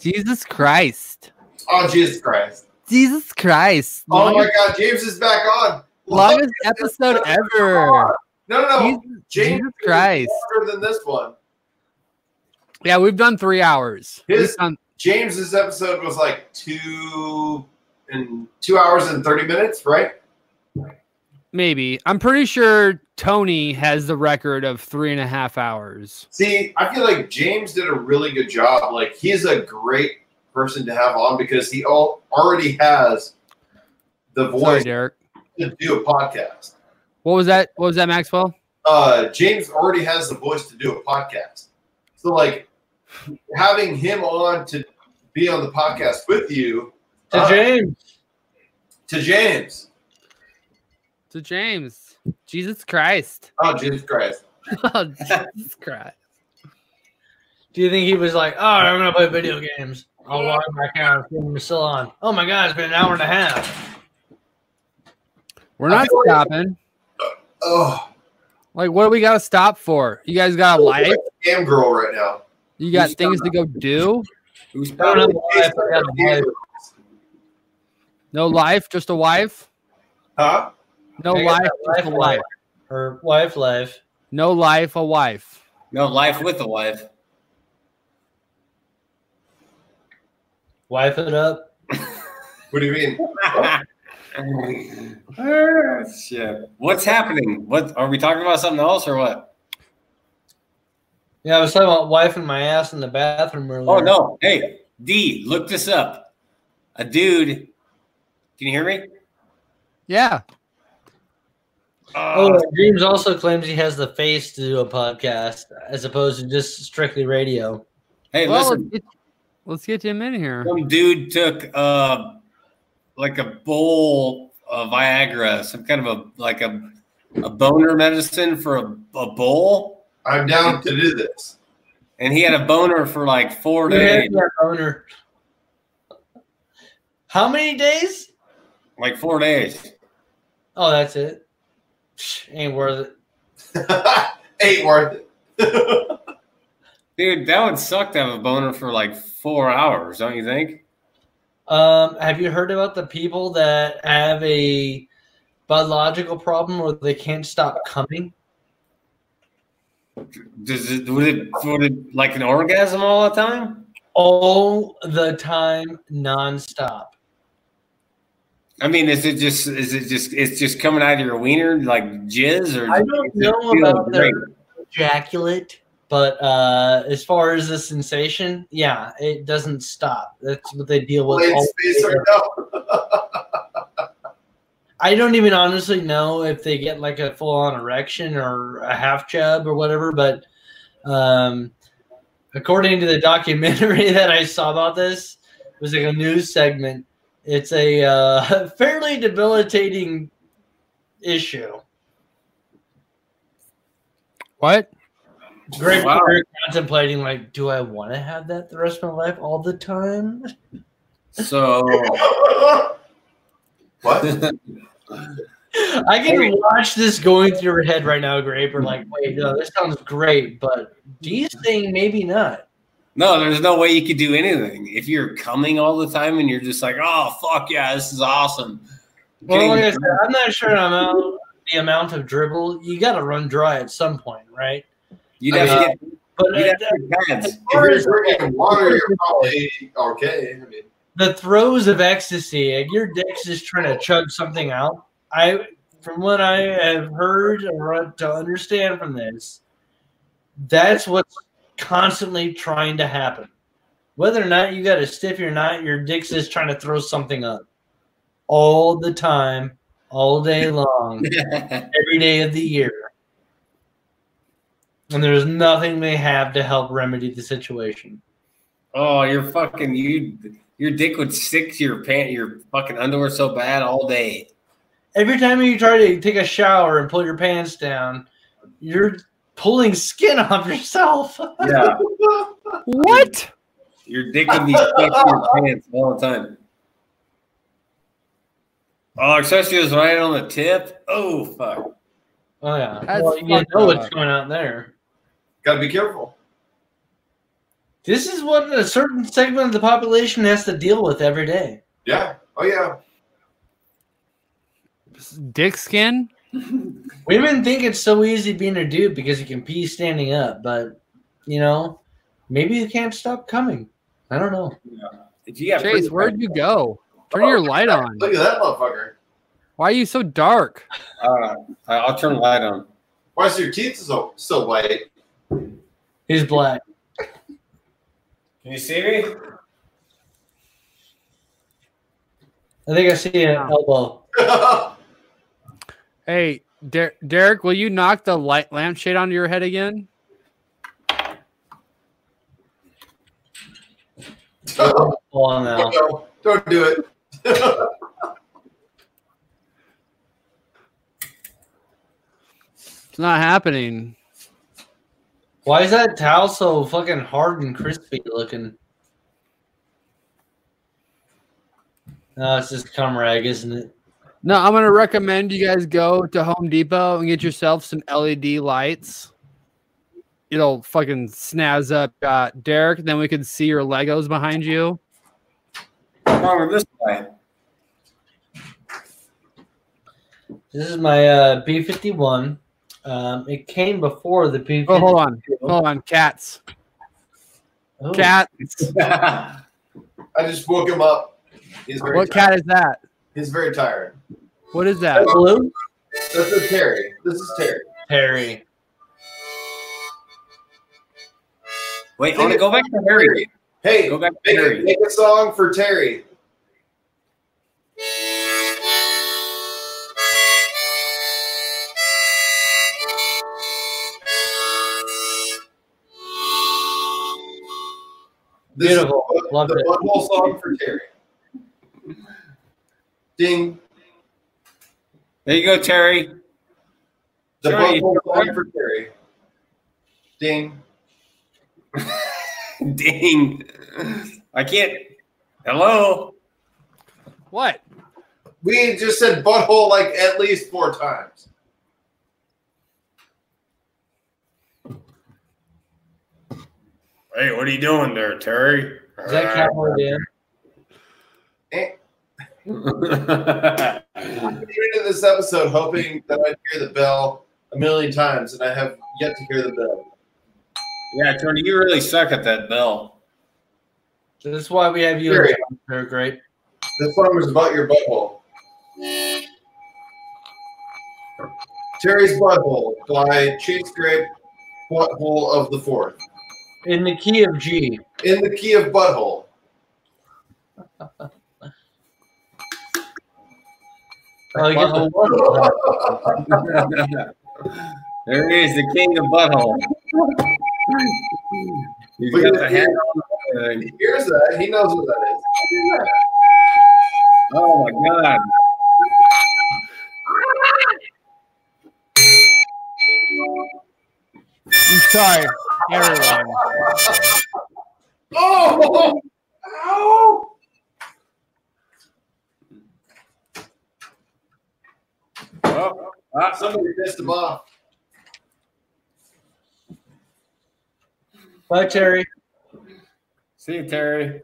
A: Jesus Christ.
C: Oh, Jesus Christ.
A: Jesus Christ.
C: Oh my
A: longest,
C: God, James is back on.
A: longest episode ever.
C: No, no, no.
A: Jesus,
C: James
A: Jesus
C: is
A: Christ.
C: longer than this one.
A: Yeah, we've done three hours. We've
C: His-
A: done-
C: James's episode was like two and two hours and thirty minutes, right?
A: maybe. I'm pretty sure Tony has the record of three and a half hours.
C: See, I feel like James did a really good job. Like he's a great person to have on because he all already has the
A: Sorry,
C: voice
A: Derek.
C: to do a podcast.
A: What was that? What was that, Maxwell?
C: Uh, James already has the voice to do a podcast. So like having him on to be on the podcast with you
D: To
C: uh,
D: James.
C: to James.
A: To James. Jesus Christ. *laughs*
C: Oh, Jesus Christ.
A: Oh, Jesus Christ.
D: Do you think he was like, "Oh, I'm gonna play video games. I'll log back out. I'm still on. Oh my God, it's been an hour and a half.
A: We're not
C: feel like-
A: stopping.
C: Oh,
A: Like, what do we got to stop for? You guys got a life.
C: damn girl right now.
A: You got
B: Who's
A: things to go do.
B: Who's
D: I don't have a life. I got a life.
A: No life, just a wife.
C: Huh?
A: No
D: I got
A: life,
D: that
A: just a
D: life
A: wife.
D: Her wife life.
A: No life, a wife.
B: No life with a wife. *laughs*
D: Wife it up.
C: What do you mean?
B: Ah, Shit. What's happening? What are we talking about something else or what?
D: Yeah, I was talking about wife and my ass in the bathroom earlier.
B: Oh no. Hey, D, look this up. A dude. Can you hear me?
A: Yeah.
D: Oh, James also claims he has the face to do a podcast as opposed to just strictly radio.
B: Hey,
A: well,
B: listen.
A: let's get, let's get him in here.
B: Some dude took uh like a bowl of Viagra, some kind of a like a a boner medicine for a, a bowl,
C: I'm down to do this. *laughs*
B: and he had a boner for like four
D: Yeah,
B: days,
D: owner. How many days?
B: like four days.
D: Oh, that's it. Psh, Ain't worth it.
C: Ain't worth it. *laughs*
B: Dude, that would suck to have a boner for like four hours, don't you think?
D: Um, have you heard about the people that have a biological problem or they can't stop coming?
B: Does it would it would it like an orgasm all the time?
D: All the time, nonstop.
B: I mean, is it just is it just it's just coming out of your wiener like jizz or
D: I
B: does
D: don't
B: it
D: know
B: feel
D: about their
B: great?
D: ejaculate, but uh, as far as the sensation, yeah, it doesn't stop. That's what they deal with.
C: Blade
D: all day.
C: spacer, no.
D: I don't even honestly know if they get like a full on erection or a half chub or whatever, but um, according to the documentary *laughs* that I saw about this, it was like a news segment. It's a uh, *laughs* fairly debilitating issue.
A: What?
D: Greg
B: Wow.
D: Perry contemplating like, do I want to have that the rest of my life all the time? *laughs*
B: So *laughs*
C: *laughs* what?
D: I can watch this going through your head right now, Grape, or like, wait, no, this sounds great, but do you think maybe not?
B: no, there's no way you could do anything if you're coming all the time and you're just like, oh fuck yeah, this is awesome.
D: Well, like I
B: Getting-
D: said, I'm not sure about the amount of dribble. You got to run dry at some point, right?
B: you'd have to
D: But
B: get you'd
D: uh,
B: have to get pads.
C: If you're drinking water, you're probably okay. I mean,
D: the throes of ecstasy, and your dick's just trying to chug something out. I, from what I have heard or to understand from this, that's what's constantly trying to happen. Whether or not you got a stiff or not, your dick's just trying to throw something up all the time, all day long,
B: *laughs*
D: every day of the year. And there's nothing they have to help remedy the situation.
B: oh, you're fucking you. Your dick would stick to your pant, your fucking underwear so bad all day.
D: every time you try to take a shower and pull your pants down, you're pulling skin *laughs* off yourself.
B: Yeah.
A: What?
B: Your dick would be stuck in your pants all the time. Oh, especially if it's right on the tip. Oh fuck.
D: Oh yeah,
A: That's
D: well, you know
A: fucked
D: what's
A: up.
D: going on there.
C: gotta be careful.
D: This is what a certain segment of the population has to deal with every day.
C: Yeah. Oh yeah.
A: Dick skin?
D: Women think it's so easy being a dude because you can pee standing up, but you know, maybe you can't stop coming. I don't know.
B: If you got
A: Chase, where'd you go? Turn your light on.
C: Oh, Look at that motherfucker.
A: Why are you so dark?
B: Uh, I- I'll turn the light on.
C: Why is your teeth so so white? *laughs*
D: He's black.
B: Can you see me?
D: I think I see an elbow.
A: Hey, Der- Derek, will you knock the light lampshade onto your head again?
C: oh,
D: Oh no.
C: no, don't do it. *laughs*
A: It's not happening.
D: Why is that towel so fucking hard and crispy looking? No, it's just cum rag, isn't it?
A: No, I'm gonna recommend you guys go to Home Depot and get yourself some LED lights. It'll fucking snazz up, uh, Derek. Then we can see your Legos behind you.
B: What's wrong with this light?
D: This is my uh, B51. Um, it came before the B52.
A: Oh, hold on, hold on, cats,
D: Oh,
A: cat.
C: I just woke him up. He's very
A: What
C: tired.
A: cat is that?
C: He's very tired.
A: What is that?
D: Blue?
C: This is Terry. This is Terry.
D: Perry.
B: Wait, on go back to Harry.
C: Terry. Hey,
B: Go back to
C: make,
B: Harry.
C: make a song for Terry. This is
D: Beautiful.
C: the-
D: Loved
C: the
D: it.
C: butthole song for Terry. Ding.
B: There you go, Terry. *laughs*
C: The
B: Terry,
C: butthole
B: you're
C: song for Terry. Ding.
B: Dang. I can't. Hello.
A: What?
C: We just said butthole like at least four times.
B: Hey, what are you doing there, Terry?
D: Is that Cowboy Dan?
B: *laughs*
C: I came into this episode hoping that I'd hear the bell a million times, and I have yet to hear the bell.
B: yeah, Tony, you really suck at that bell.
D: So this is why we have you.
C: Perry.
D: in- They're great.
C: The song was about your butthole. Terry's Butthole by Chase Grape, Butthole of the Fourth.
D: In the key of G.
C: In the key of Butthole.
D: Oh, you got the
B: *laughs*
D: one.
B: There he is, the king of butthole. He's
C: Look
B: got
C: at
B: the
C: that.
B: hat on.
C: He hears that. He knows what that is.
B: Oh my god.
A: I'm sorry, everyone.
C: Oh! Ow!
B: Oh, ah,
C: Somebody pissed him off.
D: Bye, Terry.
B: see you, Terry.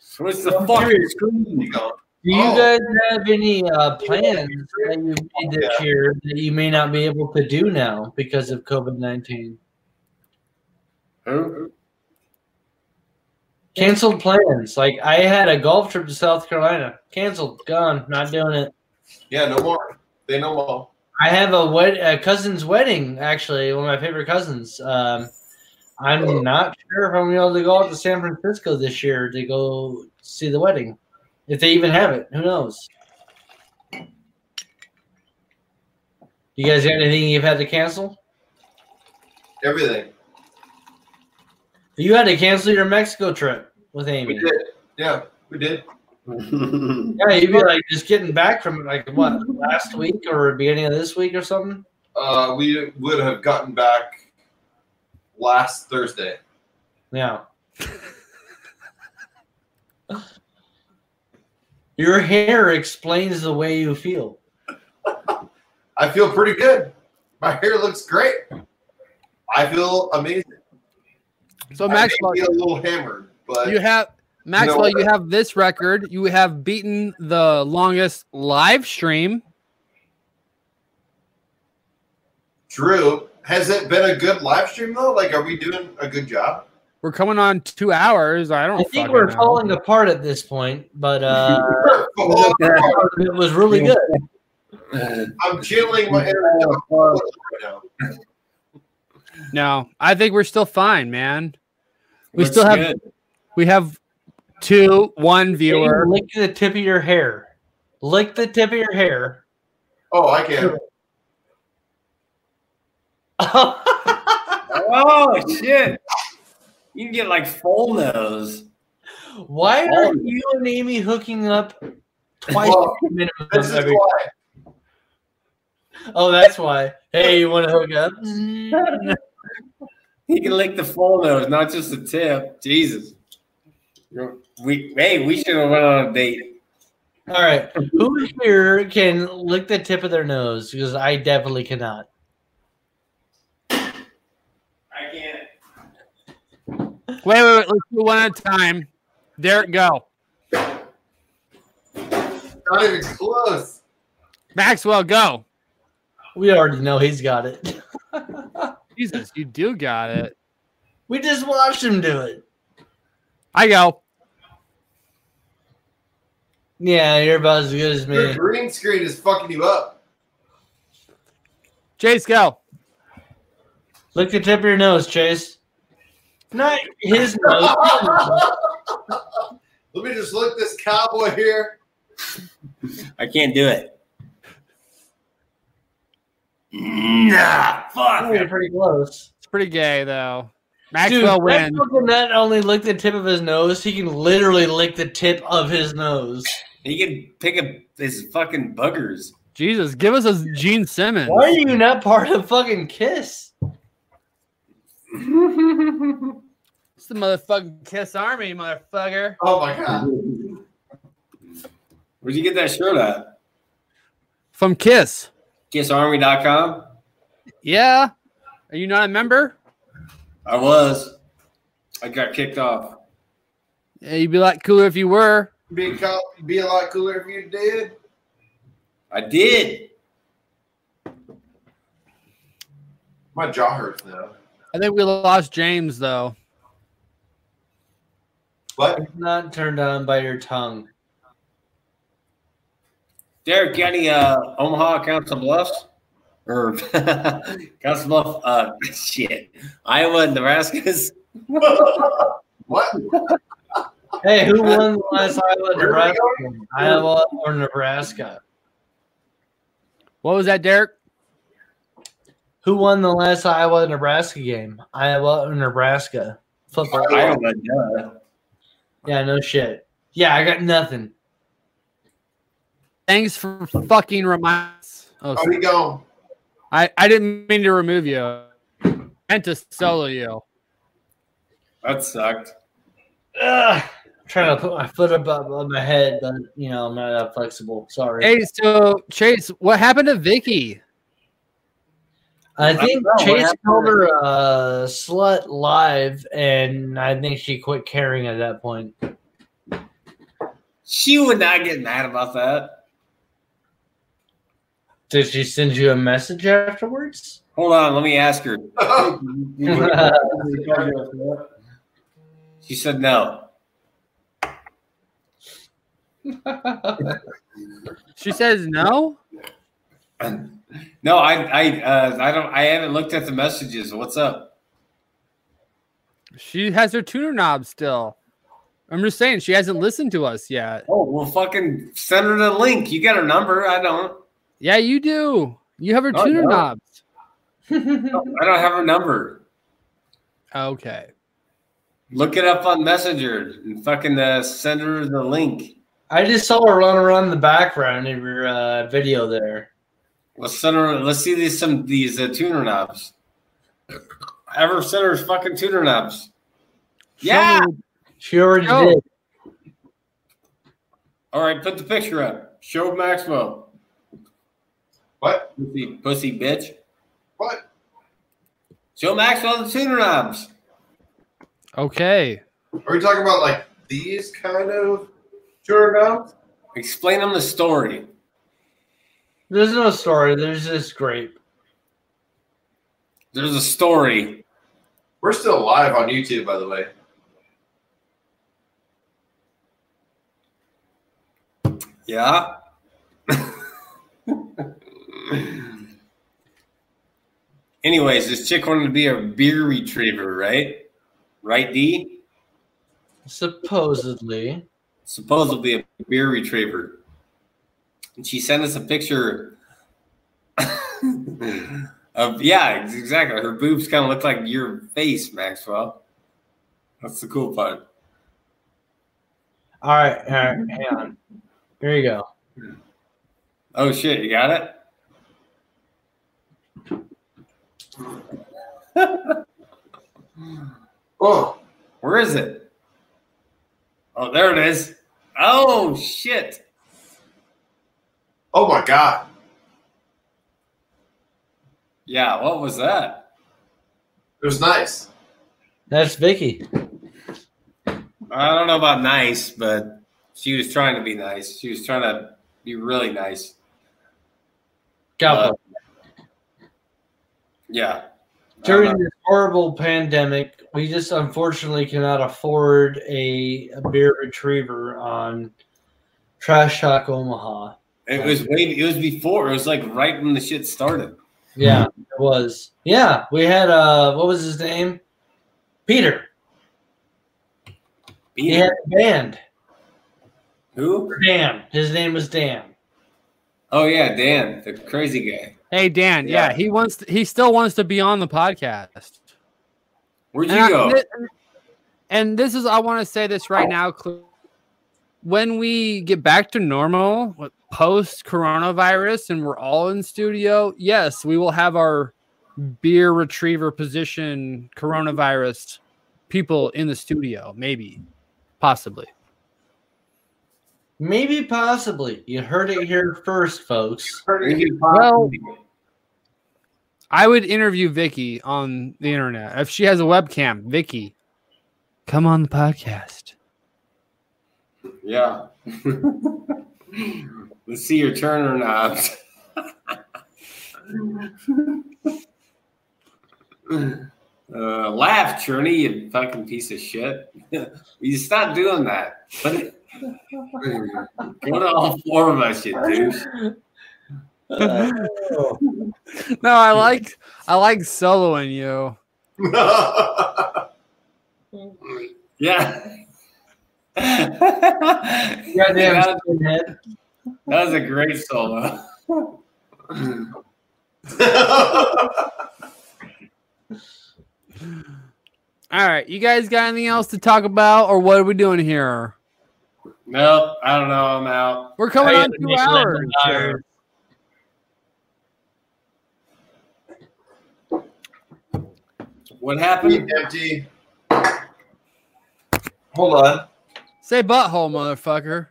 B: Switch the fucking screen.
D: Do you
C: Oh.
D: guys have any uh, plans that you made this year that you may not be able to do now because of COVID 19?
B: Who?
D: Canceled plans. Like I had a golf trip to South Carolina. Canceled. Gone. Not doing it.
C: Yeah, no more. They know all.
D: I have a wed- a cousin's wedding. Actually, one of my favorite cousins. Um, I'm not sure if I'm going to be able to go out to San Francisco this year to go see the wedding, if they even have it. Who knows? You guys got anything you've had to cancel?
C: Everything.
D: You had to cancel your Mexico trip with
C: We
D: Amy.
C: did. Yeah, we did.
D: Yeah, you'd be like just getting back from it, like what last week or beginning of this week or something.
C: Uh, we would have gotten back last Thursday. *laughs*
D: Yeah. Your hair explains the way you feel.
C: I feel pretty good. My hair looks great. I feel amazing.
A: So Maxwell,
C: I may be a little hammered, but
A: you have Maxwell, you have this record. You have beaten the longest live stream.
C: Drew, has it been a good live stream though? Like, are we doing a good job?
A: We're coming on two hours. I don't.
D: I think
A: fucking
D: we're
A: know.
D: falling apart at this point, but
C: *laughs*
D: uh,
C: Oh,
D: it was really good.
A: Uh,
C: I'm channeling my inner Doc
B: Oh,
C: Martin right now.
A: No, I think we're still fine, man. We
B: Looks
A: still have
B: good.
A: we have two one viewer.
D: Lick the tip of your hair. Lick the tip of your hair. *laughs*
C: Oh, I can.
B: Oh shit! You can get like full nose.
D: Why are you and Amy hooking up twice
C: Well,
D: the minimum
C: This is
D: every-
C: why.
D: Oh, that's why. Hey, you want to hook up?
B: He can lick the full nose, not just the tip. Jesus. You're- We hey, we should have went on a date.
D: All right. Who here can lick the tip of their nose? Because I definitely cannot.
B: I can't.
A: Wait, wait, wait. Let's do one at a time. Derek, go.
C: Not even close.
A: Maxwell, go.
D: We already know he's got it. *laughs*
A: Jesus, you do got it.
D: We just watched him do it.
A: I go.
D: Yeah, you're about as good as
C: Your
D: me.
C: green screen is fucking you up.
A: Chase, go.
D: Look the tip of your nose, Chase. Not his nose.
C: Let me just look this cowboy here.
B: I can't do it. Nah, fuck.
D: You're pretty close.
A: It's pretty gay though. Maxwell
D: Dude,
A: wins.
D: Maxwell can not only lick the tip of his nose, he can literally lick the tip of his nose.
B: He can pick up his fucking buggers.
A: Jesus, give us a Gene Simmons.
D: Why are you not part of fucking KISS?
A: It's the motherfucking Kiss Army, motherfucker.
C: Oh my god.
B: Where'd you get that shirt at?
A: From Kiss.
B: KissArmy.com?
A: Yeah. Are you not a member?
B: I was. I got kicked off.
A: Yeah, you'd be a lot cooler if you were.
C: Be, cow- be a lot cooler if you did.
B: I did.
C: My jaw hurts *laughs* now.
A: I think we lost James though.
C: But
D: I'm not turned on by your tongue.
B: Derek, you got any uh, Omaha Council Bluffs? Or *laughs* Council Bluff? Uh, *laughs* shit. Iowa and Nebraska's?
C: what?
D: Hey, who won the last
C: Where
D: Iowa
C: are we
D: Nebraska? game? Iowa or Nebraska?
A: What was that, Derek?
D: Who won the last Iowa Nebraska game? Iowa or Nebraska? Football.
B: *laughs* Iowa, duh.
D: Yeah, no shit. Yeah, I got nothing.
A: Thanks for fucking reminding us. Oh,
C: Are we going?
A: I, I didn't mean to remove you. I meant to solo you.
B: That sucked.
D: Ugh. I'm trying to put my foot above above my head, but you know I'm not that flexible. Sorry.
A: Hey, so Chase, what happened to Vicky?
D: I think
B: I don't know what
D: Chase
B: happened.
D: called her a slut live, and I think she quit caring at that point.
B: She would not get mad about that.
D: Did she send you a message afterwards?
B: Hold on, let me ask her. She said no. *clears throat*
A: She says no.
B: No, I, I, uh, I don't. I haven't looked at the messages. What's up?
A: She has her tuner knob still. I'm just saying she hasn't listened to us yet.
B: Oh, well, fucking send her the link. You got her number. I don't.
A: Yeah, you do. You have her
B: No, I
A: tuner
B: don't.
A: knobs.
B: I don't have her number.
A: Okay.
B: Look it up on Messenger and fucking uh, send her the link.
D: I just saw her run around in the background in your uh, video there.
B: Let's send her. Let's see these some these uh, tuner knobs. Ever send her fucking tuner knobs? Yeah.
D: She already
A: Oh.
D: did.
B: All right, put the picture up. Show Maxwell.
C: What?
B: Pussy, pussy bitch.
C: What?
B: Show Maxwell the tuner knobs.
A: Okay.
C: Are we talking about like these kind of tour amounts?
B: Explain him the story.
D: There's no story. There's just grape.
B: There's a story.
C: We're still live on YouTube, by the way.
B: Yeah. *laughs* Anyways, this chick wanted to be a beer retriever, right? Right, D?
D: Supposedly.
B: Supposedly a beer retriever. And she sent us a picture *laughs* of, yeah, ex- exactly. Her boobs kind of look like your face, Maxwell. That's the cool part.
D: All right, all right, hang on. Here you go.
B: Oh, shit, you got it?
C: Oh,
B: Where is it? Oh, there it is. Oh shit.
C: oh my god.
B: Yeah, what was that?
C: It was nice.
D: That's Vicky.
B: I don't know about nice, but she was trying to be nice. She was trying to Be really nice.
D: God
B: Uh,
D: bless.
B: Yeah.
D: During
B: Um,
D: this horrible pandemic, we just unfortunately cannot afford a, a beer retriever on Trash Talk Omaha.
B: it was way. It was before. It was like right when the shit started.
D: Yeah, it was. Yeah, we had uh, what was his name? Peter. He
B: Beaner.
D: had a band.
B: Who?
D: Dan. His name was Dan.
B: Oh yeah, Dan, the crazy guy.
A: Hey Dan, yeah,
B: Yeah.
A: he wants to, he still wants to be on the podcast.
B: Where'd you
A: and, I-
B: go?
A: thi- and this is I want to say this right now. cl- When we get back to normal, post coronavirus, and we're all in studio, yes, we will have our beer retriever position coronavirus people in the studio, maybe, possibly.
D: Maybe possibly. You heard it here first, folks.
C: *laughs*
A: Well, I would interview Vicky on the internet if she has a webcam. Vicky, come on the podcast. *laughs*
B: yeah. *laughs* Let's see your turn or not. *laughs* Uh, laugh, Churney, you fucking piece of shit. *laughs* you stop doing that. But go to all four of us, you douche.
D: Uh,
A: No, I like I like soloing you.
B: Yeah. *laughs* that, was,
D: skinhead.
B: that was a great solo.
A: All right, you guys got anything else to talk about, or what are we doing here?
B: nope, I don't know. I'm out.
A: We're coming
D: Hey,
A: on two
D: Nick uh,
A: hours.
D: Leonard.
B: What happened?
C: empty. Hold on.
A: Say butthole, motherfucker.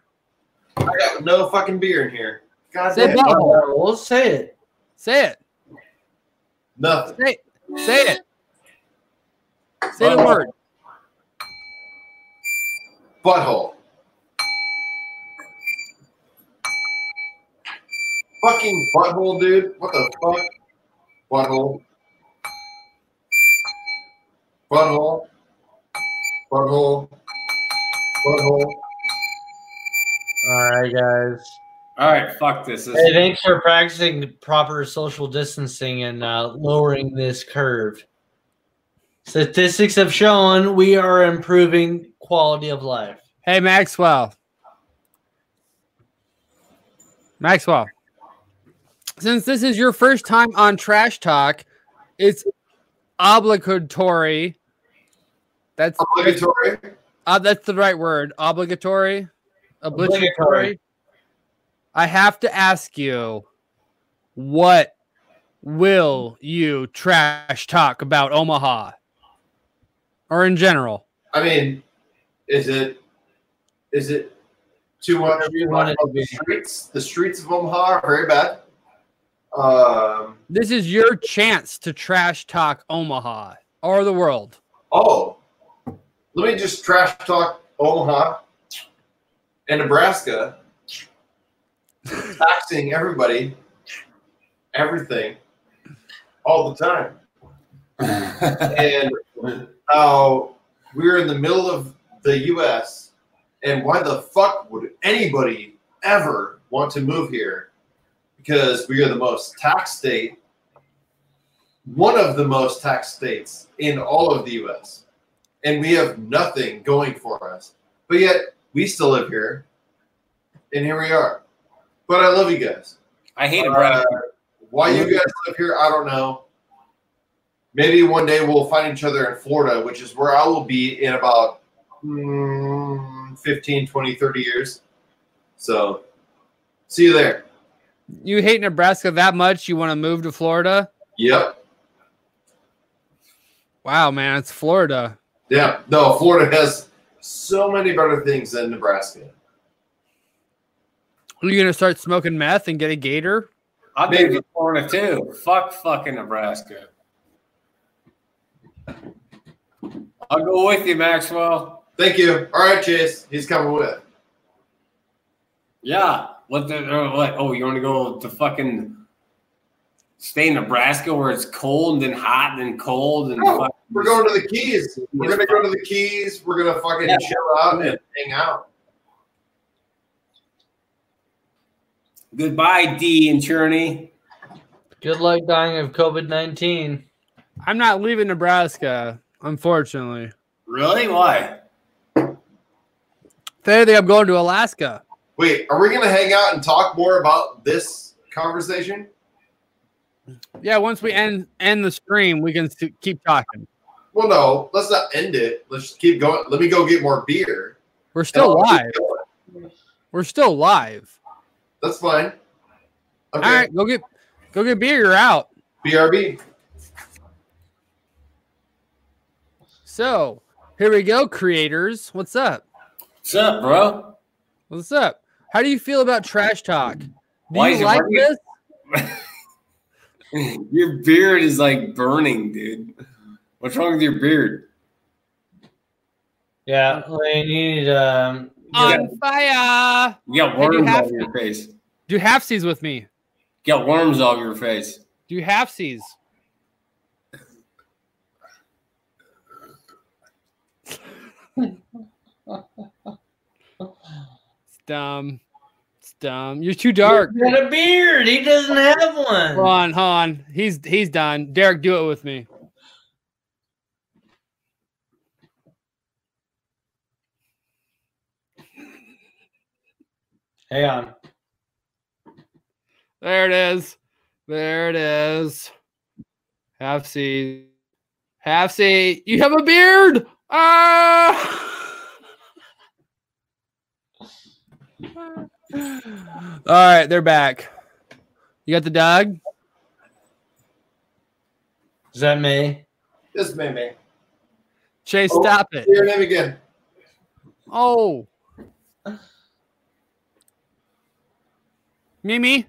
C: I got no fucking beer in here. God
A: Say
C: damn.
A: butthole.
D: Oh, we'll say it.
A: Say it.
C: Nothing.
A: Say say it. Say the
B: Butthole.
A: word.
C: Butthole. Fucking butthole, dude. What the fuck? Butthole. Butthole. Butthole. Butthole.
D: All right, guys.
B: All right, fuck this. This-
D: Hey, thanks for practicing proper social distancing and uh, lowering this curve. Statistics have shown we are improving quality of life.
A: Hey, Maxwell. Maxwell. Since this is your first time on Trash Talk, it's obligatory. That's
C: Obligatory.
A: Uh, that's the right word. Obligatory. Obligatory.
D: Obligatory.
A: I have to ask you, what will you trash talk about Omaha, or in general?
C: I mean, is it is it too much?
D: Whatever you want it to be.
C: The streets, the streets of Omaha are very bad. Um.
A: This is your chance to trash talk Omaha or the world.
C: Oh, let me just trash talk Omaha and Nebraska, taxing everybody, everything, all the time, and how we're in the middle of the U.S. and why the fuck would anybody ever want to move here? Because we are the most taxed state one of the most taxed states in all of the US. And we have nothing going for us. But yet we still live here. And here we are. But I love you guys.
B: I hate it,
C: Uh,
B: bro.
C: why you guys live here, I don't know. Maybe one day we'll find each other in Florida, which is where I will be in about mm, 15, 20, 30 years. So see you there.
A: You hate Nebraska that much? You want to move to Florida?
C: Yep.
A: Wow, man, it's Florida.
C: Yeah. No, Florida has so many better things than Nebraska.
A: Are you gonna start smoking meth and get a gator?
B: I've been
C: maybe.
B: to Florida too. Fuck fucking Nebraska. I'll go with you, Maxwell.
C: Thank you. All right, Chase. He's coming with.
B: Yeah. What the or what? Oh, you want to go to fucking stay in Nebraska where it's cold and then hot and then cold and
C: No,
B: fucking-
C: We're going to the Keys. We're gonna go to the Keys. We're gonna fucking
B: Yeah.
C: chill out and hang out.
B: goodbye, D and Cherney.
D: Good luck dying of COVID 19.
A: I'm not leaving Nebraska, unfortunately.
B: Really? Why?
A: Today I'm going to Alaska.
C: Wait, are we gonna hang out and talk more about this conversation?
A: Yeah, once we end end the stream, we can s- keep talking.
C: Well, no. Let's not end it. Let's just keep going. Let me go get more beer.
A: We're
C: And
A: still
C: I'll keep
A: live.
C: going.
A: We're still live.
C: That's fine. Okay.
A: All right, go get go get beer. You're out.
C: BRB.
A: So here we go, creators. What's up?
B: What's up, bro?
A: What's up? How do you feel about trash talk? Do
B: Why is
A: you
B: it
A: like
B: working?
A: this?
B: *laughs* Your beard is like burning, dude. What's wrong with your beard?
D: Yeah, Lane, you need um,
A: On fire.
B: You got
A: I do
B: worms all
A: have
B: over your face. You
A: Do halfsies with me.
B: got worms all over your face.
A: Do
B: *laughs*
A: halfsies. it's dumb. It's dumb. You're too dark.
D: He's got a beard. He doesn't have one.
A: Hold on, hold on. He's he's done. Derek, do it with me.
D: Hang on.
A: There it is. There it is. Half C. Half C. You have a beard. Ah. All right, they're back. You got the dog?
D: Is that me?
C: This may me.
A: Chase,
C: Oh.
A: stop it.
C: Say your name again.
A: Oh. Mimi?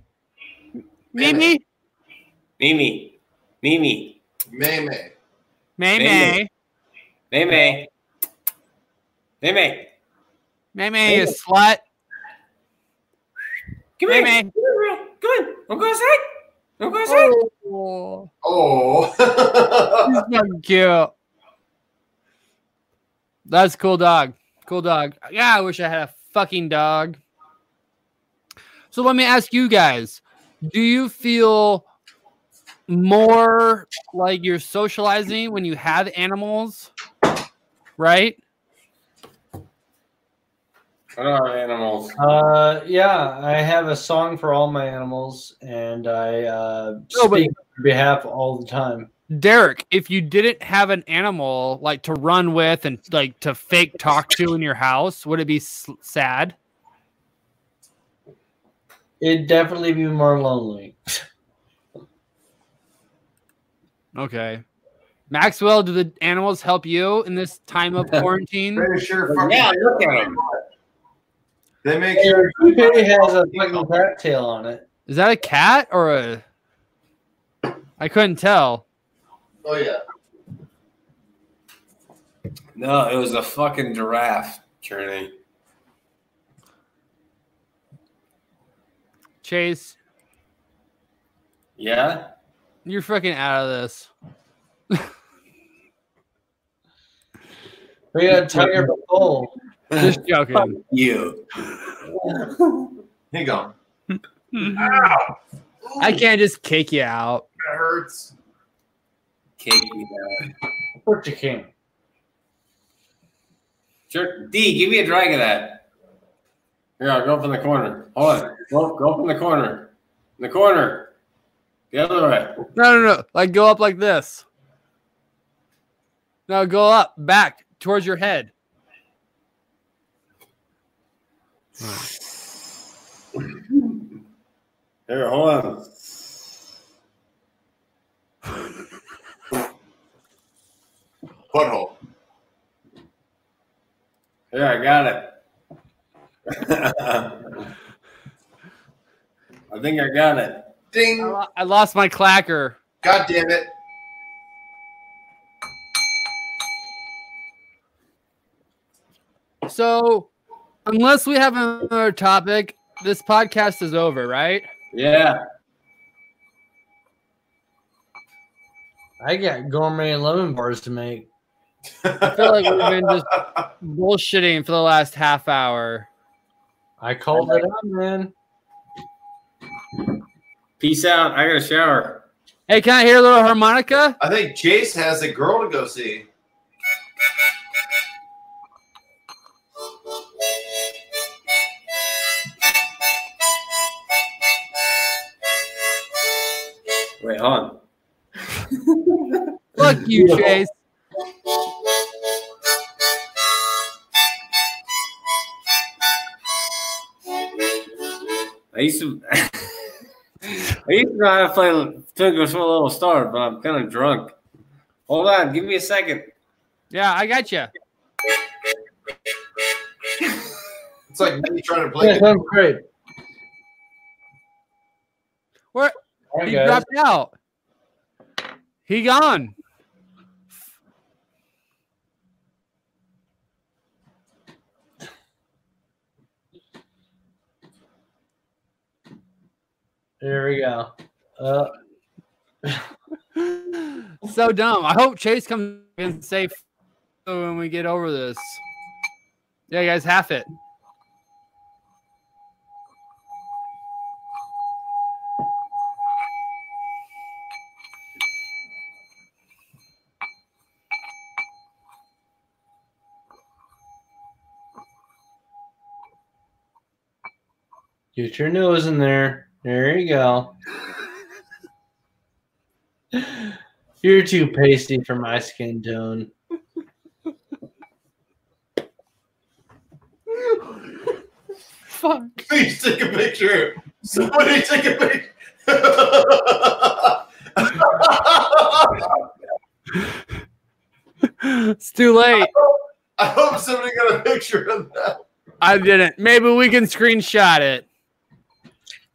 A: Mimi?
B: Mimi. Mimi.
C: May May.
A: May May.
B: Mimi. Mimi. Mimi.
A: May May is slut.
B: Come
A: Hey,
B: here.
A: man.
B: Come here, bro. Come on. Wanna go outside? Wanna go outside?
A: Oh,
C: Oh. *laughs*
A: he's so cute. That's a cool dog. Cool dog. Yeah, I wish I had a fucking dog. So let me ask you guys: Do you feel more like you're socializing when you have animals? Right?
B: What are animals?
D: Uh, yeah, I have a song for all my animals, and I uh,
A: No, but-
D: speak on their behalf all the time.
A: Derek, if you didn't have an animal like to run with and like to fake talk to in your house, would it be s- sad?
D: It'd definitely be more lonely. *laughs*
A: Okay. Maxwell, do the animals help you in this time of quarantine?
C: Pretty sure fucking-
B: Yeah, look at him.
C: They make
D: Hey,
C: you.
D: your pity has a fucking rat tail on it.
A: Is that a cat or a? I couldn't tell.
C: Oh yeah.
B: No, it was a fucking giraffe, Journey.
A: Chase,
B: Yeah?
A: you're freaking out of this.
D: We got a tiger by the bowl.
A: Just joking.
B: you. *laughs*
C: He gone.
A: I can't just kick you out.
C: That hurts.
B: Cake me down.
D: What you can.
B: Sure. D, give me a drag of that. Here, I'll go up in the corner. Hold on. Go, go up in the corner. In the corner. The other way.
A: No, no, no. Like go up like this. No, go up back towards your head.
B: Here, hold on.
C: Butthole.
B: Here, I got it. *laughs* I think I got it.
A: I
C: Ding.
A: lo- I lost my clacker.
C: God damn it.
A: So, unless we have another topic, this podcast is over, right?
B: Yeah.
D: I got gourmet lemon bars to make.
A: I feel like we've been just bullshitting for the last half hour.
D: I called it out, man.
B: Peace out. I got a shower.
A: Hey, can I hear a little harmonica?
C: I think Chase has a girl to go see.
B: Wait, hold on.
A: Fuck you,
D: Beautiful.
A: Chase.
B: I used to. *laughs* I used to know how to play Twinkle Swell Little Star, but I'm kind of drunk. Hold on, give me a second.
A: Yeah, I got you.
C: It's like me trying to
A: *laughs*
C: play.
D: Yeah, sounds great.
A: Where
D: All right,
A: he
D: guys.
A: dropped out? He gone.
D: There we go. Uh,
A: so dumb. I hope Chase comes in safe when we get over this. Yeah, guys, half it.
D: Get your nose in there. There you *laughs* go. You're too pasty for my skin tone.
A: Fuck.
C: Please *laughs* take a picture. Somebody take a *laughs* picture.
A: It's too late.
C: I hope somebody got a picture of that.
A: I didn't. Maybe we can screenshot it.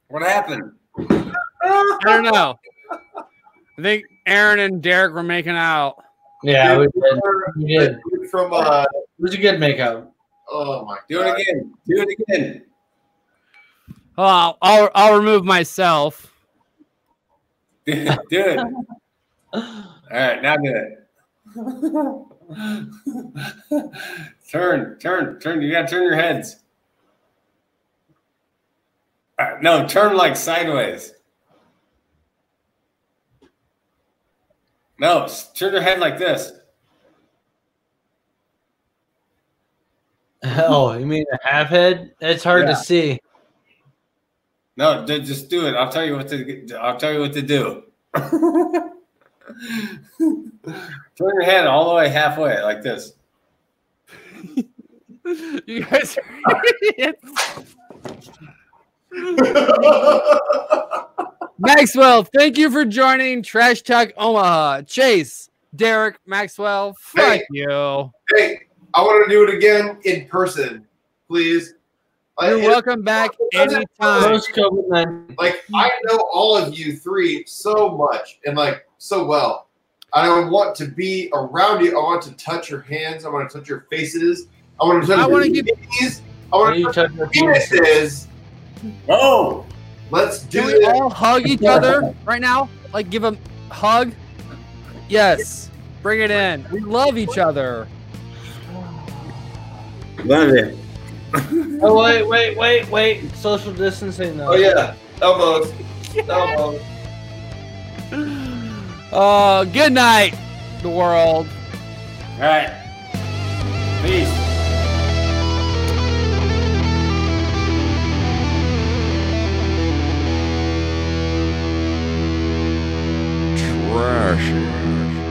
B: What happened?
A: I don't know. I think Aaron and Derek were making out.
D: Yeah, we did.
C: Or
D: We did. It
C: From uh,
D: was a good makeup.
C: oh my
B: Do it
C: god,
B: again. Do it again.
A: Oh, I'll, I'll, I'll remove myself.
B: *laughs* Do it. Do it. All right, now do it. turn, turn, turn. You gotta turn your heads. All right, no, turn like sideways. No, s- turn your head like this.
D: *gasps* Oh, you mean a half head? It's hard
B: Yeah.
D: to see.
B: No, d- just do it. I'll tell you what to. I'll tell you what to do. turn your head all the way halfway like this.
A: *laughs* You guys are idiots. Maxwell, thank you for joining Trash Talk Omaha. Chase, Derek, Maxwell, fuck
C: Hey.
A: you.
C: *laughs* hey, I want to do it again in person, please. I-
A: You're welcome back anytime.
D: Post COVID 19.
C: Like I know all of you three so much and like so well. I don't want to be around you. I want to touch your hands. I want to touch your faces. I want to touch
A: I
C: your
A: wanna
C: knees.
A: give-
C: I want
D: You
C: to touch
D: touch your
C: your
D: penis.
C: penises.
B: Oh,
C: Let's
A: Can
C: do
A: we
C: it.
A: all hug each other right now? Like give a hug? Yes. Bring it in. We love each other.
B: love it.
D: Oh, wait, wait, wait, wait. Social distancing, though.
C: Oh yeah, elbows, elbows.
A: Uh, good night, the world.
B: All right. Peace.
H: Trashy.